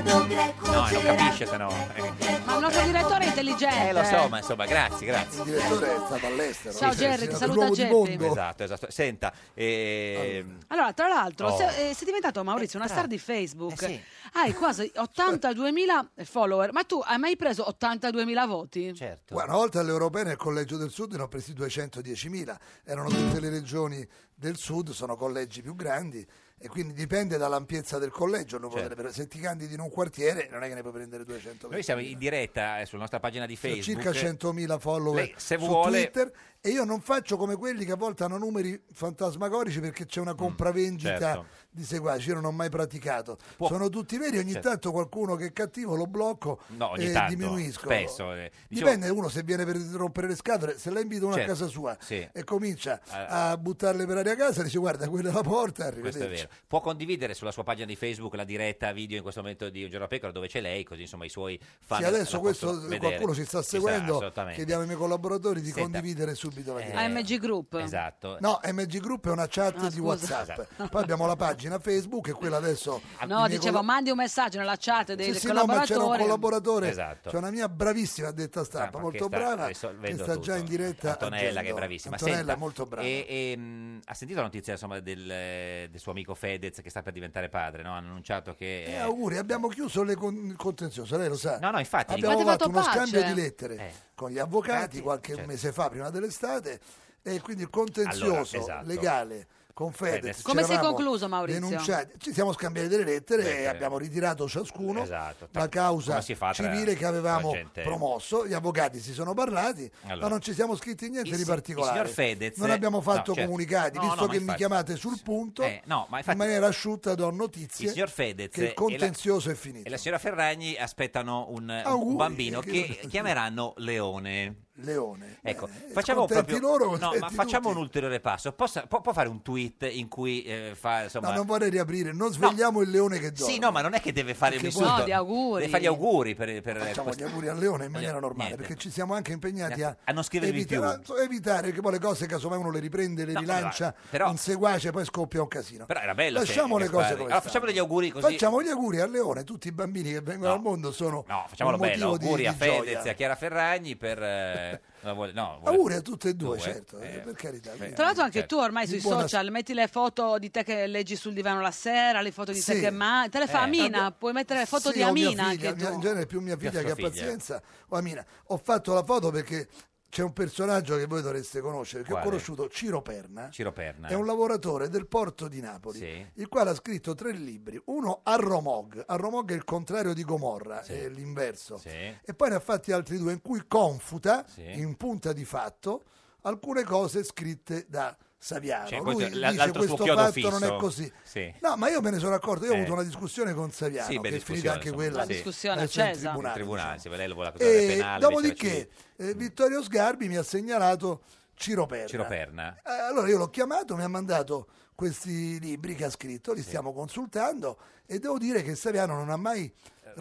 [SPEAKER 2] No, non capisce se no. Eh,
[SPEAKER 1] Ma il nostro direttore è intelligente.
[SPEAKER 2] eh, lo so, ma insomma, grazie, grazie.
[SPEAKER 21] Il direttore è stato all'estero.
[SPEAKER 1] Ciao,
[SPEAKER 21] Sì, sì,
[SPEAKER 1] Gerry,
[SPEAKER 21] sì,
[SPEAKER 1] ti
[SPEAKER 21] sì,
[SPEAKER 1] saluta
[SPEAKER 21] l'uomo di
[SPEAKER 1] Gerry.
[SPEAKER 21] mondo.
[SPEAKER 2] Esatto, esatto. Senta, ehm,
[SPEAKER 1] Allora, tra l'altro,
[SPEAKER 2] Oh.
[SPEAKER 1] se- eh, sei diventato Maurizio una star di Facebook. Hai quasi 82.000 follower, ma tu hai mai preso 82.000 voti?
[SPEAKER 2] Certo.
[SPEAKER 21] Guarda, Una volta alle europee nel collegio del sud ne ho presi 210.000, erano tutte le regioni del sud, sono collegi più grandi e quindi dipende dall'ampiezza del collegio. il numero
[SPEAKER 2] Certo.
[SPEAKER 21] delle- se ti candidi in un quartiere non è che ne puoi prendere 200.000.
[SPEAKER 2] noi siamo in diretta eh, sulla nostra pagina di
[SPEAKER 21] Ho
[SPEAKER 2] Facebook. eh.
[SPEAKER 21] circa 100.000 follower
[SPEAKER 2] Lei, se
[SPEAKER 21] su
[SPEAKER 2] vuole-
[SPEAKER 21] Twitter e io non faccio come quelli che a volte hanno numeri fantasmagorici perché c'è una compravendita
[SPEAKER 2] Mm, certo.
[SPEAKER 21] di seguaci, io non ho mai praticato. Sono tutti veri, ogni
[SPEAKER 2] Certo.
[SPEAKER 21] tanto qualcuno che è cattivo lo blocco
[SPEAKER 2] No, ogni
[SPEAKER 21] e
[SPEAKER 2] tanto,
[SPEAKER 21] diminuisco.
[SPEAKER 2] spesso, eh. Dicevo-
[SPEAKER 21] Dipende uno se viene per rompere le scatole, se la invita uno
[SPEAKER 2] Certo,
[SPEAKER 21] a casa sua
[SPEAKER 2] sì.
[SPEAKER 21] e comincia
[SPEAKER 2] Ah.
[SPEAKER 21] a buttarle per aria a casa, dice guarda quella è la porta,
[SPEAKER 2] Questo è
[SPEAKER 21] arrivederci.
[SPEAKER 2] vero. Può condividere sulla sua pagina di Facebook la diretta video in questo momento di Un giorno da pecora dove c'è lei, così insomma i suoi fan.
[SPEAKER 21] Sì,
[SPEAKER 2] la
[SPEAKER 21] adesso
[SPEAKER 2] possono
[SPEAKER 21] questo
[SPEAKER 2] vedere.
[SPEAKER 21] qualcuno ci sta seguendo,
[SPEAKER 2] assolutamente.
[SPEAKER 21] chiediamo ai miei collaboratori di
[SPEAKER 2] Senta, eh,
[SPEAKER 21] condividere subito la diretta.
[SPEAKER 1] AMG Group.
[SPEAKER 2] Esatto.
[SPEAKER 21] No, MG Group è una chat
[SPEAKER 1] Ah,
[SPEAKER 21] di
[SPEAKER 1] scusa.
[SPEAKER 21] WhatsApp.
[SPEAKER 1] Esatto.
[SPEAKER 21] Poi abbiamo la pagina Facebook e quella
[SPEAKER 2] *laughs*
[SPEAKER 21] adesso.
[SPEAKER 1] No,
[SPEAKER 2] Ah,
[SPEAKER 21] i miei
[SPEAKER 1] dicevo,
[SPEAKER 21] colla-
[SPEAKER 1] mandi un messaggio nella chat dei
[SPEAKER 21] Sì, sì, no, ma
[SPEAKER 1] collaboratori.
[SPEAKER 21] c'era un collaboratore,
[SPEAKER 2] Esatto. Ah,
[SPEAKER 21] c'è una mia bravissima addetta stampa,
[SPEAKER 2] che
[SPEAKER 21] molto
[SPEAKER 2] sta-
[SPEAKER 21] brava, che
[SPEAKER 2] adesso
[SPEAKER 21] sta
[SPEAKER 2] vedo tutto.
[SPEAKER 21] già in diretta.
[SPEAKER 2] Antonella
[SPEAKER 21] agendo.
[SPEAKER 2] che è bravissima.
[SPEAKER 21] Antonella
[SPEAKER 2] Senta,
[SPEAKER 21] è molto brava.
[SPEAKER 2] E, e, mh, ha sentito la notizia insomma, del, eh, del suo amico Fedez che sta per diventare padre, no? Hanno annunciato che...
[SPEAKER 21] Eh,
[SPEAKER 2] eh,
[SPEAKER 21] auguri, abbiamo chiuso le con- il contenzioso, lei lo sa.
[SPEAKER 2] No, no, infatti.
[SPEAKER 21] abbiamo
[SPEAKER 2] Avete
[SPEAKER 21] fatto
[SPEAKER 2] fatto
[SPEAKER 21] uno
[SPEAKER 2] pace?
[SPEAKER 21] scambio di lettere
[SPEAKER 2] Eh.
[SPEAKER 21] con gli avvocati qualche
[SPEAKER 2] certo.
[SPEAKER 21] mese fa, prima dell'estate, e quindi il contenzioso
[SPEAKER 2] Allora, esatto.
[SPEAKER 21] legale con
[SPEAKER 2] Fedez.
[SPEAKER 21] Fedez. ci
[SPEAKER 1] Come si è
[SPEAKER 21] eravamo
[SPEAKER 1] concluso, Maurizio?
[SPEAKER 21] denunciati. Ci siamo scambiati delle lettere e abbiamo ritirato ciascuno
[SPEAKER 2] Esatto.
[SPEAKER 21] la causa
[SPEAKER 2] come si fa tra-
[SPEAKER 21] civile che avevamo
[SPEAKER 2] tra gente-
[SPEAKER 21] promosso. Gli avvocati si sono parlati,
[SPEAKER 2] Allora.
[SPEAKER 21] ma non ci siamo scritti niente
[SPEAKER 2] Il
[SPEAKER 21] di
[SPEAKER 2] si-
[SPEAKER 21] particolare.
[SPEAKER 2] il signor Fedez-
[SPEAKER 21] non abbiamo fatto
[SPEAKER 2] no, certo.
[SPEAKER 21] comunicati,
[SPEAKER 2] No,
[SPEAKER 21] visto
[SPEAKER 2] no, ma
[SPEAKER 21] che mi
[SPEAKER 2] infatti-
[SPEAKER 21] chiamate sul punto,
[SPEAKER 2] Eh, no, ma infatti-
[SPEAKER 21] in maniera asciutta do notizie
[SPEAKER 2] Il signor Fedez
[SPEAKER 21] che
[SPEAKER 2] e
[SPEAKER 21] il
[SPEAKER 2] la-
[SPEAKER 21] contenzioso è finito.
[SPEAKER 2] E la signora Ferragni aspettano un, un
[SPEAKER 21] Auguri,
[SPEAKER 2] bambino
[SPEAKER 21] che-
[SPEAKER 2] che chiameranno Leone.
[SPEAKER 21] Leone.
[SPEAKER 2] Ecco, facciamo,
[SPEAKER 21] Eh, contenti
[SPEAKER 2] proprio,
[SPEAKER 21] loro,
[SPEAKER 2] no,
[SPEAKER 21] contenti
[SPEAKER 2] ma facciamo
[SPEAKER 21] tutti.
[SPEAKER 2] un ulteriore passo. Possa- può, può fare un tweet in cui eh, fa
[SPEAKER 21] No,
[SPEAKER 2] insomma.
[SPEAKER 21] non vorrei riaprire, non svegliamo il leone che dorme.
[SPEAKER 2] Sì, no, ma non è che deve fare un
[SPEAKER 21] Perché
[SPEAKER 2] insulto.
[SPEAKER 21] poi- No, gli
[SPEAKER 1] auguri.
[SPEAKER 2] Deve fare gli auguri per, per
[SPEAKER 21] Facciamo
[SPEAKER 2] questo-
[SPEAKER 21] gli auguri al leone in maniera normale,
[SPEAKER 2] niente.
[SPEAKER 21] perché ci siamo anche impegnati a,
[SPEAKER 2] A non scrivervi
[SPEAKER 21] evitare,
[SPEAKER 2] più.
[SPEAKER 21] a evitare che poi le cose casomai uno le riprende, le
[SPEAKER 2] No,
[SPEAKER 21] rilancia,
[SPEAKER 2] allora, però-
[SPEAKER 21] un seguace poi scoppia un casino.
[SPEAKER 2] Però era bello.
[SPEAKER 21] Lasciamo
[SPEAKER 2] che-
[SPEAKER 21] le
[SPEAKER 2] che spari.
[SPEAKER 21] cose come
[SPEAKER 2] Allora,
[SPEAKER 21] stanno.
[SPEAKER 2] facciamo degli auguri così.
[SPEAKER 21] Facciamo gli auguri al leone, tutti i bambini che vengono al mondo sono
[SPEAKER 2] No, facciamolo
[SPEAKER 21] un
[SPEAKER 2] bello.
[SPEAKER 21] motivo di-
[SPEAKER 2] Auguri a
[SPEAKER 21] di
[SPEAKER 2] Fedez e
[SPEAKER 21] gioia.
[SPEAKER 2] a Chiara Ferragni per.
[SPEAKER 21] *laughs*
[SPEAKER 2] eh, no, vuole- no, vuole-
[SPEAKER 21] Auguri a tutte e due,
[SPEAKER 2] Due,
[SPEAKER 21] certo,
[SPEAKER 2] eh,
[SPEAKER 21] per carità.
[SPEAKER 2] beh.
[SPEAKER 1] Tra l'altro anche
[SPEAKER 2] Certo.
[SPEAKER 1] tu ormai
[SPEAKER 21] Di
[SPEAKER 1] sui
[SPEAKER 21] buona-
[SPEAKER 1] social metti le foto di te che leggi sul divano la sera, le foto di te
[SPEAKER 21] Sì.
[SPEAKER 1] che ma te le fa
[SPEAKER 21] Eh.
[SPEAKER 1] Amina,
[SPEAKER 21] Abbiamo-
[SPEAKER 1] puoi mettere le foto
[SPEAKER 21] Sì,
[SPEAKER 1] di
[SPEAKER 21] o mia
[SPEAKER 1] Amina
[SPEAKER 21] figlia,
[SPEAKER 1] anche
[SPEAKER 21] mia-
[SPEAKER 1] tu.
[SPEAKER 21] In genere è più
[SPEAKER 2] Mia
[SPEAKER 21] mia figlia
[SPEAKER 2] sua
[SPEAKER 21] che ha
[SPEAKER 2] figlia.
[SPEAKER 21] pazienza o Amina. Ho fatto la foto perché c'è un personaggio che voi dovreste conoscere, che
[SPEAKER 2] Quale?
[SPEAKER 21] ho conosciuto, Ciro Perna.
[SPEAKER 2] Ciro Perna.
[SPEAKER 21] È un lavoratore del porto di Napoli,
[SPEAKER 2] Sì.
[SPEAKER 21] il quale ha scritto tre libri. Uno Arromog, Arromog è il contrario di Gomorra,
[SPEAKER 2] Sì.
[SPEAKER 21] è l'inverso.
[SPEAKER 2] Sì.
[SPEAKER 21] E poi ne ha fatti altri due in cui confuta,
[SPEAKER 2] Sì.
[SPEAKER 21] in punta di fatto, alcune cose scritte da Saviano.
[SPEAKER 2] Cioè,
[SPEAKER 21] Lui
[SPEAKER 2] questo- la-
[SPEAKER 21] dice
[SPEAKER 2] l'altro suo
[SPEAKER 21] questo
[SPEAKER 2] chiodo
[SPEAKER 21] fatto
[SPEAKER 2] fisso."
[SPEAKER 21] non è così.
[SPEAKER 2] Sì.
[SPEAKER 21] No, ma io me ne sono accorto, io ho
[SPEAKER 2] Eh.
[SPEAKER 21] avuto una discussione con Saviano,
[SPEAKER 2] Sì, beh,
[SPEAKER 21] che è
[SPEAKER 2] discussione,
[SPEAKER 21] finita anche
[SPEAKER 2] insomma,
[SPEAKER 21] quella.
[SPEAKER 2] La discussione
[SPEAKER 21] nel
[SPEAKER 1] accesa.
[SPEAKER 2] in
[SPEAKER 21] Tribunale. diciamo. Eh,
[SPEAKER 2] tribunale, se lei lo vuole accusare
[SPEAKER 21] E
[SPEAKER 2] penale.
[SPEAKER 21] dopodiché
[SPEAKER 2] riceve-
[SPEAKER 21] eh, Vittorio Sgarbi mi ha segnalato Ciro Perna.
[SPEAKER 2] Ciro Perna.
[SPEAKER 21] Eh, allora io l'ho chiamato, mi ha mandato questi libri che ha scritto, li stiamo consultando e devo dire che Saviano non ha
[SPEAKER 2] Eh,
[SPEAKER 21] mai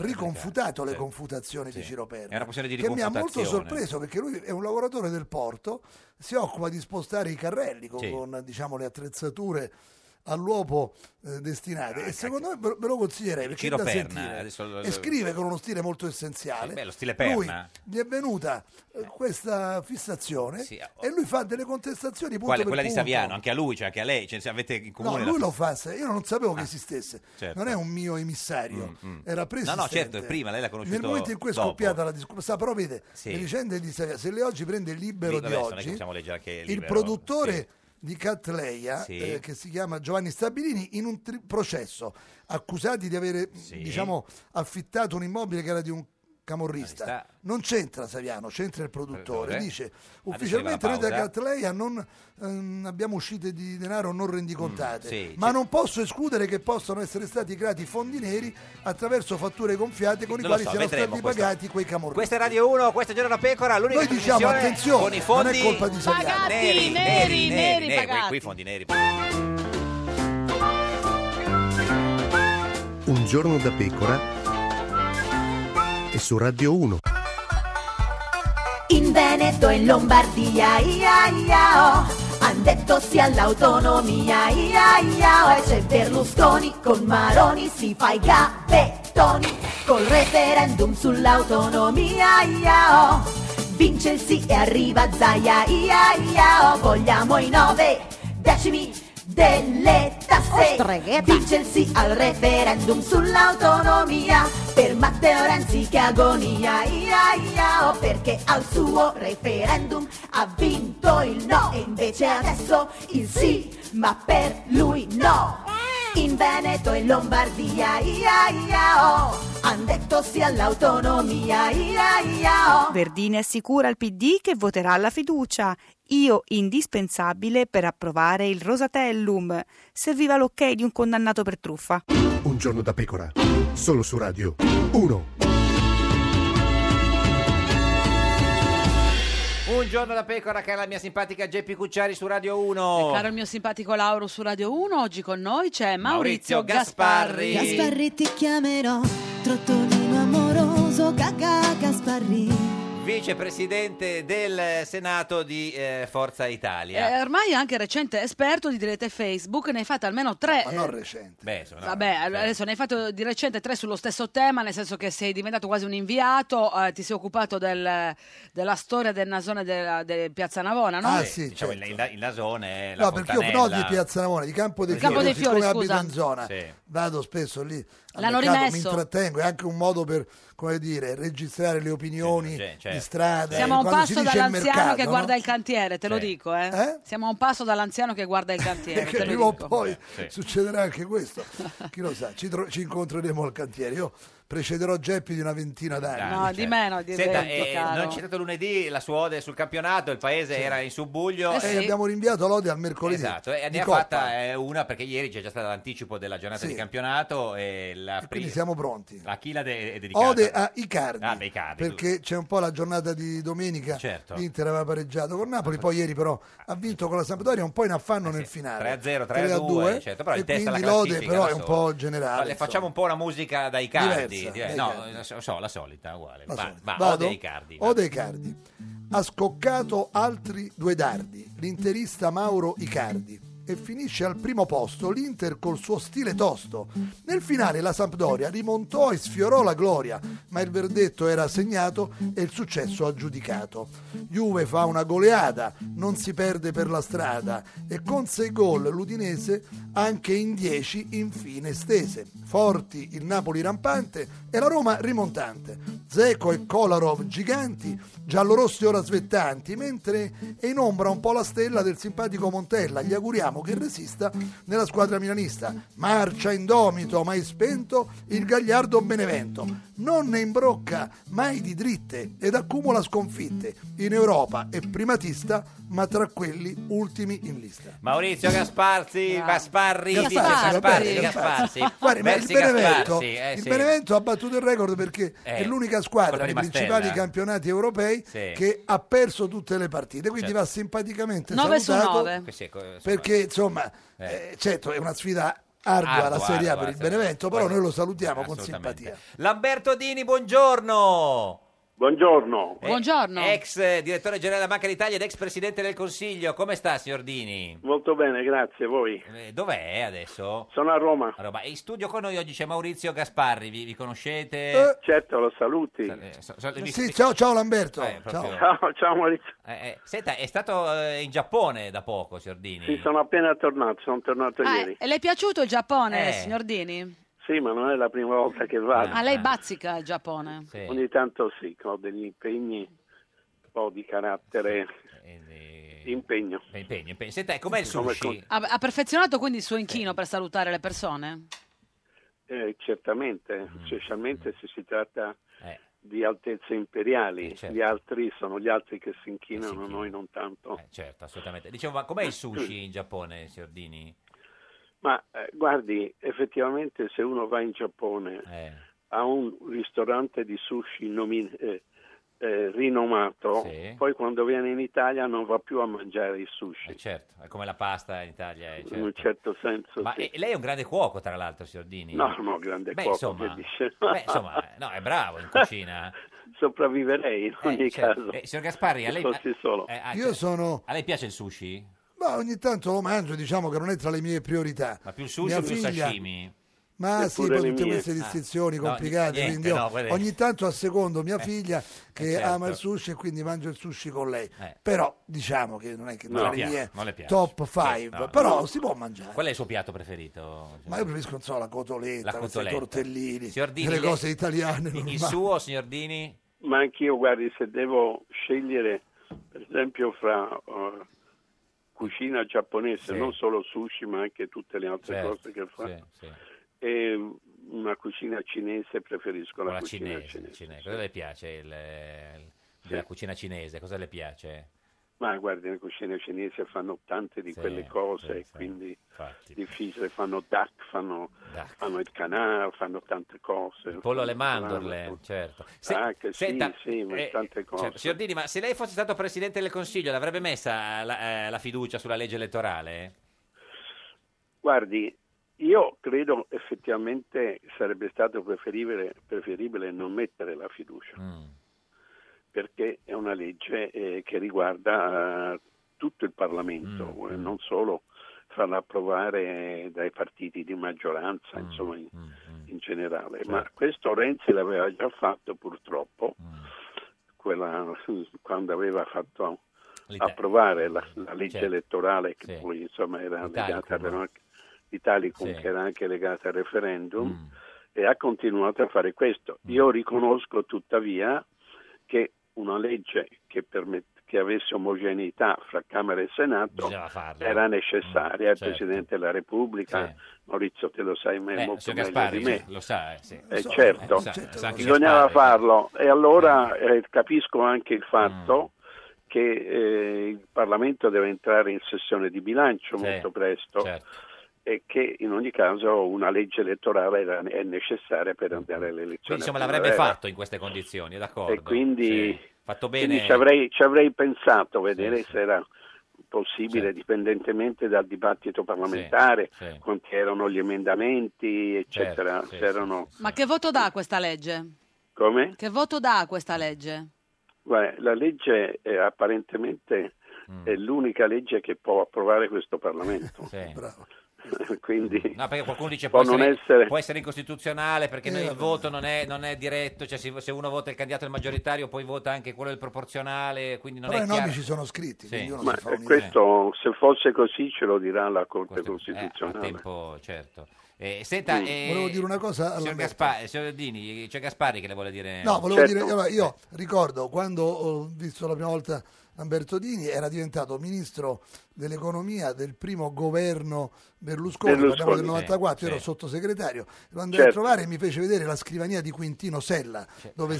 [SPEAKER 21] riconfutato le
[SPEAKER 2] certo.
[SPEAKER 21] confutazioni di
[SPEAKER 2] Sì.
[SPEAKER 21] Ciro Perna.
[SPEAKER 2] È una questione di
[SPEAKER 21] che mi ha molto
[SPEAKER 2] riconfutazione.
[SPEAKER 21] sorpreso perché lui è un lavoratore del porto, si occupa di spostare i carrelli con,
[SPEAKER 2] Sì.
[SPEAKER 21] con, diciamo, le attrezzature all'uopo eh,
[SPEAKER 2] Ah,
[SPEAKER 21] destinate. E secondo me ve lo- ve lo consiglierei perché è
[SPEAKER 2] Ciro
[SPEAKER 21] da
[SPEAKER 2] Perna,
[SPEAKER 21] sentire.
[SPEAKER 2] adesso lo-
[SPEAKER 21] E scrive con uno stile molto essenziale.
[SPEAKER 2] Eh, beh, lo stile
[SPEAKER 21] Lui
[SPEAKER 2] Perna.
[SPEAKER 21] gli è venuta eh, questa fissazione
[SPEAKER 2] Sì, oh.
[SPEAKER 21] e lui fa delle contestazioni punto
[SPEAKER 2] Quale-
[SPEAKER 21] per
[SPEAKER 2] quella di
[SPEAKER 21] punto.
[SPEAKER 2] Saviano, anche a lui, cioè anche a lei, cioè, se avete in
[SPEAKER 21] No,
[SPEAKER 2] comune la-
[SPEAKER 21] lui lo fa, se- io non sapevo che esistesse,
[SPEAKER 2] certo.
[SPEAKER 21] non è un mio emissario,
[SPEAKER 2] Mm.
[SPEAKER 21] era
[SPEAKER 2] No,
[SPEAKER 21] preso.
[SPEAKER 2] no, certo, è prima, lei l'ha conosciuto
[SPEAKER 21] Nel momento in cui è
[SPEAKER 2] dopo.
[SPEAKER 21] scoppiata la discussione, però vede,
[SPEAKER 2] Sì.
[SPEAKER 21] le vicende di Saviano, se lei oggi prende il libero
[SPEAKER 2] Sì,
[SPEAKER 21] di
[SPEAKER 2] vabbè, adesso non è che
[SPEAKER 21] oggi,
[SPEAKER 2] possiamo leggere anche il
[SPEAKER 21] il
[SPEAKER 2] Libero,
[SPEAKER 21] produttore
[SPEAKER 2] sì.
[SPEAKER 21] di Catleia,
[SPEAKER 2] Sì.
[SPEAKER 21] eh, che si chiama Giovanni Stabilini, in un tri- processo, accusati di avere diciamo, affittato un immobile che era di un camorrista. Non c'entra Saviano, c'entra il produttore.
[SPEAKER 12] Produttore.
[SPEAKER 21] Dice
[SPEAKER 12] Adesso
[SPEAKER 21] ufficialmente
[SPEAKER 12] arriva
[SPEAKER 21] noi
[SPEAKER 12] la pausa.
[SPEAKER 21] da Catleia non ehm, abbiamo uscite di denaro non rendicontate,
[SPEAKER 12] Mm, sì,
[SPEAKER 21] ma non posso escludere che possano essere stati creati fondi neri attraverso fatture gonfiate con
[SPEAKER 2] Non
[SPEAKER 21] i
[SPEAKER 2] lo
[SPEAKER 21] quali
[SPEAKER 2] so,
[SPEAKER 21] siano
[SPEAKER 2] vedremo
[SPEAKER 21] stati
[SPEAKER 2] questo.
[SPEAKER 21] pagati quei camorristi.
[SPEAKER 2] Questa è Radio 1, questa è Giorno da Pecora, l'unica
[SPEAKER 21] Noi diciamo,
[SPEAKER 2] trasmissione
[SPEAKER 21] attenzione,
[SPEAKER 2] con i
[SPEAKER 21] non
[SPEAKER 2] fondi
[SPEAKER 21] è colpa di Saviano.
[SPEAKER 2] pagati,
[SPEAKER 21] Pagati,
[SPEAKER 2] neri,
[SPEAKER 21] neri,
[SPEAKER 2] neri, neri,
[SPEAKER 21] pagati.
[SPEAKER 2] qui i fondi neri.
[SPEAKER 18] Un giorno da pecora e su Radio 1.
[SPEAKER 17] In Veneto e in Lombardia, ia ia oh, han detto sì all'autonomia, ia ia oh, e c'è Berlusconi con Maroni si fa i gavettoni, col referendum sull'autonomia, ia oh, vince il sì e arriva Zaia, ia ia oh, vogliamo i nove decimi delle tasse, vince il sì al referendum sull'autonomia, per Matteo Renzi che agonia, ia ia oh, perché al suo referendum ha vinto il no e invece adesso il sì, ma per lui no. In Veneto e Lombardia, ia ia oh, han detto sì all'autonomia, ia ia oh.
[SPEAKER 19] Verdini assicura al PD che voterà la fiducia. Io indispensabile per approvare il Rosatellum. Serviva l'ok di un condannato per truffa.
[SPEAKER 18] Un giorno da pecora. Solo su Radio 1.
[SPEAKER 2] Un giorno da Pecora, cara la mia simpatica Geppi Cucciari su Radio 1.
[SPEAKER 1] Eh, Caro il mio simpatico Lauro su Radio 1, oggi con noi c'è Maurizio,
[SPEAKER 2] Maurizio Gasparri.
[SPEAKER 1] Gasparri.
[SPEAKER 2] Gasparri
[SPEAKER 22] ti chiamerò, trottolino amoroso, gaga Gasparri.
[SPEAKER 2] Vicepresidente del Senato di eh, Forza Italia.
[SPEAKER 1] Eh, ormai è anche recente esperto di dirette Facebook, ne hai fatte almeno tre.
[SPEAKER 21] Ma
[SPEAKER 1] eh,
[SPEAKER 21] non recente.
[SPEAKER 2] Beh, insomma, no,
[SPEAKER 1] Vabbè, adesso ne hai fatto di recente tre sullo stesso tema, nel senso che sei diventato quasi un inviato, eh, ti sei occupato del- della storia del nasone della- de Piazza Navona, no?
[SPEAKER 2] Eh, diciamo, il, il, il nasone è la
[SPEAKER 21] Ah, certo. No, perché io no
[SPEAKER 2] fontanella.
[SPEAKER 21] di Piazza Navona, di Campo dei
[SPEAKER 2] Il Campo
[SPEAKER 21] Fiori,
[SPEAKER 2] dei Fiori,
[SPEAKER 21] siccome abito
[SPEAKER 2] scusa.
[SPEAKER 21] in zona,
[SPEAKER 2] Sì.
[SPEAKER 21] vado spesso lì al
[SPEAKER 1] L'hanno
[SPEAKER 21] mercato, mi
[SPEAKER 1] rimesso.
[SPEAKER 21] intrattengo, è anche un modo per, come dire, registrare le opinioni di strada.
[SPEAKER 1] Siamo a un
[SPEAKER 21] Quando si
[SPEAKER 1] passo
[SPEAKER 21] dice il
[SPEAKER 1] dall'anziano
[SPEAKER 21] mercato,
[SPEAKER 1] che
[SPEAKER 21] no?
[SPEAKER 1] guarda il cantiere, te lo
[SPEAKER 21] Sì.
[SPEAKER 1] dico, eh. Siamo a un passo dall'anziano che guarda il cantiere.
[SPEAKER 21] Perché
[SPEAKER 1] te lo
[SPEAKER 21] prima o
[SPEAKER 1] dico.
[SPEAKER 21] poi succederà anche questo, chi lo sa, ci, tro- ci incontreremo al cantiere, io precederò Geppi di una ventina d'anni.
[SPEAKER 1] No, di meno, di
[SPEAKER 2] cioè. Senta,
[SPEAKER 1] venti,
[SPEAKER 2] eh,
[SPEAKER 1] caro.
[SPEAKER 2] non c'è stato lunedì la sua ode sul campionato, il paese era in subbuglio.
[SPEAKER 21] Eh, abbiamo rinviato l'ode al mercoledì.
[SPEAKER 2] Esatto, e
[SPEAKER 21] di
[SPEAKER 2] ne ha
[SPEAKER 21] Coppa.
[SPEAKER 2] fatta eh, una perché ieri c'è già stato l'anticipo della giornata
[SPEAKER 21] Sì.
[SPEAKER 2] di campionato e la
[SPEAKER 21] Quindi
[SPEAKER 2] pri-
[SPEAKER 21] siamo pronti.
[SPEAKER 2] la chila de- è dedicata
[SPEAKER 21] Ode a Icardi,
[SPEAKER 2] Ah, beh, Icardi,
[SPEAKER 21] perché c'è un po' la giornata di domenica
[SPEAKER 2] Certo.
[SPEAKER 21] l'Inter aveva pareggiato con Napoli poi ieri però ha vinto con la Sampdoria un po' in
[SPEAKER 2] Eh
[SPEAKER 21] affanno nel finale
[SPEAKER 2] 3-0,
[SPEAKER 21] 3-2,
[SPEAKER 2] 3-2, certo, però
[SPEAKER 21] e
[SPEAKER 2] in testa alla
[SPEAKER 21] quindi l'Ode
[SPEAKER 2] classifica
[SPEAKER 21] però
[SPEAKER 2] da
[SPEAKER 21] è un
[SPEAKER 2] solo.
[SPEAKER 21] po'
[SPEAKER 2] Ma
[SPEAKER 21] generale
[SPEAKER 2] le facciamo un po' una musica dai cardi,
[SPEAKER 21] Diversa,
[SPEAKER 2] Diver-
[SPEAKER 21] dai
[SPEAKER 2] eh, no,
[SPEAKER 21] Cardi.
[SPEAKER 2] la so- so, la solita, uguale.
[SPEAKER 21] La
[SPEAKER 2] va,
[SPEAKER 21] solita.
[SPEAKER 2] va,
[SPEAKER 21] Vado?
[SPEAKER 2] ode ai cardi.
[SPEAKER 21] Ode Icardi ha scoccato altri due dardi l'interista Mauro Icardi e finisce al primo posto l'Inter col suo stile tosto. Nel finale la Sampdoria rimontò e sfiorò la gloria, ma il verdetto era segnato e il successo aggiudicato. Juve fa una goleada, non si perde per la strada e con sei gol l'Udinese anche in 10 infine stese. Forti il Napoli rampante e la Roma rimontante. Zeco e Kolarov giganti, giallorossi ora svettanti, mentre è in ombra un po' la stella del simpatico Montella. Gli auguriamo che resista nella squadra milanista. Marcia indomito, mai spento, il gagliardo Benevento. Non ne imbrocca mai di dritte ed accumula sconfitte. In Europa è primatista, ma tra quelli ultimi in lista.
[SPEAKER 2] Maurizio Gasparzi, Gasparri, dice
[SPEAKER 21] Gasparri,
[SPEAKER 2] Gasparzi,
[SPEAKER 21] Gasparri,
[SPEAKER 2] Gasparzi,
[SPEAKER 21] Guardi, ma il
[SPEAKER 2] Versi
[SPEAKER 21] Benevento,
[SPEAKER 2] Gasparzi, eh,
[SPEAKER 21] il
[SPEAKER 2] sì.
[SPEAKER 21] Benevento ha battuto il record perché
[SPEAKER 2] Eh,
[SPEAKER 21] è
[SPEAKER 2] colpa
[SPEAKER 21] l'unica squadra
[SPEAKER 2] di
[SPEAKER 21] nei
[SPEAKER 2] Mastella.
[SPEAKER 21] principali campionati europei
[SPEAKER 2] Sì.
[SPEAKER 21] che ha perso tutte le partite, quindi
[SPEAKER 2] Certo.
[SPEAKER 21] va simpaticamente
[SPEAKER 1] Nove su
[SPEAKER 21] salutato
[SPEAKER 1] nove.
[SPEAKER 2] Sì, ecco, insomma,
[SPEAKER 21] perché insomma,
[SPEAKER 2] eh.
[SPEAKER 21] eh, certo è una sfida ardua,
[SPEAKER 2] Ardua,
[SPEAKER 21] la Serie A
[SPEAKER 2] ardua,
[SPEAKER 21] per il
[SPEAKER 2] sì.
[SPEAKER 21] Benevento, però
[SPEAKER 2] Guarda,
[SPEAKER 21] noi lo salutiamo con
[SPEAKER 2] assolutamente.
[SPEAKER 21] simpatia.
[SPEAKER 2] Lamberto Dini, buongiorno.
[SPEAKER 12] Buongiorno.
[SPEAKER 1] Buongiorno.
[SPEAKER 2] Ex eh, direttore generale della Banca d'Italia ed ex presidente del Consiglio. Come sta, signor Dini?
[SPEAKER 12] Molto bene, grazie. Voi?
[SPEAKER 2] Eh, Dov'è adesso?
[SPEAKER 12] Sono a Roma.
[SPEAKER 2] A Roma. Eh, E in studio con noi oggi c'è Maurizio Gasparri. Vi, vi conoscete?
[SPEAKER 12] Certo, lo saluti.
[SPEAKER 2] Eh, So- so- vi-
[SPEAKER 21] Eh. Sì, ciao, ciao Lamberto.
[SPEAKER 2] Eh, proprio-
[SPEAKER 21] Certo. Ciao.
[SPEAKER 12] ciao Maurizio.
[SPEAKER 2] Eh, eh, senta, è stato eh, in Giappone da poco, signor Dini.
[SPEAKER 12] Sì, sono appena tornato, sono tornato
[SPEAKER 1] Ah,
[SPEAKER 12] ieri.
[SPEAKER 1] e le è piaciuto il Giappone,
[SPEAKER 12] Eh.
[SPEAKER 1] signor Dini?
[SPEAKER 12] Sì, ma non è la prima volta che vado.
[SPEAKER 2] Ah,
[SPEAKER 1] A lei bazzica il Giappone.
[SPEAKER 12] Ogni tanto sì, ho degli impegni, un po' di carattere. Impegno. ecco,
[SPEAKER 2] Impegno, impegno. Senta, e com'è il sushi?
[SPEAKER 1] Ha, ha perfezionato quindi il suo inchino per salutare le persone?
[SPEAKER 12] Eh, certamente, specialmente se si tratta
[SPEAKER 2] Mm. Eh. certo.
[SPEAKER 12] di altezze imperiali, gli altri sono gli altri che si inchinano, noi non tanto.
[SPEAKER 2] Certo, assolutamente. Dicevo, ma com'è il sushi in Giappone, signor Dini?
[SPEAKER 12] Ma eh, guardi, effettivamente se uno va in Giappone
[SPEAKER 2] Eh.
[SPEAKER 12] a un ristorante di sushi nomi- eh, eh, rinomato,
[SPEAKER 2] Sì.
[SPEAKER 12] poi quando viene in Italia non va più a mangiare il sushi.
[SPEAKER 2] Eh, certo, è come la pasta in Italia. eh,
[SPEAKER 12] In un
[SPEAKER 2] certo.
[SPEAKER 12] certo senso,
[SPEAKER 2] Ma
[SPEAKER 12] sì.
[SPEAKER 2] eh, lei è un grande cuoco, tra l'altro, signor Dini.
[SPEAKER 12] No, no, grande
[SPEAKER 2] Beh,
[SPEAKER 12] cuoco,
[SPEAKER 2] insomma,
[SPEAKER 12] che dice.
[SPEAKER 2] beh, insomma, no, è bravo in cucina.
[SPEAKER 12] *laughs* sopravviverei in ogni
[SPEAKER 2] certo.
[SPEAKER 12] caso.
[SPEAKER 2] Eh, signor Gasparri, a lei-
[SPEAKER 12] Fossi solo.
[SPEAKER 2] Eh, ah,
[SPEAKER 21] Io sono...
[SPEAKER 2] A lei piace il sushi?
[SPEAKER 21] Ma ogni tanto lo mangio, diciamo che non è tra le mie priorità.
[SPEAKER 2] Ma più il sushi
[SPEAKER 21] Mia
[SPEAKER 2] o più il
[SPEAKER 21] figlia-
[SPEAKER 2] sashimi?
[SPEAKER 21] Ma sì,
[SPEAKER 12] Neppure le
[SPEAKER 21] poi tutte
[SPEAKER 12] mie.
[SPEAKER 21] queste
[SPEAKER 12] Ah,
[SPEAKER 21] distinzioni
[SPEAKER 12] no,
[SPEAKER 21] complicate.
[SPEAKER 12] niente,
[SPEAKER 21] quindi io
[SPEAKER 12] no, quelle-
[SPEAKER 21] ogni tanto assecondo
[SPEAKER 2] Eh,
[SPEAKER 21] mia figlia che
[SPEAKER 12] certo.
[SPEAKER 21] ama il sushi e quindi mangio il sushi con lei.
[SPEAKER 2] Eh.
[SPEAKER 21] Però diciamo che non è che
[SPEAKER 2] No,
[SPEAKER 21] tra
[SPEAKER 2] le
[SPEAKER 21] le
[SPEAKER 2] piace,
[SPEAKER 21] mie
[SPEAKER 2] non le piace.
[SPEAKER 21] top 5,
[SPEAKER 2] No, no.
[SPEAKER 21] però si può mangiare.
[SPEAKER 2] Qual è il suo piatto preferito?
[SPEAKER 21] Ma io preferisco non so, la cotoletta,
[SPEAKER 2] La
[SPEAKER 21] questi
[SPEAKER 2] cotoletta.
[SPEAKER 21] tortellini,
[SPEAKER 2] Signor Dini,
[SPEAKER 21] delle
[SPEAKER 2] lei-
[SPEAKER 21] cose italiane. normali.
[SPEAKER 2] Il suo, signor Dini?
[SPEAKER 12] Ma anch'io, guardi, se devo scegliere, per esempio, fra eh, cucina giapponese,
[SPEAKER 2] Sì.
[SPEAKER 12] non solo sushi, ma anche tutte le altre
[SPEAKER 2] Certo,
[SPEAKER 12] cose che fa,
[SPEAKER 2] sì, sì.
[SPEAKER 12] e una cucina cinese, preferisco la,
[SPEAKER 2] O la
[SPEAKER 12] cucina
[SPEAKER 2] cinese,
[SPEAKER 12] cinese.
[SPEAKER 2] cinese. Cosa le piace il, il- della cucina cinese? Cosa le piace?
[SPEAKER 12] Ma guardi, la cucina cinese fanno tante di
[SPEAKER 2] Sì,
[SPEAKER 12] quelle cose,
[SPEAKER 2] sì,
[SPEAKER 12] e
[SPEAKER 2] sì,
[SPEAKER 12] quindi
[SPEAKER 2] infatti.
[SPEAKER 12] difficile, fanno duck, fanno,
[SPEAKER 2] Duck.
[SPEAKER 12] fanno il canale, fanno tante cose.
[SPEAKER 2] Il pollo alle
[SPEAKER 12] Fanno-
[SPEAKER 2] mandorle, certo.
[SPEAKER 12] Ah, che
[SPEAKER 2] senta,
[SPEAKER 12] sì, sì, ma
[SPEAKER 2] eh,
[SPEAKER 12] tante cose.
[SPEAKER 2] Certo, signor Dini, ma se lei fosse stato Presidente del Consiglio l'avrebbe messa la, eh, la fiducia sulla legge elettorale?
[SPEAKER 12] Guardi, io credo effettivamente sarebbe stato preferibile, preferibile non mettere la fiducia, perché è una legge eh, che riguarda eh, tutto il Parlamento, eh, non solo farla approvare dai partiti di maggioranza, insomma in, in generale. Ma questo Renzi l'aveva già fatto purtroppo, quella- quando aveva fatto approvare la, la legge
[SPEAKER 8] Certo.
[SPEAKER 12] elettorale che poi insomma era legata
[SPEAKER 8] L'Italicum.
[SPEAKER 12] però anche- l'Italicum,
[SPEAKER 8] Sì.
[SPEAKER 12] che era anche legata al referendum
[SPEAKER 2] Mm.
[SPEAKER 12] e ha continuato a fare questo. Io riconosco tuttavia che una legge che, permet- che avesse omogeneità fra Camera e Senato
[SPEAKER 2] Bisognava farla.
[SPEAKER 12] era necessaria. Il
[SPEAKER 2] certo.
[SPEAKER 12] Presidente della Repubblica, Maurizio, te lo sai me-
[SPEAKER 2] Beh,
[SPEAKER 12] molto
[SPEAKER 2] signor
[SPEAKER 12] meglio
[SPEAKER 2] Gasparri
[SPEAKER 12] di me.
[SPEAKER 2] lo sa, eh, sì.
[SPEAKER 12] Eh,
[SPEAKER 2] Lo so, eh,
[SPEAKER 12] certo,
[SPEAKER 2] lo sa, lo sa anche Mm.
[SPEAKER 12] bisognava
[SPEAKER 2] Gasparri.
[SPEAKER 12] farlo e allora eh, capisco anche il fatto
[SPEAKER 2] Mm.
[SPEAKER 12] che eh, il Parlamento deve entrare in sessione di bilancio
[SPEAKER 2] Sì,
[SPEAKER 12] molto presto
[SPEAKER 2] certo.
[SPEAKER 12] e che in ogni caso una legge elettorale era- è necessaria per andare alle elezioni.
[SPEAKER 2] Quindi, insomma
[SPEAKER 12] a
[SPEAKER 2] l'avrebbe
[SPEAKER 12] primavera.
[SPEAKER 2] fatto in queste condizioni, è d'accordo.
[SPEAKER 12] eh, E quindi-
[SPEAKER 2] Sì. fatto bene.
[SPEAKER 12] Quindi ci avrei, ci avrei pensato, vedere se era possibile, dipendentemente dal dibattito parlamentare,
[SPEAKER 2] Sì, sì.
[SPEAKER 12] quanti erano gli emendamenti, eccetera.
[SPEAKER 2] Certo, sì,
[SPEAKER 12] se erano...
[SPEAKER 1] Ma che voto dà questa legge?
[SPEAKER 12] Come?
[SPEAKER 1] Che voto dà questa legge?
[SPEAKER 12] Guarda, la legge eh, apparentemente
[SPEAKER 2] Mm.
[SPEAKER 12] è l'unica legge che può approvare questo Parlamento.
[SPEAKER 21] *laughs*
[SPEAKER 12] *laughs* Quindi
[SPEAKER 2] No, perché qualcuno dice
[SPEAKER 12] può
[SPEAKER 2] può,
[SPEAKER 12] non
[SPEAKER 2] essere,
[SPEAKER 12] essere-
[SPEAKER 2] può essere incostituzionale perché
[SPEAKER 12] Eh,
[SPEAKER 2] noi il
[SPEAKER 12] vabbè.
[SPEAKER 2] voto non è, non è diretto, cioè se, se uno vota il candidato del maggioritario poi vota anche quello del proporzionale, quindi non
[SPEAKER 21] Però
[SPEAKER 2] è
[SPEAKER 21] i
[SPEAKER 2] chiaro.
[SPEAKER 21] nomi ci sono scritti,
[SPEAKER 2] Sì.
[SPEAKER 21] quindi uno
[SPEAKER 12] ma eh,
[SPEAKER 21] si fa un'idea.
[SPEAKER 12] questo, se fosse così, ce lo dirà la Corte
[SPEAKER 2] eh, A
[SPEAKER 12] Costituzionale.
[SPEAKER 2] tempo, certo. Eh, senta,
[SPEAKER 12] Mm.
[SPEAKER 2] eh,
[SPEAKER 21] Volevo dire una cosa alla
[SPEAKER 2] signor,
[SPEAKER 21] Merkel.
[SPEAKER 2] Gaspa- signor Dini, c'è Gasparri che le vuole dire...
[SPEAKER 21] No, volevo
[SPEAKER 12] Certo.
[SPEAKER 21] dire, allora, io ricordo quando ho visto la prima volta Lamberto Dini, era diventato ministro dell'economia del primo governo Berlusconi, parliamo
[SPEAKER 12] Berlusconi,
[SPEAKER 21] del
[SPEAKER 12] sì,
[SPEAKER 21] 94, io
[SPEAKER 12] sì.
[SPEAKER 21] ero sottosegretario, lo andai
[SPEAKER 12] Certo.
[SPEAKER 21] a trovare e mi fece vedere la scrivania di Quintino Sella, dove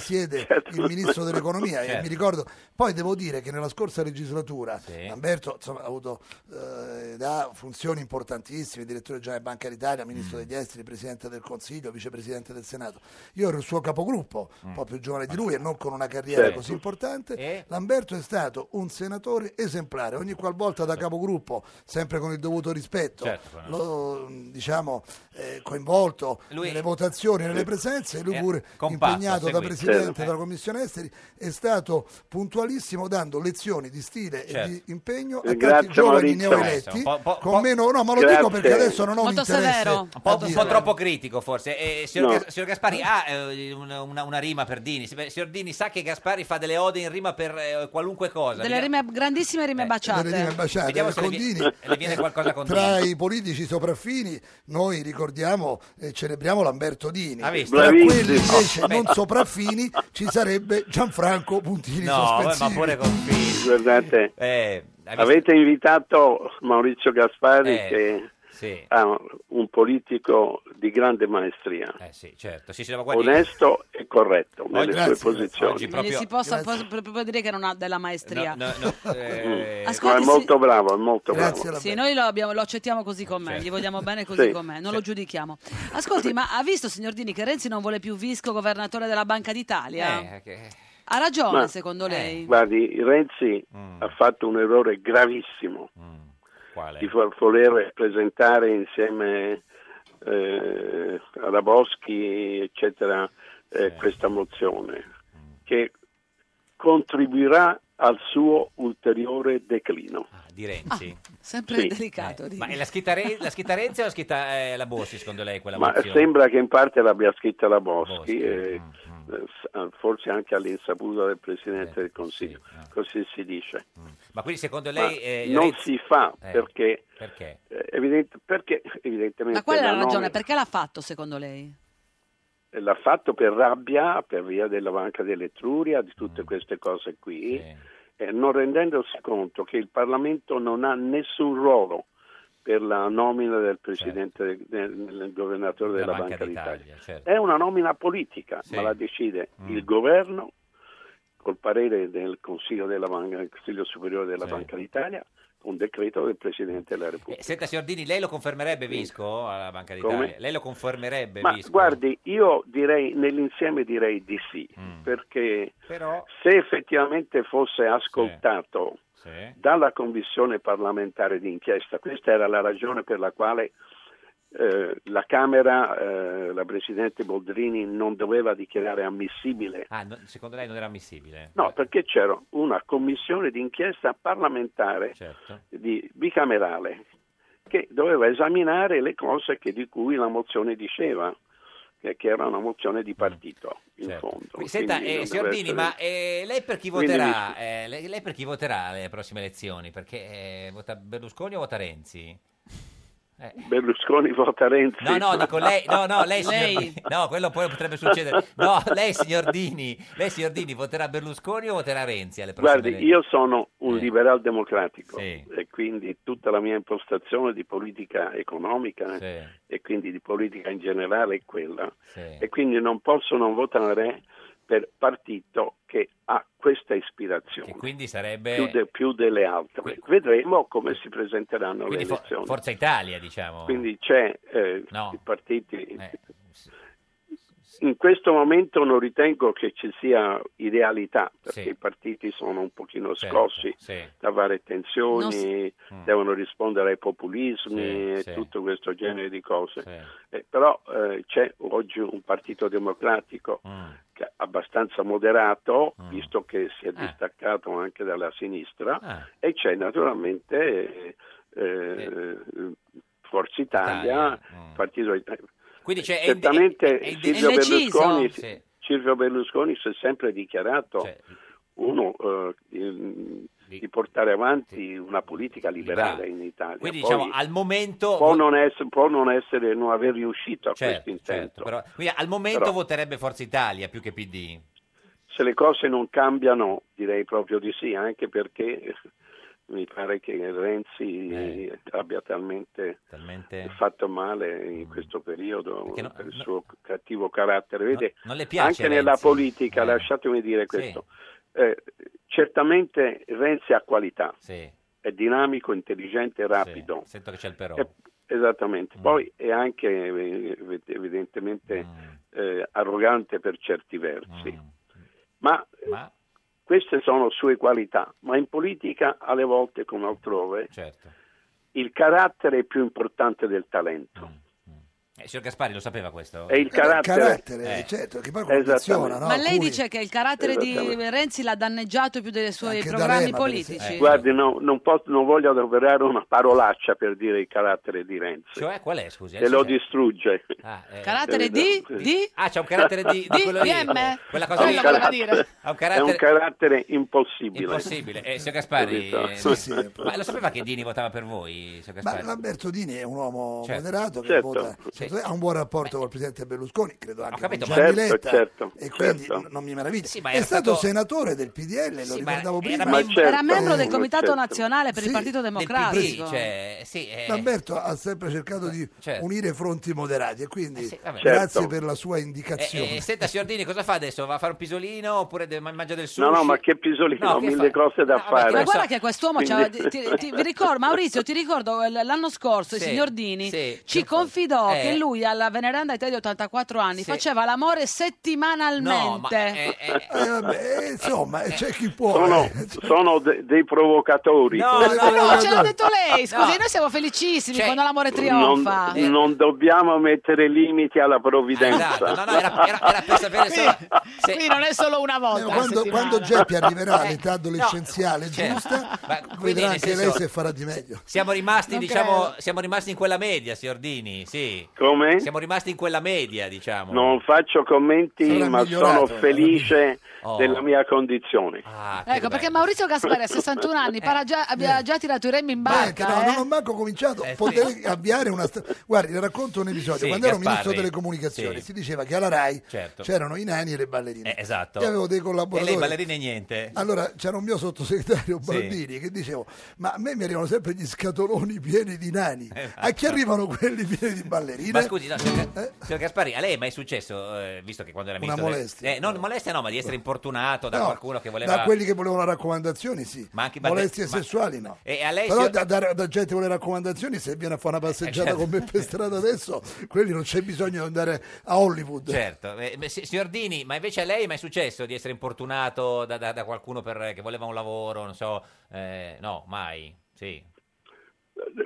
[SPEAKER 12] *laughs*
[SPEAKER 21] siede
[SPEAKER 12] Certo.
[SPEAKER 21] il ministro dell'economia, e
[SPEAKER 8] Certo.
[SPEAKER 21] mi ricordo, poi devo dire che nella scorsa legislatura
[SPEAKER 8] Sì.
[SPEAKER 21] Lamberto insomma, ha avuto eh, da funzioni importantissime, direttore generale Banca d'Italia, ministro degli esteri, presidente del Consiglio, vicepresidente del Senato, io
[SPEAKER 2] Mm. Ah.
[SPEAKER 21] ero il suo capogruppo, un po' più giovane di lui e non con una carriera
[SPEAKER 8] Certo.
[SPEAKER 21] così importante.
[SPEAKER 8] E?
[SPEAKER 21] Lamberto è stato un senatore esemplare. Ogni qualvolta da capogruppo, sempre con il dovuto rispetto,
[SPEAKER 2] Certo, no.
[SPEAKER 21] l'ho diciamo, eh, coinvolto
[SPEAKER 2] Lui-
[SPEAKER 21] nelle votazioni, nelle presenze, lui
[SPEAKER 2] Eh,
[SPEAKER 21] pure
[SPEAKER 2] compasso,
[SPEAKER 21] impegnato da
[SPEAKER 2] seguito.
[SPEAKER 21] presidente
[SPEAKER 2] Certo.
[SPEAKER 21] della Commissione Esteri, è stato puntualissimo dando lezioni di stile
[SPEAKER 2] Certo.
[SPEAKER 21] e di impegno a tanti
[SPEAKER 2] Grazie,
[SPEAKER 21] giovani
[SPEAKER 2] Maurizio.
[SPEAKER 21] neoeletti.
[SPEAKER 2] Insomma, un po- po-
[SPEAKER 21] Con meno, no, ma lo
[SPEAKER 2] Grazie.
[SPEAKER 21] dico perché adesso non ho un
[SPEAKER 1] Molto
[SPEAKER 21] interesse
[SPEAKER 1] severo.
[SPEAKER 2] Un
[SPEAKER 21] a
[SPEAKER 2] po', un po'
[SPEAKER 21] dirlo.
[SPEAKER 2] troppo critico forse. Eh, signor,
[SPEAKER 21] No.
[SPEAKER 2] Gas- signor Gaspari ha eh, una, una- una rima per Dini. Beh, Signor Dini sa che Gaspari fa delle ode in rima per eh, qualunque cosa.
[SPEAKER 1] Delle rime, grandissime rime baciate.
[SPEAKER 21] delle rime baciate.
[SPEAKER 2] Eh.
[SPEAKER 21] ecco.
[SPEAKER 2] Vediamo se le vi-
[SPEAKER 21] Condini,
[SPEAKER 2] le viene qualcosa con
[SPEAKER 21] tra
[SPEAKER 2] Dini.
[SPEAKER 21] i politici sopraffini noi ricordiamo e celebriamo Lamberto Dini
[SPEAKER 2] Ha visto?
[SPEAKER 21] tra
[SPEAKER 2] Bravissimo.
[SPEAKER 21] quelli invece
[SPEAKER 2] Oh,
[SPEAKER 21] non
[SPEAKER 2] beh.
[SPEAKER 21] sopraffini ci sarebbe Gianfranco Puntini
[SPEAKER 2] No, vabbè,
[SPEAKER 21] sospensivo
[SPEAKER 2] ma pure con Fini.
[SPEAKER 12] Guardate,
[SPEAKER 2] Eh, hai visto?
[SPEAKER 12] avete invitato Maurizio Gaspari
[SPEAKER 2] Eh,
[SPEAKER 12] che
[SPEAKER 2] sì.
[SPEAKER 12] ha un politico di grande maestria,
[SPEAKER 2] Eh sì, certo. Sì, sì, ma guardi-
[SPEAKER 12] onesto e corretto
[SPEAKER 2] Oggi-
[SPEAKER 12] nelle
[SPEAKER 2] grazie,
[SPEAKER 12] sue posizioni.
[SPEAKER 2] oggi
[SPEAKER 1] Non gli si possa po- proprio dire che non ha della maestria.
[SPEAKER 2] No, no, eh,
[SPEAKER 12] No, è
[SPEAKER 1] Ascolti,
[SPEAKER 12] molto bravo, è molto bravo.
[SPEAKER 1] Sì, noi lo, abbiamo- lo accettiamo così com'è,
[SPEAKER 12] Certo.
[SPEAKER 1] gli vogliamo
[SPEAKER 2] *laughs*
[SPEAKER 1] bene così
[SPEAKER 12] Sì.
[SPEAKER 1] com'è, non lo giudichiamo. Ascolti, ma ha visto, signor Dini, che Renzi non vuole più Visco governatore della Banca d'Italia?
[SPEAKER 2] Eh, che-
[SPEAKER 1] Ha ragione,
[SPEAKER 12] Ma-
[SPEAKER 1] secondo lei?
[SPEAKER 12] Guardi, Renzi ha fatto un errore gravissimo
[SPEAKER 2] Mm. Quale?
[SPEAKER 12] di far- voler presentare insieme eh, alla Boschi, eccetera, eh, questa mozione
[SPEAKER 2] Mm.
[SPEAKER 12] che contribuirà al suo ulteriore declino.
[SPEAKER 2] Ah, Di Renzi.
[SPEAKER 1] Sempre
[SPEAKER 12] Sì.
[SPEAKER 1] delicato. Dini.
[SPEAKER 2] Eh, Ma è la scritta, Re- la scritta Renzi o la scritta eh, la Bossi, secondo lei, quella
[SPEAKER 12] Ma
[SPEAKER 2] mozione?
[SPEAKER 12] sembra che in parte l'abbia scritta la Boschi, eh, eh, s- forse anche all'insaputa del Presidente del Consiglio, così si dice.
[SPEAKER 2] Ma quindi secondo
[SPEAKER 12] Ma
[SPEAKER 2] lei... eh,
[SPEAKER 12] non
[SPEAKER 2] Renzi-
[SPEAKER 12] si fa
[SPEAKER 2] Eh,
[SPEAKER 12] perché,
[SPEAKER 2] Perché?
[SPEAKER 12] eh, evidente- perché evidentemente
[SPEAKER 1] Ma qual è la
[SPEAKER 12] Vanoni
[SPEAKER 1] ragione? Perché l'ha fatto, secondo lei?
[SPEAKER 12] l'ha fatto per rabbia, per via della banca dell'Etruria, di tutte queste cose qui, eh, non rendendosi conto che il Parlamento non ha nessun ruolo per la nomina del Presidente del, del Governatore Certo. della Banca, d'Italia.
[SPEAKER 2] certo. Eh,
[SPEAKER 12] È una nomina politica, ma la decide
[SPEAKER 2] Mm.
[SPEAKER 12] il governo col parere del Consiglio, della Banca- del Consiglio Superiore della Banca d'Italia con decreto del Presidente della Repubblica.
[SPEAKER 2] Eh, Senta, signor Dini, lei lo confermerebbe Visco eh, alla Banca d'Italia?
[SPEAKER 12] Come?
[SPEAKER 2] Lei lo confermerebbe
[SPEAKER 12] Ma
[SPEAKER 2] Visco?
[SPEAKER 12] guardi, io direi nell'insieme direi di sì,
[SPEAKER 2] Mm.
[SPEAKER 12] perché
[SPEAKER 2] Però...
[SPEAKER 12] se effettivamente fosse ascoltato
[SPEAKER 2] Sì.
[SPEAKER 12] dalla commissione parlamentare d'inchiesta, questa era la ragione per la quale eh, la Camera, eh, la Presidente Boldrini non doveva dichiarare ammissibile.
[SPEAKER 2] Ah, no, secondo lei non era ammissibile?
[SPEAKER 12] No, perché c'era una commissione d'inchiesta parlamentare
[SPEAKER 2] Certo.
[SPEAKER 12] di- bicamerale che doveva esaminare le cose che- di cui la mozione diceva, che, che era una mozione di partito,
[SPEAKER 2] Eh.
[SPEAKER 12] in fondo.
[SPEAKER 2] Senta,
[SPEAKER 12] Quindi
[SPEAKER 2] eh,
[SPEAKER 12] non
[SPEAKER 2] signor
[SPEAKER 12] deve
[SPEAKER 2] Dini,
[SPEAKER 12] essere-
[SPEAKER 2] ma eh, lei per chi
[SPEAKER 12] Quindi
[SPEAKER 2] voterà? eh, lei, lei per chi voterà alle prossime elezioni? Perché eh, vota Berlusconi o vota Renzi?
[SPEAKER 12] Berlusconi vota Renzi.
[SPEAKER 2] No, no, dico lei, no, no, lei, signor
[SPEAKER 12] Lei.
[SPEAKER 2] Dini, no, quello poi potrebbe succedere. No, lei, signor Dini, lei, signor Dini, voterà Berlusconi o voterà Renzi alle prossime
[SPEAKER 12] Guardi,
[SPEAKER 2] elezioni?
[SPEAKER 12] io sono un
[SPEAKER 2] Eh.
[SPEAKER 12] liberal democratico e quindi tutta la mia impostazione di politica economica e quindi di politica in generale è quella. E quindi non posso non votare per partito che ha questa ispirazione.
[SPEAKER 2] Quindi
[SPEAKER 12] Più,
[SPEAKER 2] sarebbe
[SPEAKER 12] de- più delle altre. Vedremo come si presenteranno le
[SPEAKER 2] quindi fo-
[SPEAKER 12] elezioni.
[SPEAKER 2] Forza Italia, diciamo.
[SPEAKER 12] Quindi c'è eh,
[SPEAKER 2] No. Eh,
[SPEAKER 12] i partiti. In questo momento non ritengo che ci sia idealità, perché i partiti sono un pochino
[SPEAKER 2] Certo,
[SPEAKER 12] scossi da varie
[SPEAKER 2] Non
[SPEAKER 12] tensioni,
[SPEAKER 2] si-
[SPEAKER 12] devono rispondere ai populismi
[SPEAKER 2] Mm. Sì,
[SPEAKER 12] e
[SPEAKER 2] sì.
[SPEAKER 12] tutto questo genere di cose. Eh, però eh, c'è oggi un partito democratico
[SPEAKER 2] Mm.
[SPEAKER 12] che è abbastanza moderato, visto che si
[SPEAKER 2] Eh.
[SPEAKER 12] è distaccato anche dalla sinistra,
[SPEAKER 2] Ah.
[SPEAKER 12] e c'è naturalmente eh, eh, Forza Italia, Partito Italia.
[SPEAKER 2] mm. Quindi c'è- è-
[SPEAKER 12] Certamente
[SPEAKER 2] è- è- è
[SPEAKER 12] Silvio,
[SPEAKER 2] indeciso.
[SPEAKER 12] Berlusconi,
[SPEAKER 2] Sì.
[SPEAKER 12] Silvio Berlusconi si è sempre dichiarato
[SPEAKER 2] Cioè,
[SPEAKER 12] uno eh, di, di portare avanti una politica liberale in Italia.
[SPEAKER 2] Quindi,
[SPEAKER 12] Poi-
[SPEAKER 2] diciamo, al momento...
[SPEAKER 12] può non, essere, può non essere, non aver riuscito a
[SPEAKER 2] Certo,
[SPEAKER 12] questo intento.
[SPEAKER 2] però- quindi al momento
[SPEAKER 12] Però-
[SPEAKER 2] voterebbe Forza Italia più che PD.
[SPEAKER 12] Se le cose non cambiano, direi proprio di sì, anche perché *laughs* eh, mi pare che Renzi
[SPEAKER 2] Eh.
[SPEAKER 12] abbia talmente, fatto male in questo periodo per il suo cattivo carattere. Vede,
[SPEAKER 2] non le piace
[SPEAKER 12] anche nella
[SPEAKER 2] Renzi? Eh.
[SPEAKER 12] politica, lasciatemi dire questo, eh, certamente Renzi ha qualità,
[SPEAKER 2] Sì,
[SPEAKER 12] è dinamico, intelligente, rapido.
[SPEAKER 2] sento che c'è il però.
[SPEAKER 12] Eh, Esattamente,
[SPEAKER 2] Mm.
[SPEAKER 12] poi è anche eh, ev-
[SPEAKER 2] Mm.
[SPEAKER 12] evidentemente eh, arrogante per certi versi, ma, eh, Queste sono sue qualità, ma in politica, alle volte come altrove,
[SPEAKER 2] Certo.
[SPEAKER 12] il carattere è più importante del talento.
[SPEAKER 2] Eh, signor Gaspari lo sapeva questo?
[SPEAKER 12] È il carattere.
[SPEAKER 2] Eh.
[SPEAKER 12] certo, che poi
[SPEAKER 2] condiziona,
[SPEAKER 1] Ma lei dice che il carattere di Renzi l'ha danneggiato più dei suoi programmi
[SPEAKER 2] Eh.
[SPEAKER 1] politici.
[SPEAKER 12] Guardi, no, non, posso- non voglio adoperare una parolaccia per dire il carattere di Renzi.
[SPEAKER 2] Cioè, qual è, scusi?
[SPEAKER 12] E lo distrugge.
[SPEAKER 1] *laughs*
[SPEAKER 12] Eh,
[SPEAKER 1] Carattere di? di?
[SPEAKER 2] eh, Ah, c'è un carattere di- di quello lì.
[SPEAKER 1] PM?
[SPEAKER 2] Quella cosa
[SPEAKER 12] Ha un
[SPEAKER 2] lì.
[SPEAKER 12] carattere-
[SPEAKER 2] Ha un
[SPEAKER 12] È un
[SPEAKER 2] carattere-
[SPEAKER 12] carattere impossibile.
[SPEAKER 2] Impossibile. Eh, signor Gaspari,
[SPEAKER 12] Capito?
[SPEAKER 2] eh,
[SPEAKER 12] Sì, sì, è
[SPEAKER 2] ma lo sapeva che Dini votava per voi, signor Eh,
[SPEAKER 21] Ma
[SPEAKER 2] Gaspari?
[SPEAKER 21] Lamberto Dini è un uomo
[SPEAKER 2] Certo.
[SPEAKER 21] moderato che
[SPEAKER 2] Certo.
[SPEAKER 21] vota, cioè,
[SPEAKER 2] Sì.
[SPEAKER 21] ha un buon rapporto col presidente Berlusconi, credo anche
[SPEAKER 2] capito,
[SPEAKER 21] con
[SPEAKER 2] ma-
[SPEAKER 21] Gianni
[SPEAKER 2] Certo,
[SPEAKER 21] Letta,
[SPEAKER 2] certo,
[SPEAKER 21] e quindi
[SPEAKER 2] certo.
[SPEAKER 21] non mi meraviglia.
[SPEAKER 2] Sì, ma
[SPEAKER 21] è
[SPEAKER 2] era
[SPEAKER 21] stato,
[SPEAKER 2] stato-
[SPEAKER 21] senatore del PDL, lo
[SPEAKER 2] Sì, ma certo,
[SPEAKER 21] ricordavo
[SPEAKER 2] era
[SPEAKER 21] prima.
[SPEAKER 2] mem-
[SPEAKER 1] Era membro del Comitato
[SPEAKER 21] certo.
[SPEAKER 1] Nazionale per il Partito Democratico.
[SPEAKER 2] cioè, sì, eh,
[SPEAKER 21] Lamberto ha sempre cercato di
[SPEAKER 2] certo.
[SPEAKER 21] unire fronti moderati e quindi
[SPEAKER 2] vabbè.
[SPEAKER 21] grazie
[SPEAKER 2] Certo.
[SPEAKER 21] per la sua
[SPEAKER 2] Eh,
[SPEAKER 21] indicazione.
[SPEAKER 2] eh, senta, signor Dini, cosa fa adesso? Va a fare un pisolino oppure de- ma- mangia del sushi?
[SPEAKER 12] No, no, ma che pisolino,
[SPEAKER 2] No,
[SPEAKER 12] ho
[SPEAKER 2] che
[SPEAKER 12] mille cose da fare.
[SPEAKER 1] Ma guarda che Eh, quest'uomo c'ha-
[SPEAKER 12] Quindi-
[SPEAKER 1] ti- ti- vi ricordo, Maurizio, ti ricordo eh, l'anno scorso il
[SPEAKER 12] Sì,
[SPEAKER 1] signor Dini
[SPEAKER 12] sì,
[SPEAKER 1] ci confidò
[SPEAKER 12] Eh.
[SPEAKER 1] che lui alla veneranda età di 84 anni faceva l'amore settimanalmente.
[SPEAKER 12] No, ma,
[SPEAKER 21] Eh, vabbè, insomma, eh, c'è chi può. eh.
[SPEAKER 12] Sono, sono de- dei provocatori.
[SPEAKER 1] Ma no, ce l'ha
[SPEAKER 21] no.
[SPEAKER 1] detto lei. Scusi, noi siamo felicissimi quando l'amore
[SPEAKER 12] non,
[SPEAKER 1] trionfa.
[SPEAKER 12] non dobbiamo mettere limiti alla provvidenza.
[SPEAKER 1] Esatto, Qui non è solo una volta. a
[SPEAKER 21] Quando,
[SPEAKER 1] settimana.
[SPEAKER 21] quando Geppi arriverà all'età adolescenziale
[SPEAKER 2] certo,
[SPEAKER 21] giusta,
[SPEAKER 2] quindi,
[SPEAKER 21] vedrà
[SPEAKER 2] nel
[SPEAKER 21] anche
[SPEAKER 2] senso-
[SPEAKER 21] lei se farà di meglio.
[SPEAKER 2] Siamo rimasti,
[SPEAKER 21] Non
[SPEAKER 2] diciamo,
[SPEAKER 21] credo.
[SPEAKER 2] siamo rimasti in quella media, signor Dini, sì.
[SPEAKER 12] Come?
[SPEAKER 2] Siamo rimasti in quella media, diciamo.
[SPEAKER 12] Non faccio commenti,
[SPEAKER 2] Sarà
[SPEAKER 12] ma
[SPEAKER 2] migliorato,
[SPEAKER 12] sono
[SPEAKER 2] eh,
[SPEAKER 12] felice
[SPEAKER 2] Oh.
[SPEAKER 12] della mia condizione.
[SPEAKER 1] Ecco, perché Maurizio Gaspari a 61 anni para già, abbia già tirato i remi in barca.
[SPEAKER 21] no,
[SPEAKER 1] eh.
[SPEAKER 21] non ho manco cominciato. Potrei avviare una. sta- Guardi, le racconto un episodio.
[SPEAKER 2] Sì,
[SPEAKER 21] Quando ero
[SPEAKER 2] Gasparri.
[SPEAKER 21] ministro delle comunicazioni,
[SPEAKER 2] Sì.
[SPEAKER 21] si diceva che alla Rai
[SPEAKER 2] Certo.
[SPEAKER 21] c'erano i nani e le ballerine.
[SPEAKER 2] Eh, esatto.
[SPEAKER 21] Io avevo dei
[SPEAKER 2] E
[SPEAKER 21] collaboratori.
[SPEAKER 2] lei ballerina e niente.
[SPEAKER 21] Allora c'era un mio sottosegretario
[SPEAKER 2] Sì.
[SPEAKER 21] Baldini che dicevo: Ma a me mi arrivano sempre gli scatoloni pieni di nani.
[SPEAKER 2] Eh,
[SPEAKER 21] A chi arrivano quelli pieni di ballerine?
[SPEAKER 2] Ma scusi, no, signor, Ga- signor Gaspari, a lei è mai successo, eh, visto che quando era
[SPEAKER 21] Eh? Una
[SPEAKER 2] ministro... del-
[SPEAKER 21] molestia.
[SPEAKER 2] eh, non molestia no, ma di essere importunato da
[SPEAKER 21] No,
[SPEAKER 2] qualcuno che voleva...
[SPEAKER 21] Da quelli che volevano raccomandazioni, sì.
[SPEAKER 2] Ma anche i balle-
[SPEAKER 21] Molestie
[SPEAKER 2] ma-
[SPEAKER 21] sessuali, no.
[SPEAKER 2] E a lei,
[SPEAKER 21] Però
[SPEAKER 2] signor-
[SPEAKER 21] da, da- da gente che vuole raccomandazioni, se viene a fare una passeggiata
[SPEAKER 2] Eh, certo.
[SPEAKER 21] con me per strada adesso, quelli non c'è bisogno di andare a Hollywood.
[SPEAKER 2] Certo, eh, beh, si- signor Dini, ma invece a lei è mai successo di essere importunato da, da- da qualcuno per- eh, che voleva un lavoro, non so, eh, no, mai, sì.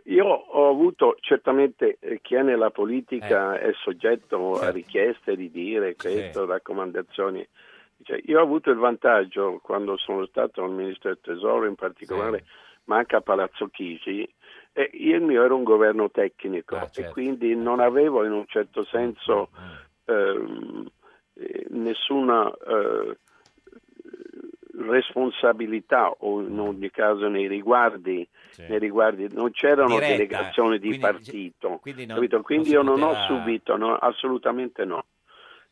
[SPEAKER 12] Io ho avuto certamente eh, chi è nella politica è soggetto a richieste di dire questo, raccomandazioni. Cioè, io ho avuto il vantaggio quando sono stato al Ministro del Tesoro in particolare, ma anche a Palazzo Chigi, eh, io il mio era un governo tecnico e quindi non avevo in un certo senso ehm, eh, nessuna eh, responsabilità o in ogni caso nei riguardi, nei riguardi non c'erano
[SPEAKER 2] Diretta,
[SPEAKER 12] delegazioni di
[SPEAKER 2] quindi-
[SPEAKER 12] partito,
[SPEAKER 2] quindi
[SPEAKER 12] quindi,
[SPEAKER 2] non-
[SPEAKER 12] capito?
[SPEAKER 2] non
[SPEAKER 12] quindi
[SPEAKER 2] si
[SPEAKER 12] io non
[SPEAKER 2] poteva-
[SPEAKER 12] ho subito, no, assolutamente no.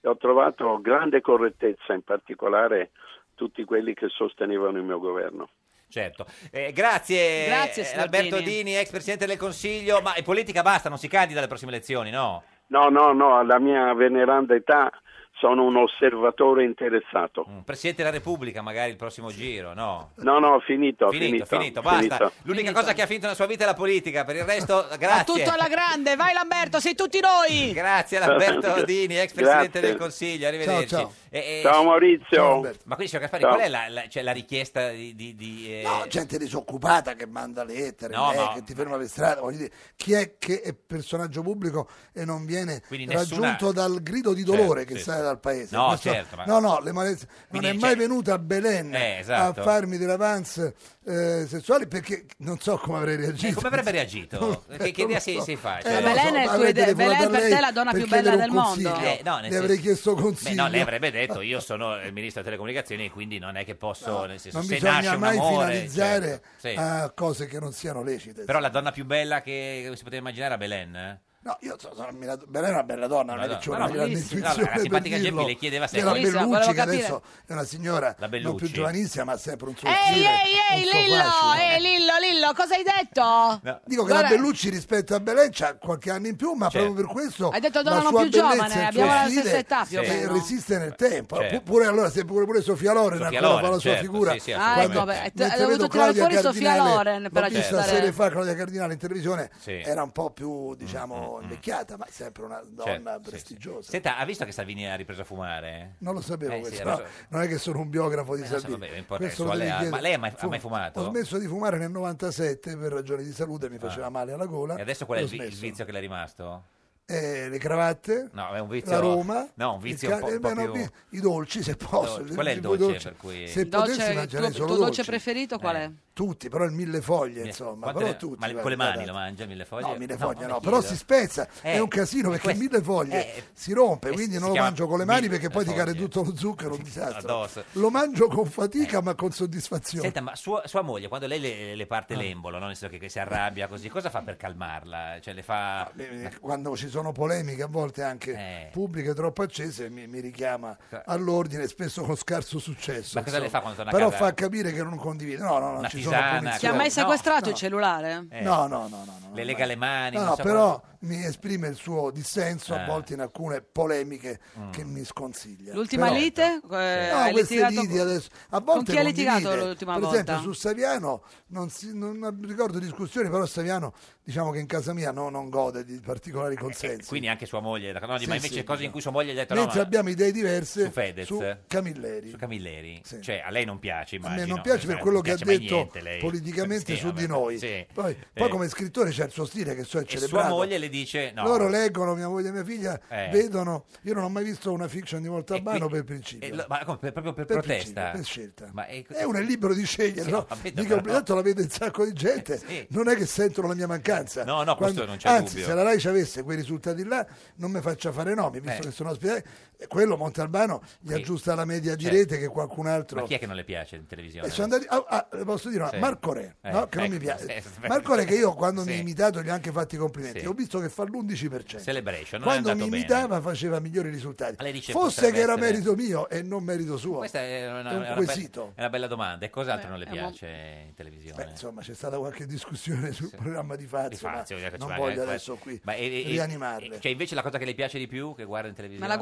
[SPEAKER 12] E ho trovato grande correttezza, in particolare tutti quelli che sostenevano il mio governo.
[SPEAKER 2] Certo, Eh, grazie,
[SPEAKER 1] Grazie,
[SPEAKER 2] eh,
[SPEAKER 1] signor
[SPEAKER 2] Alberto
[SPEAKER 1] Dini.
[SPEAKER 2] Dini, ex presidente del Consiglio, ma in politica basta, non si candida alle prossime elezioni, no?
[SPEAKER 12] No, no, no, alla mia veneranda età sono un osservatore interessato.
[SPEAKER 2] Mm. Presidente della Repubblica magari il prossimo giro, no?
[SPEAKER 12] No, no, finito,
[SPEAKER 2] Finito,
[SPEAKER 12] finito,
[SPEAKER 2] finito, basta.
[SPEAKER 12] finito.
[SPEAKER 2] L'unica cosa che ha finito nella sua vita è la politica, per il resto grazie.
[SPEAKER 1] Ma tutto alla grande, vai Lamberto, sei tutti noi.
[SPEAKER 2] Grazie Alberto Dini, ex presidente del Consiglio, arrivederci.
[SPEAKER 21] Ciao, ciao.
[SPEAKER 2] E- e-
[SPEAKER 21] Ciao, Maurizio. Ciao, Alberto.
[SPEAKER 2] Ma quindi, signor Gaspari,
[SPEAKER 21] Ciao.
[SPEAKER 2] qual è la, la- cioè, la richiesta di... di- di, eh,
[SPEAKER 21] No, gente disoccupata che manda lettere,
[SPEAKER 2] No,
[SPEAKER 21] lei
[SPEAKER 2] ma-
[SPEAKER 21] eh, che ti ferma per strada. voglio dire, chi è che è personaggio pubblico e non viene
[SPEAKER 2] Quindi nessuna-
[SPEAKER 21] raggiunto dal grido di dolore
[SPEAKER 2] Certo,
[SPEAKER 21] che
[SPEAKER 2] sì,
[SPEAKER 21] sale
[SPEAKER 2] sì.
[SPEAKER 21] dal paese?
[SPEAKER 2] No, certo, ma-
[SPEAKER 21] no, no, le molestie- non
[SPEAKER 2] Quindi, cioè-
[SPEAKER 21] è mai venuta a Belen
[SPEAKER 2] Eh, esatto.
[SPEAKER 21] a farmi delle avance eh, sessuali perché non so come avrei reagito.
[SPEAKER 2] Eh, come avrebbe reagito? Che- che idea si- si fa?
[SPEAKER 1] Eh,
[SPEAKER 2] Cioè-
[SPEAKER 21] Eh, non
[SPEAKER 2] Belen
[SPEAKER 21] so,
[SPEAKER 2] è il tuo
[SPEAKER 21] avrei
[SPEAKER 2] ide-
[SPEAKER 1] Belen
[SPEAKER 21] telefonato a
[SPEAKER 1] per
[SPEAKER 21] lei
[SPEAKER 1] te è la donna
[SPEAKER 21] per
[SPEAKER 1] più bella
[SPEAKER 21] chiedere un
[SPEAKER 1] del mondo.
[SPEAKER 21] consiglio.
[SPEAKER 1] Eh,
[SPEAKER 2] no, nel
[SPEAKER 21] Le avrei
[SPEAKER 2] senso-
[SPEAKER 21] chiesto
[SPEAKER 2] Beh,
[SPEAKER 21] consiglio.
[SPEAKER 2] no, lei avrebbe detto io sono il ministro delle comunicazioni quindi non è che posso, nel senso,
[SPEAKER 21] non
[SPEAKER 2] se nasce
[SPEAKER 21] bisogna
[SPEAKER 2] un
[SPEAKER 21] mai
[SPEAKER 2] amore,
[SPEAKER 21] finalizzare
[SPEAKER 2] certo, sì.
[SPEAKER 21] a cose che non siano lecite.
[SPEAKER 2] Però la donna più bella che si poteva immaginare era Belen. eh?
[SPEAKER 21] No, io so- sono ammirato. Belen è una bella donna, non
[SPEAKER 2] Una
[SPEAKER 21] è che ci
[SPEAKER 2] donna-
[SPEAKER 21] vuole
[SPEAKER 2] no, no,
[SPEAKER 21] la
[SPEAKER 2] bellissima. No, la simpatica Geppi le chiedeva se-
[SPEAKER 21] la
[SPEAKER 2] Bellissima,
[SPEAKER 21] Bellucci,
[SPEAKER 2] volevo
[SPEAKER 21] che
[SPEAKER 2] capire.
[SPEAKER 21] adesso è una signora
[SPEAKER 2] La
[SPEAKER 21] non più
[SPEAKER 2] Bellucci.
[SPEAKER 21] giovanissima, ma sempre un suo
[SPEAKER 1] Ehi, ehi,
[SPEAKER 21] stile,
[SPEAKER 1] ehi,
[SPEAKER 21] un suo
[SPEAKER 1] Lillo,
[SPEAKER 21] fascino.
[SPEAKER 1] ehi, Lillo, Lillo, cosa hai detto?
[SPEAKER 21] Dico che
[SPEAKER 1] Guarda-
[SPEAKER 21] la Bellucci rispetto a Belen c'ha qualche anno in più, ma
[SPEAKER 2] Certo.
[SPEAKER 21] proprio per questo
[SPEAKER 1] Hai detto
[SPEAKER 21] la
[SPEAKER 1] donna non
[SPEAKER 21] sua
[SPEAKER 1] più
[SPEAKER 21] bellezza
[SPEAKER 1] giovane,
[SPEAKER 21] e il
[SPEAKER 1] abbiamo
[SPEAKER 21] suo
[SPEAKER 1] la stessa
[SPEAKER 21] stile
[SPEAKER 1] età più o
[SPEAKER 21] che
[SPEAKER 1] meno.
[SPEAKER 21] resiste nel tempo.
[SPEAKER 2] Certo.
[SPEAKER 21] Pu- Pure allora, se pure, pure Sofia Loren
[SPEAKER 2] Sofia
[SPEAKER 21] ancora
[SPEAKER 2] Loren,
[SPEAKER 21] fa la sua
[SPEAKER 2] certo,
[SPEAKER 21] figura.
[SPEAKER 2] sì, sì,
[SPEAKER 1] Ah,
[SPEAKER 21] quando-
[SPEAKER 1] ecco, beh,
[SPEAKER 21] mentre
[SPEAKER 1] hai dovuto
[SPEAKER 21] vedo
[SPEAKER 1] tirare
[SPEAKER 21] Claudia
[SPEAKER 1] fuori Sofia
[SPEAKER 21] Cardinale,
[SPEAKER 1] Loren per
[SPEAKER 21] l'ho vista
[SPEAKER 1] aggiustare.
[SPEAKER 21] sere fa Claudia Cardinale in televisione,
[SPEAKER 2] Sì. Mm,
[SPEAKER 21] era un po' più, diciamo, po' invecchiata, ma sempre una donna
[SPEAKER 2] Certo, sì,
[SPEAKER 21] prestigiosa.
[SPEAKER 2] Senta, ha visto che Salvini ha ripreso a fumare?
[SPEAKER 21] Non lo sapevo
[SPEAKER 2] Eh,
[SPEAKER 21] questo,
[SPEAKER 2] sì,
[SPEAKER 21] no.
[SPEAKER 2] adesso-
[SPEAKER 21] non è che sono un biografo di
[SPEAKER 2] Eh, lo so,
[SPEAKER 21] Salvini.
[SPEAKER 2] vabbè, importa,
[SPEAKER 21] Questo
[SPEAKER 2] il suo
[SPEAKER 21] lo devi
[SPEAKER 2] alleato.
[SPEAKER 21] chiedere.
[SPEAKER 2] Ma lei ha mai- ha
[SPEAKER 21] Fu-
[SPEAKER 2] mai fumato?
[SPEAKER 21] Ho smesso di fumare nel 97 per ragioni di salute, mi faceva
[SPEAKER 2] Ah.
[SPEAKER 21] male alla gola.
[SPEAKER 2] E adesso qual è
[SPEAKER 21] L'ho
[SPEAKER 2] il, vi- il
[SPEAKER 21] smesso.
[SPEAKER 2] vizio che le è rimasto?
[SPEAKER 21] Eh, le cravatte,
[SPEAKER 2] No, è un vizio.
[SPEAKER 21] la Roma,
[SPEAKER 2] No, un
[SPEAKER 21] il
[SPEAKER 2] vizio
[SPEAKER 21] ca-
[SPEAKER 2] un po',
[SPEAKER 21] eh,
[SPEAKER 2] un po'
[SPEAKER 21] beh, no,
[SPEAKER 2] più.
[SPEAKER 21] vi- i dolci se posso.
[SPEAKER 2] dolci.
[SPEAKER 21] se-
[SPEAKER 2] Qual è il
[SPEAKER 21] se vuoi
[SPEAKER 2] dolce per cui-
[SPEAKER 21] Se
[SPEAKER 1] Il dolce- il
[SPEAKER 21] potessi
[SPEAKER 1] Eh, tuo-
[SPEAKER 21] mangiare
[SPEAKER 1] il
[SPEAKER 21] solo
[SPEAKER 1] tuo dolce
[SPEAKER 21] dolci.
[SPEAKER 1] preferito qual
[SPEAKER 2] Eh.
[SPEAKER 1] è?
[SPEAKER 21] Tutti, però il mille foglie, insomma,
[SPEAKER 2] Quante
[SPEAKER 21] però
[SPEAKER 2] ne-
[SPEAKER 21] tutti.
[SPEAKER 2] ma le-
[SPEAKER 21] guarda,
[SPEAKER 2] con le mani lo
[SPEAKER 21] guardate.
[SPEAKER 2] mangia mille foglie?
[SPEAKER 21] No, mille foglie no,
[SPEAKER 2] mi
[SPEAKER 21] però
[SPEAKER 2] chiedo.
[SPEAKER 21] si spezza,
[SPEAKER 2] Eh,
[SPEAKER 21] è un casino perché
[SPEAKER 2] questo-
[SPEAKER 21] mille foglie
[SPEAKER 2] eh,
[SPEAKER 21] si rompe,
[SPEAKER 2] eh,
[SPEAKER 21] quindi
[SPEAKER 2] si
[SPEAKER 21] non lo
[SPEAKER 2] chiama
[SPEAKER 21] mangio con le mani
[SPEAKER 2] mille
[SPEAKER 21] perché poi ti cade
[SPEAKER 2] foglie.
[SPEAKER 21] tutto lo zucchero, un disastro.
[SPEAKER 2] Addosso.
[SPEAKER 21] Lo mangio con fatica ma con soddisfazione.
[SPEAKER 2] Senta, ma sua, sua moglie, quando lei le, le
[SPEAKER 21] Ah.
[SPEAKER 2] parte l'embolo, no? nel senso che, che si arrabbia così, cosa fa per calmarla? Cioè, le fa...
[SPEAKER 21] Eh, Quando ci sono polemiche, a volte anche
[SPEAKER 2] Eh.
[SPEAKER 21] pubbliche troppo accese, mi, mi richiama
[SPEAKER 2] Cosa-
[SPEAKER 21] all'ordine, spesso con scarso successo.
[SPEAKER 2] Cioè Ma cosa le
[SPEAKER 21] insomma.
[SPEAKER 2] fa quando torna a
[SPEAKER 21] Però
[SPEAKER 2] casa?
[SPEAKER 21] fa capire che non condivide. No, no, no,
[SPEAKER 2] Una
[SPEAKER 21] ci
[SPEAKER 2] tisana,
[SPEAKER 21] sono
[SPEAKER 1] Ti ha mai
[SPEAKER 21] punizioni.
[SPEAKER 1] sequestrato
[SPEAKER 21] No.
[SPEAKER 1] il cellulare?
[SPEAKER 2] Eh.
[SPEAKER 21] No, no, no, no.
[SPEAKER 2] le lega le mani?
[SPEAKER 21] No,
[SPEAKER 2] non
[SPEAKER 21] no,
[SPEAKER 2] so
[SPEAKER 21] però
[SPEAKER 2] cosa-
[SPEAKER 21] mi esprime il suo dissenso
[SPEAKER 2] Ah.
[SPEAKER 21] a volte in alcune polemiche
[SPEAKER 2] Mm.
[SPEAKER 21] che mi sconsiglia.
[SPEAKER 1] L'ultima
[SPEAKER 21] Però-
[SPEAKER 1] lite? Eh,
[SPEAKER 21] No,
[SPEAKER 1] hai
[SPEAKER 21] queste
[SPEAKER 1] litigato-
[SPEAKER 21] liti adesso. A
[SPEAKER 1] Con
[SPEAKER 21] volte
[SPEAKER 1] chi hai litigato
[SPEAKER 21] condivide.
[SPEAKER 1] l'ultima
[SPEAKER 21] per
[SPEAKER 1] volta?
[SPEAKER 21] esempio, su Saviano non, si- non ricordo discussioni, però Saviano diciamo che in casa mia no- non gode di
[SPEAKER 2] Eh,
[SPEAKER 21] particolari consensi.
[SPEAKER 2] Quindi anche sua moglie, no,
[SPEAKER 21] Sì,
[SPEAKER 2] ma
[SPEAKER 21] sì,
[SPEAKER 2] invece cose in
[SPEAKER 21] diciamo.
[SPEAKER 2] cui sua moglie gli ha detto no,
[SPEAKER 21] Mentre
[SPEAKER 2] ma-
[SPEAKER 21] abbiamo idee diverse
[SPEAKER 2] su Fedez,
[SPEAKER 21] su Camilleri.
[SPEAKER 2] Su Camilleri? Cioè, a lei non piace,
[SPEAKER 21] A
[SPEAKER 2] immagino.
[SPEAKER 21] me non piace per
[SPEAKER 2] Eh,
[SPEAKER 21] quello
[SPEAKER 2] non
[SPEAKER 21] che ha
[SPEAKER 2] piace mai
[SPEAKER 21] detto
[SPEAKER 2] niente, lei.
[SPEAKER 21] politicamente
[SPEAKER 2] *laughs* Sì,
[SPEAKER 21] su
[SPEAKER 2] vabbè,
[SPEAKER 21] di noi.
[SPEAKER 2] sì.
[SPEAKER 21] Poi,
[SPEAKER 2] Eh,
[SPEAKER 21] poi come scrittore c'è il suo stile che so è cioè
[SPEAKER 2] e
[SPEAKER 21] celebrato.
[SPEAKER 2] sua moglie le dice no.
[SPEAKER 21] Loro leggono, mia moglie e mia figlia
[SPEAKER 2] Eh.
[SPEAKER 21] vedono. Io non ho mai visto una fiction di Montalbano
[SPEAKER 2] qui-
[SPEAKER 21] per principio.
[SPEAKER 2] Eh, lo- ma come, per- proprio per,
[SPEAKER 21] Per
[SPEAKER 2] protesta.
[SPEAKER 21] principio, per scelta.
[SPEAKER 2] Ma eh, è,
[SPEAKER 21] è uno è libero di scegliere,
[SPEAKER 2] Sì,
[SPEAKER 21] no?
[SPEAKER 2] ho capito,
[SPEAKER 21] Dico,
[SPEAKER 2] però- Eh,
[SPEAKER 21] tanto la vede un sacco di gente,
[SPEAKER 2] sì.
[SPEAKER 21] non è che sentono la mia mancanza.
[SPEAKER 2] No, no, questo non c'è
[SPEAKER 21] anzi,
[SPEAKER 2] dubbio.
[SPEAKER 21] se la Rai ci avesse quei risultati là, non mi faccia fare nomi, visto
[SPEAKER 2] Eh.
[SPEAKER 21] che sono ospedale. eh, Quello Montalbano gli
[SPEAKER 2] Sì.
[SPEAKER 21] aggiusta la media di
[SPEAKER 2] Certo.
[SPEAKER 21] rete che qualcun altro.
[SPEAKER 2] Ma chi è che non le piace in televisione?
[SPEAKER 21] Eh, sono andati- ah, ah, le posso dire, una-
[SPEAKER 2] Sì.
[SPEAKER 21] Marco Re,
[SPEAKER 2] Eh,
[SPEAKER 21] no? che non
[SPEAKER 2] ecco,
[SPEAKER 21] mi piace.
[SPEAKER 2] sì, sì.
[SPEAKER 21] Marco Re, che io quando mi
[SPEAKER 2] Sì.
[SPEAKER 21] ha imitato gli ho anche fatto i complimenti,
[SPEAKER 2] Sì.
[SPEAKER 21] ho visto che fa l'11%.
[SPEAKER 2] Celebration, non è
[SPEAKER 21] Quando mi
[SPEAKER 2] andato bene.
[SPEAKER 21] imitava faceva migliori risultati.
[SPEAKER 2] Ma lei dice,
[SPEAKER 21] Forse
[SPEAKER 2] potrebbe
[SPEAKER 21] che era
[SPEAKER 2] essere-
[SPEAKER 21] merito mio e non merito suo.
[SPEAKER 2] Questa è una,
[SPEAKER 21] un
[SPEAKER 2] è una be-
[SPEAKER 21] quesito.
[SPEAKER 2] è una bella domanda. E cos'altro non le
[SPEAKER 21] Eh, è un-
[SPEAKER 2] piace in televisione?
[SPEAKER 21] Beh, insomma, c'è stata qualche discussione sul programma di
[SPEAKER 2] Di
[SPEAKER 21] Fazio, ma
[SPEAKER 2] Fazio, che ci
[SPEAKER 21] non
[SPEAKER 2] va-
[SPEAKER 21] voglio
[SPEAKER 2] eh,
[SPEAKER 21] adesso qui
[SPEAKER 2] ma e- e-
[SPEAKER 21] rianimarle.
[SPEAKER 2] e- Cioè, invece la cosa che le piace di più che guarda in televisione?
[SPEAKER 21] Ah,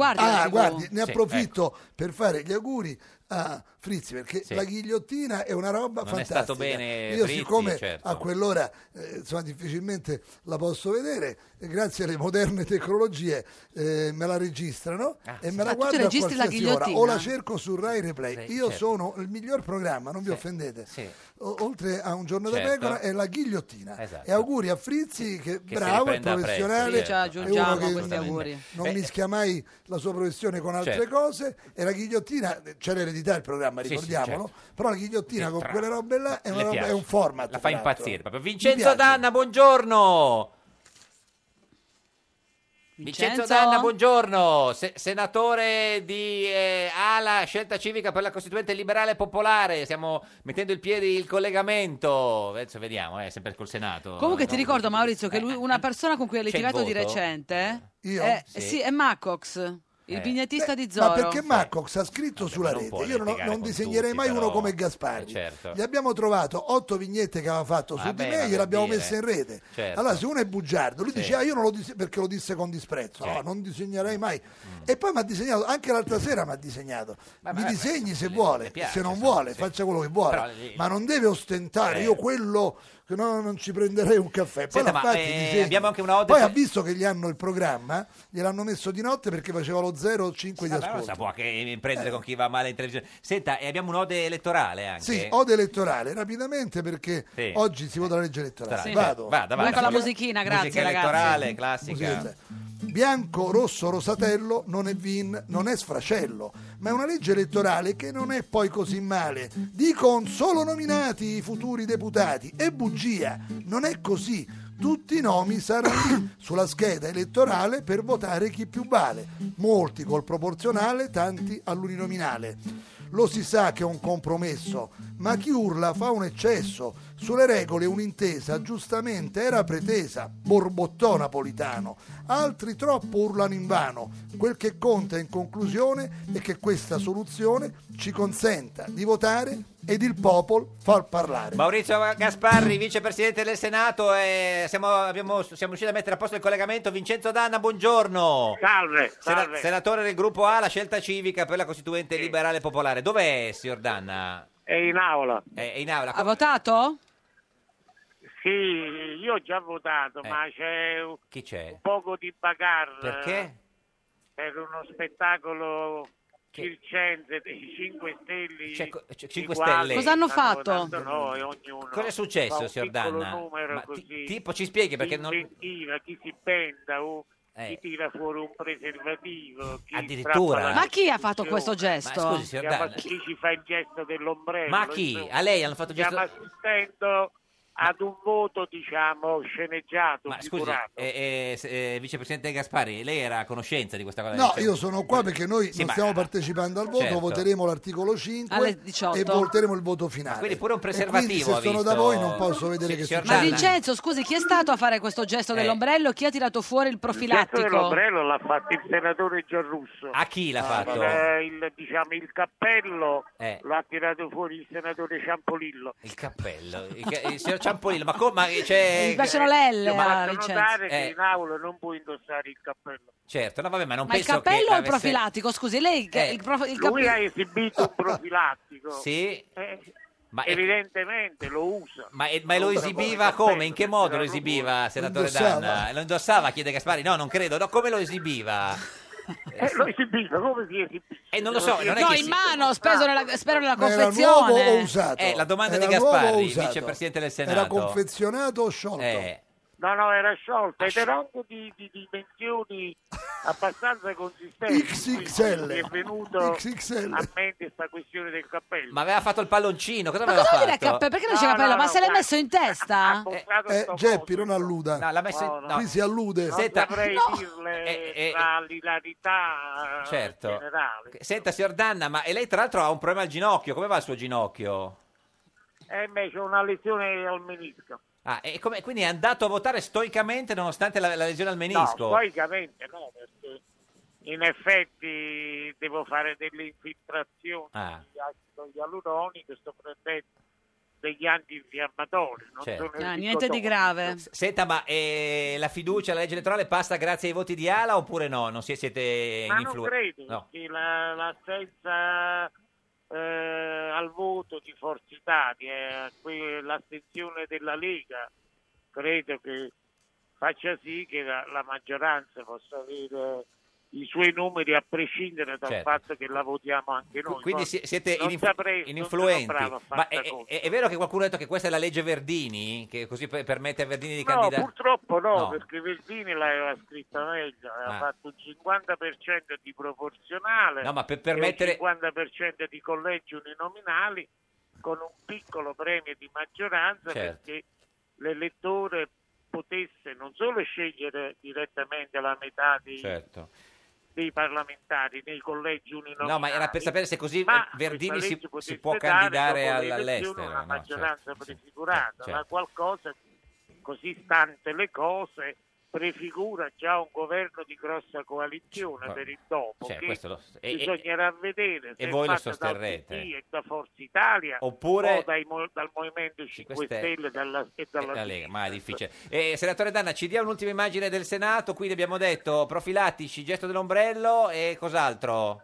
[SPEAKER 21] guardi, ne
[SPEAKER 2] Sì, ecco,
[SPEAKER 21] approfitto per fare gli auguri a Frizzi perché
[SPEAKER 2] Sì.
[SPEAKER 21] la ghigliottina è una roba
[SPEAKER 2] Non è
[SPEAKER 21] fantastica.
[SPEAKER 2] stato bene
[SPEAKER 21] Io
[SPEAKER 2] Frizzi,
[SPEAKER 21] siccome
[SPEAKER 2] certo.
[SPEAKER 21] a quell'ora eh, insomma, difficilmente la posso vedere, eh, grazie alle moderne tecnologie eh, me la registrano e me
[SPEAKER 1] Ah,
[SPEAKER 21] la
[SPEAKER 1] tu
[SPEAKER 21] guardo a
[SPEAKER 1] registri la
[SPEAKER 21] qualsiasi ora o
[SPEAKER 1] ghigliottina?
[SPEAKER 21] la cerco su Rai Replay.
[SPEAKER 1] Sì,
[SPEAKER 21] Io
[SPEAKER 1] certo.
[SPEAKER 21] sono il miglior programma, non vi offendete. O- oltre a un giorno da
[SPEAKER 2] Certo.
[SPEAKER 21] pecora è la ghigliottina.
[SPEAKER 2] Esatto.
[SPEAKER 21] E auguri a Frizzi che,
[SPEAKER 2] si
[SPEAKER 21] bravo, è
[SPEAKER 2] riprenda presto,
[SPEAKER 21] professionale,
[SPEAKER 2] sì, certo. ci
[SPEAKER 21] è
[SPEAKER 2] aggiungiamo
[SPEAKER 21] uno
[SPEAKER 2] a
[SPEAKER 21] che
[SPEAKER 2] questi auguri.
[SPEAKER 21] non
[SPEAKER 2] Beh,
[SPEAKER 21] mischia mai la sua professione con altre
[SPEAKER 2] Eh, Certo.
[SPEAKER 21] cose e la ghigliottina c'è l'eredità del programma
[SPEAKER 2] Sì, sì,
[SPEAKER 21] ricordiamolo però la ghigliottina con
[SPEAKER 2] Tra-
[SPEAKER 21] quelle robe là è,
[SPEAKER 2] le
[SPEAKER 21] una roba-
[SPEAKER 2] piace.
[SPEAKER 21] è un format
[SPEAKER 2] La fa
[SPEAKER 21] tra l'altro.
[SPEAKER 2] impazzire proprio.
[SPEAKER 21] Mi
[SPEAKER 2] Vincenzo
[SPEAKER 21] piace.
[SPEAKER 2] Danna, buongiorno.
[SPEAKER 1] Vincenzo?
[SPEAKER 2] Vincenzo Danna, buongiorno, Se- senatore di eh, ALA, scelta civica per la Costituente Liberale Popolare. Stiamo mettendo il piede il collegamento. Adesso vediamo, eh, sempre col Senato.
[SPEAKER 1] Comunque
[SPEAKER 2] No?
[SPEAKER 1] ti ricordo, Maurizio, che lui- una persona con cui hai
[SPEAKER 2] c'è il
[SPEAKER 1] litigato di
[SPEAKER 2] voto?
[SPEAKER 1] recente
[SPEAKER 21] Io?
[SPEAKER 1] È,
[SPEAKER 21] Sì.
[SPEAKER 1] sì, è Macox, il
[SPEAKER 21] Eh.
[SPEAKER 1] vignettista
[SPEAKER 21] Beh,
[SPEAKER 1] di Zorro.
[SPEAKER 21] ma perché Marcox ha scritto sulla
[SPEAKER 2] non può
[SPEAKER 21] rete io non,
[SPEAKER 2] litigare
[SPEAKER 21] non
[SPEAKER 2] con
[SPEAKER 21] disegnerei
[SPEAKER 2] tutti,
[SPEAKER 21] mai
[SPEAKER 2] però.
[SPEAKER 21] uno come Gasparri
[SPEAKER 2] Eh, certo.
[SPEAKER 21] gli abbiamo trovato otto vignette che aveva fatto su
[SPEAKER 2] Vabbè,
[SPEAKER 21] di
[SPEAKER 2] ma
[SPEAKER 21] me e
[SPEAKER 2] per
[SPEAKER 21] le abbiamo
[SPEAKER 2] dire.
[SPEAKER 21] messe in rete
[SPEAKER 2] Certo.
[SPEAKER 21] allora se uno è bugiardo lui
[SPEAKER 2] Sì. Certo.
[SPEAKER 21] dice ah io non lo dise- perché lo disse con disprezzo
[SPEAKER 2] Sì.
[SPEAKER 21] no non disegnerei mai
[SPEAKER 2] Mm.
[SPEAKER 21] e poi mi ha disegnato anche l'altra sera mi ha disegnato mi disegni se vuole
[SPEAKER 2] piace,
[SPEAKER 21] se non
[SPEAKER 2] insomma,
[SPEAKER 21] vuole
[SPEAKER 2] sì.
[SPEAKER 21] faccia quello che
[SPEAKER 2] Però
[SPEAKER 21] vuole
[SPEAKER 2] gli-
[SPEAKER 21] ma non deve ostentare
[SPEAKER 2] Eh.
[SPEAKER 21] io quello che no, non ci prenderei un caffè poi
[SPEAKER 2] Senta,
[SPEAKER 21] l'ha
[SPEAKER 2] ma
[SPEAKER 21] fatti i
[SPEAKER 2] eh,
[SPEAKER 21] disegni.
[SPEAKER 2] abbiamo anche una ode
[SPEAKER 21] Poi ha visto che gli hanno il programma, gliel'hanno messo di notte perché faceva lo 0,5 di
[SPEAKER 2] Ah, però
[SPEAKER 21] ascolto.
[SPEAKER 2] sa può anche prendere con chi va male in televisione. Senta, e abbiamo un'ode elettorale anche.
[SPEAKER 21] Sì, ode elettorale, rapidamente perché
[SPEAKER 2] Sì.
[SPEAKER 21] oggi si vota la legge elettorale.
[SPEAKER 2] Sì.
[SPEAKER 21] Vado.
[SPEAKER 2] Vada, vada.
[SPEAKER 1] con la musichina, grazie,
[SPEAKER 2] Musica
[SPEAKER 1] ragazzi.
[SPEAKER 2] elettorale, classica.
[SPEAKER 21] Musichetta. Bianco, rosso, rosatello non è vin, non è sfrascello, ma è una legge elettorale che non è poi così male. Dicono solo nominati i futuri deputati. È bugia, non è così. Tutti i nomi saranno lì sulla scheda elettorale per votare chi più vale. Molti col proporzionale, tanti all'uninominale. Lo si sa che è un compromesso, ma chi urla fa un eccesso. Sulle regole un'intesa giustamente era pretesa, borbottò napolitano. Altri troppo urlano in vano. Quel che conta in conclusione è che questa soluzione ci consenta di votare ed il popolo far parlare.
[SPEAKER 2] Maurizio Gasparri, vicepresidente del Senato, e siamo, abbiamo- siamo riusciti a mettere a posto il collegamento. Vincenzo Danna, buongiorno.
[SPEAKER 8] Salve,
[SPEAKER 2] Sena-
[SPEAKER 8] salve.
[SPEAKER 2] senatore del gruppo A, la scelta civica per la Costituente Liberale Popolare. Dov'è, signor Danna?
[SPEAKER 8] È in aula.
[SPEAKER 2] È in aula.
[SPEAKER 1] Ha votato?
[SPEAKER 8] Sì, io ho già votato,
[SPEAKER 2] Eh.
[SPEAKER 8] ma c'è un
[SPEAKER 2] Chi c'è?
[SPEAKER 8] poco di bagarre. eh,
[SPEAKER 2] Perché?
[SPEAKER 8] Per uno spettacolo circense dei 5 Stelle.
[SPEAKER 2] C'è Cioè, co- c'è
[SPEAKER 8] i
[SPEAKER 2] Cinque
[SPEAKER 8] quali
[SPEAKER 2] Stelle. Cosa
[SPEAKER 1] hanno
[SPEAKER 8] stanno
[SPEAKER 1] fatto?
[SPEAKER 8] votando Noi, ognuno
[SPEAKER 2] Cosa è successo,
[SPEAKER 8] fa un
[SPEAKER 2] signor
[SPEAKER 8] piccolo
[SPEAKER 2] Danna?
[SPEAKER 8] numero
[SPEAKER 2] Ma ti-
[SPEAKER 8] così,
[SPEAKER 2] tipo, ci spieghi perché
[SPEAKER 8] chi
[SPEAKER 2] non-
[SPEAKER 8] inventiva, chi si penda o
[SPEAKER 2] Eh.
[SPEAKER 8] chi tira fuori un preservativo. Chi
[SPEAKER 2] Addirittura?
[SPEAKER 8] strappa la
[SPEAKER 1] Ma chi ha fatto
[SPEAKER 8] televisione.
[SPEAKER 1] questo gesto?
[SPEAKER 2] Ma scusi, signor
[SPEAKER 8] Chiama
[SPEAKER 2] Danna.
[SPEAKER 8] Chi ci fa il gesto dell'ombrello?
[SPEAKER 2] Ma chi?
[SPEAKER 8] insomma.
[SPEAKER 2] A lei hanno fatto il gesto-
[SPEAKER 8] Stiamo assistendo ad un voto, diciamo, sceneggiato,
[SPEAKER 2] Ma scusi,
[SPEAKER 8] figurato.
[SPEAKER 2] eh, eh, se- eh, vicepresidente Gaspari, lei era a conoscenza di questa cosa?
[SPEAKER 21] No,
[SPEAKER 2] Cioè-
[SPEAKER 21] io sono qua perché noi
[SPEAKER 2] Sì,
[SPEAKER 21] non
[SPEAKER 2] ma-
[SPEAKER 21] stiamo partecipando al voto,
[SPEAKER 2] Certo.
[SPEAKER 21] voteremo l'articolo
[SPEAKER 1] Alle
[SPEAKER 21] 5
[SPEAKER 1] 18.
[SPEAKER 21] e voteremo il voto finale.
[SPEAKER 2] quindi pure un
[SPEAKER 21] E
[SPEAKER 2] preservativo
[SPEAKER 21] quindi
[SPEAKER 2] ha
[SPEAKER 21] se sono da
[SPEAKER 2] visto-
[SPEAKER 21] voi non posso vedere
[SPEAKER 2] Sì,
[SPEAKER 21] che
[SPEAKER 2] signor
[SPEAKER 21] succede.
[SPEAKER 1] Ma Vincenzo, scusi, chi è stato a fare questo gesto
[SPEAKER 2] Eh.
[SPEAKER 1] dell'ombrello? Chi ha tirato fuori il
[SPEAKER 8] Il gesto
[SPEAKER 1] profilattico?
[SPEAKER 8] dell'ombrello l'ha fatto il senatore Giarrusso.
[SPEAKER 2] A chi l'ha fatto?
[SPEAKER 8] Eh, il, diciamo, il cappello
[SPEAKER 2] Eh.
[SPEAKER 8] l'ha tirato fuori il senatore Ciampolillo.
[SPEAKER 2] Il cappello, il, ca- il signor Ciampolillo, ma come? Ma c'è...
[SPEAKER 1] *laughs* Mi piacciono le L,
[SPEAKER 8] Ma
[SPEAKER 1] a
[SPEAKER 8] faccio
[SPEAKER 1] Vincenzo.
[SPEAKER 8] notare che
[SPEAKER 2] Eh.
[SPEAKER 8] in aula non puoi indossare il cappello.
[SPEAKER 2] Certo, no vabbè, ma non
[SPEAKER 1] Ma il
[SPEAKER 2] penso che
[SPEAKER 1] cappello o il
[SPEAKER 2] avesse- Eh.
[SPEAKER 1] profilattico? Scusi, lei che- il, prof- il
[SPEAKER 8] Lui
[SPEAKER 1] cappello-
[SPEAKER 8] ha esibito un profilattico.
[SPEAKER 2] Sì.
[SPEAKER 8] Eh,
[SPEAKER 2] Ma è-
[SPEAKER 8] evidentemente lo usa.
[SPEAKER 2] Ma, e- ma lo
[SPEAKER 8] Usa
[SPEAKER 2] esibiva
[SPEAKER 8] cappello,
[SPEAKER 2] come? In che modo lo esibiva, senatore
[SPEAKER 8] indossava.
[SPEAKER 2] Danna? Lo indossava, chiede Gaspari? No, non credo. No, come lo esibiva?
[SPEAKER 8] Eh, lo esibiva, come si esibisce?
[SPEAKER 2] Eh, non lo so, non è
[SPEAKER 1] no,
[SPEAKER 2] che
[SPEAKER 1] in
[SPEAKER 2] si-
[SPEAKER 1] mano, speso nella, spero nella
[SPEAKER 21] Ma era nuovo o
[SPEAKER 1] confezione.
[SPEAKER 21] usato?
[SPEAKER 2] Eh, la domanda
[SPEAKER 21] Era
[SPEAKER 2] di
[SPEAKER 21] nuovo o
[SPEAKER 2] Gasparri,
[SPEAKER 21] usato?
[SPEAKER 2] vicepresidente del
[SPEAKER 21] Era
[SPEAKER 2] Senato.
[SPEAKER 21] confezionato o sciolto?
[SPEAKER 2] Eh,
[SPEAKER 8] No, no, era sciolto
[SPEAKER 2] Ah,
[SPEAKER 8] ed era anche di, di dimensioni abbastanza consistenti.
[SPEAKER 21] XXL.
[SPEAKER 8] Mi è venuto
[SPEAKER 21] XXL.
[SPEAKER 8] a mente questa questione del cappello.
[SPEAKER 2] ma aveva fatto il palloncino, cosa
[SPEAKER 1] Ma
[SPEAKER 2] aveva
[SPEAKER 1] cosa vuol
[SPEAKER 2] fatto?
[SPEAKER 1] dire cappello? Perché non c'è
[SPEAKER 8] No,
[SPEAKER 1] cappello?
[SPEAKER 8] no,
[SPEAKER 1] Ma
[SPEAKER 8] no,
[SPEAKER 1] se l'è
[SPEAKER 8] guarda.
[SPEAKER 1] messo in testa?
[SPEAKER 21] Eh, Geppi, non alluda.
[SPEAKER 2] No, l'ha messo in- no.
[SPEAKER 21] Qui si allude.
[SPEAKER 8] Non
[SPEAKER 2] Senta-
[SPEAKER 8] saprei
[SPEAKER 2] No.
[SPEAKER 8] dirle
[SPEAKER 2] Eh, eh,
[SPEAKER 8] tra l'ilarità eh,
[SPEAKER 2] Certo.
[SPEAKER 8] generale.
[SPEAKER 2] Senta, signor Danna, ma e lei tra l'altro ha un problema al ginocchio, come va il suo ginocchio?
[SPEAKER 8] E Eh, invece una lesione al menisco.
[SPEAKER 2] Ah, e come- quindi è andato a votare stoicamente nonostante la, la lesione al menisco?
[SPEAKER 8] No, stoicamente no, perché in effetti devo fare delle infiltrazioni
[SPEAKER 2] Ah.
[SPEAKER 8] di acido ialuronico, sto prendendo degli antinfiammatori. Non
[SPEAKER 2] Certo.
[SPEAKER 8] sono
[SPEAKER 1] Ah, niente di
[SPEAKER 8] ricotosi.
[SPEAKER 1] grave.
[SPEAKER 2] Senta, ma eh, la fiducia alla legge elettorale passa grazie ai voti di Ala oppure no? Non si- siete
[SPEAKER 8] Ma non
[SPEAKER 2] in influ-
[SPEAKER 8] credo
[SPEAKER 2] No.
[SPEAKER 8] che la- l'assenza eh, al voto di Forza Italia, eh, que- l'astensione della Lega, credo che faccia sì che la, la maggioranza possa avere i suoi numeri a prescindere dal
[SPEAKER 2] Certo.
[SPEAKER 8] fatto che la votiamo anche noi.
[SPEAKER 2] Quindi
[SPEAKER 8] Poi
[SPEAKER 2] si- siete
[SPEAKER 8] non
[SPEAKER 2] in, influ-
[SPEAKER 8] saprei,
[SPEAKER 2] in
[SPEAKER 8] non sono
[SPEAKER 2] influenti.
[SPEAKER 8] bravo a far
[SPEAKER 2] Ma eh,
[SPEAKER 8] sta
[SPEAKER 2] è,
[SPEAKER 8] cosa.
[SPEAKER 2] è- è vero che qualcuno ha detto che questa è la legge Verdini? Che così per- permette a Verdini di
[SPEAKER 8] No,
[SPEAKER 2] candidare?
[SPEAKER 8] purtroppo no,
[SPEAKER 2] No.
[SPEAKER 8] perché Verdini l'aveva scritta meglio, aveva
[SPEAKER 2] Ah.
[SPEAKER 8] fatto un 50% di proporzionale
[SPEAKER 2] No, ma per
[SPEAKER 8] e un
[SPEAKER 2] permettere-
[SPEAKER 8] 50% di collegi uninominali con un piccolo premio di maggioranza
[SPEAKER 2] Certo.
[SPEAKER 8] perché l'elettore potesse non solo scegliere direttamente la metà dei,
[SPEAKER 2] Certo.
[SPEAKER 8] dei parlamentari nei collegi uninominali,
[SPEAKER 2] No, ma era per sapere se così
[SPEAKER 8] ma
[SPEAKER 2] eh, Verdini
[SPEAKER 8] questa
[SPEAKER 2] si,
[SPEAKER 8] legge potesse
[SPEAKER 2] si può
[SPEAKER 8] dare,
[SPEAKER 2] candidare
[SPEAKER 8] dopo le
[SPEAKER 2] all-
[SPEAKER 8] elezioni,
[SPEAKER 2] all'estero.
[SPEAKER 8] una
[SPEAKER 2] no, certo.
[SPEAKER 8] maggioranza prefigurata,
[SPEAKER 2] certo.
[SPEAKER 8] ma qualcosa così stante le cose prefigura già un governo di grossa coalizione
[SPEAKER 2] Cioè,
[SPEAKER 8] per il dopo
[SPEAKER 2] cioè,
[SPEAKER 8] che
[SPEAKER 2] questo lo- e- e-
[SPEAKER 8] bisognerà vedere se
[SPEAKER 2] e voi lo
[SPEAKER 8] è fatta dal
[SPEAKER 2] sosterrete.
[SPEAKER 8] PD e da Forza Italia
[SPEAKER 2] Oppure-
[SPEAKER 8] o dai mo- dal Movimento 5
[SPEAKER 2] Stelle.
[SPEAKER 8] Stelle dalla- e
[SPEAKER 2] Eh,
[SPEAKER 8] dalla
[SPEAKER 2] la Lega, ma è
[SPEAKER 8] certo.
[SPEAKER 2] difficile. Eh, senatore Danna, ci dia un'ultima immagine del Senato. Quindi abbiamo detto profilattici, gesto dell'ombrello e cos'altro?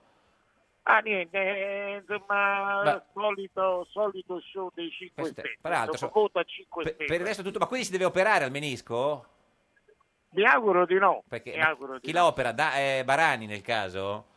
[SPEAKER 8] Ah, niente, eh, insomma,
[SPEAKER 2] Beh.
[SPEAKER 8] solito, solito show dei 5
[SPEAKER 2] Questo è-
[SPEAKER 8] Stelle.
[SPEAKER 2] peraltro,
[SPEAKER 8] Insomma,
[SPEAKER 2] so-
[SPEAKER 8] voto a 5
[SPEAKER 2] Per,
[SPEAKER 8] Stelle.
[SPEAKER 2] per il resto tutto, ma quindi si deve operare al menisco?
[SPEAKER 8] Mi auguro di no.
[SPEAKER 2] Perché-
[SPEAKER 8] mi
[SPEAKER 2] ma
[SPEAKER 8] auguro di
[SPEAKER 2] chi
[SPEAKER 8] no.
[SPEAKER 2] la opera? Da- eh, Barani nel caso?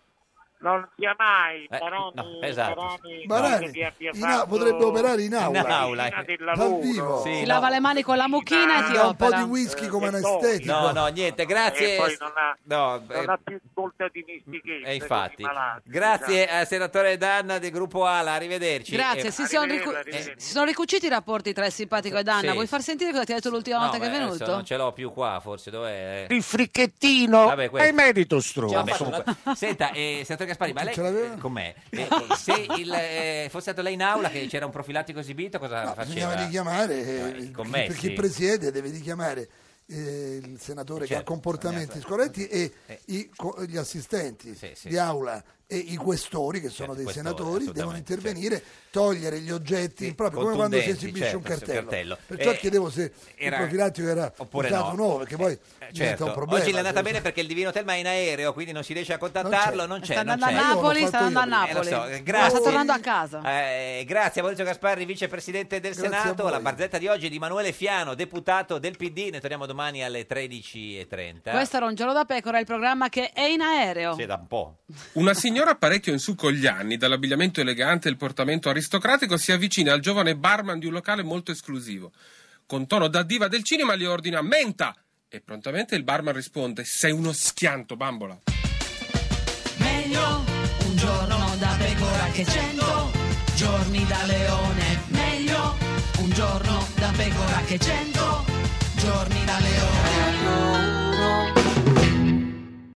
[SPEAKER 8] Non sia mai
[SPEAKER 2] Eh,
[SPEAKER 8] Barani,
[SPEAKER 2] no, esatto.
[SPEAKER 8] Barani,
[SPEAKER 21] Barani,
[SPEAKER 8] credo che abbia
[SPEAKER 21] in a-
[SPEAKER 8] fatto
[SPEAKER 21] potrebbe operare in aula.
[SPEAKER 2] In aula,
[SPEAKER 8] la
[SPEAKER 2] eh.
[SPEAKER 8] del
[SPEAKER 21] Dal
[SPEAKER 8] lavoro.
[SPEAKER 21] vivo.
[SPEAKER 2] Sì,
[SPEAKER 1] Si
[SPEAKER 2] no.
[SPEAKER 1] lava le mani con la mucchina e ti
[SPEAKER 21] Dà un po' di
[SPEAKER 1] opera.
[SPEAKER 21] whisky come
[SPEAKER 8] Eh, no.
[SPEAKER 21] anestetico.
[SPEAKER 2] No, no, niente, grazie.
[SPEAKER 8] E poi non ha,
[SPEAKER 2] No,
[SPEAKER 8] non
[SPEAKER 2] eh,
[SPEAKER 8] ha più svolta di mistichezza.
[SPEAKER 2] eh, infatti.
[SPEAKER 8] quindi malati,
[SPEAKER 2] Grazie
[SPEAKER 8] esatto.
[SPEAKER 2] al senatore Danna del gruppo Ala, arrivederci.
[SPEAKER 1] Grazie,
[SPEAKER 2] Eh,
[SPEAKER 1] si sono, ricu-
[SPEAKER 8] arrivederla.
[SPEAKER 1] eh, si sono ricuciti i rapporti tra il simpatico e Danna.
[SPEAKER 2] Sì.
[SPEAKER 1] Vuoi far sentire cosa ti ha detto l'ultima
[SPEAKER 2] no,
[SPEAKER 1] volta che è
[SPEAKER 2] beh, adesso
[SPEAKER 1] venuto?
[SPEAKER 2] Non ce l'ho più qua, forse dov'è?
[SPEAKER 11] Il fricchettino
[SPEAKER 2] Vabbè, questo-
[SPEAKER 11] è merito stronzo.
[SPEAKER 2] Vabbè, comunque. *laughs* Senta, eh, senatore Gaspari, ma lei eh, con me, eh, eh, se il, eh, fosse stato lei in aula che c'era un profilattico esibito, cosa
[SPEAKER 21] Bisognava
[SPEAKER 2] faceva?
[SPEAKER 21] richiamare,
[SPEAKER 2] No,
[SPEAKER 21] eh,
[SPEAKER 2] i
[SPEAKER 21] chi- per
[SPEAKER 2] commessi.
[SPEAKER 21] chi presiede deve richiamare eh, il senatore che ha
[SPEAKER 2] Certo,
[SPEAKER 21] comportamenti scorretti e i co- gli assistenti
[SPEAKER 2] sì. Certo,
[SPEAKER 21] di aula e i questori, che sono dei
[SPEAKER 2] questori,
[SPEAKER 21] senatori, devono
[SPEAKER 2] assolutamente,
[SPEAKER 21] intervenire, togliere gli oggetti proprio come quando si
[SPEAKER 2] contundenti,
[SPEAKER 21] esibisce
[SPEAKER 2] certo,
[SPEAKER 21] un
[SPEAKER 2] sul
[SPEAKER 21] cartello.
[SPEAKER 2] cartello.
[SPEAKER 21] Perciò
[SPEAKER 2] Eh,
[SPEAKER 21] chiedevo se
[SPEAKER 2] era-
[SPEAKER 21] il profilattico era
[SPEAKER 2] oppure
[SPEAKER 21] usato
[SPEAKER 2] no.
[SPEAKER 21] nuovo, perché poi diventa
[SPEAKER 2] Certo.
[SPEAKER 21] un problema.
[SPEAKER 2] Oggi l'è andata
[SPEAKER 21] se-
[SPEAKER 2] bene perché il Divino Telma è in aereo, quindi non si riesce a contattarlo. Non c'è,
[SPEAKER 26] Sta
[SPEAKER 2] non
[SPEAKER 26] andando
[SPEAKER 2] c'è.
[SPEAKER 26] a Napoli, sta andando a
[SPEAKER 2] Eh, lo
[SPEAKER 26] Napoli.
[SPEAKER 2] so, eh,
[SPEAKER 26] Ma Sta
[SPEAKER 2] grazie.
[SPEAKER 26] tornando a casa.
[SPEAKER 2] Eh, grazie a Maurizio Gasparri, vicepresidente del
[SPEAKER 26] Grazie a
[SPEAKER 2] Senato.
[SPEAKER 26] voi.
[SPEAKER 2] La barzetta di oggi è di Emanuele Fiano, deputato del PD. Ne torniamo domani alle 13.30.
[SPEAKER 26] Questo era un giorno da pecora, il programma che è in aereo.
[SPEAKER 2] Eh. Sì, da un po'.
[SPEAKER 27] Una signora parecchio in su con gli anni, dall'abbigliamento elegante e il portamento aristocratico, si avvicina al giovane barman di un locale molto esclusivo. Con tono da diva del cinema gli ordina menta e prontamente il barman risponde sei uno schianto, bambola.
[SPEAKER 1] Meglio un giorno da pecora che cento giorni da leone. Meglio un giorno da pecora che cento giorni da leone.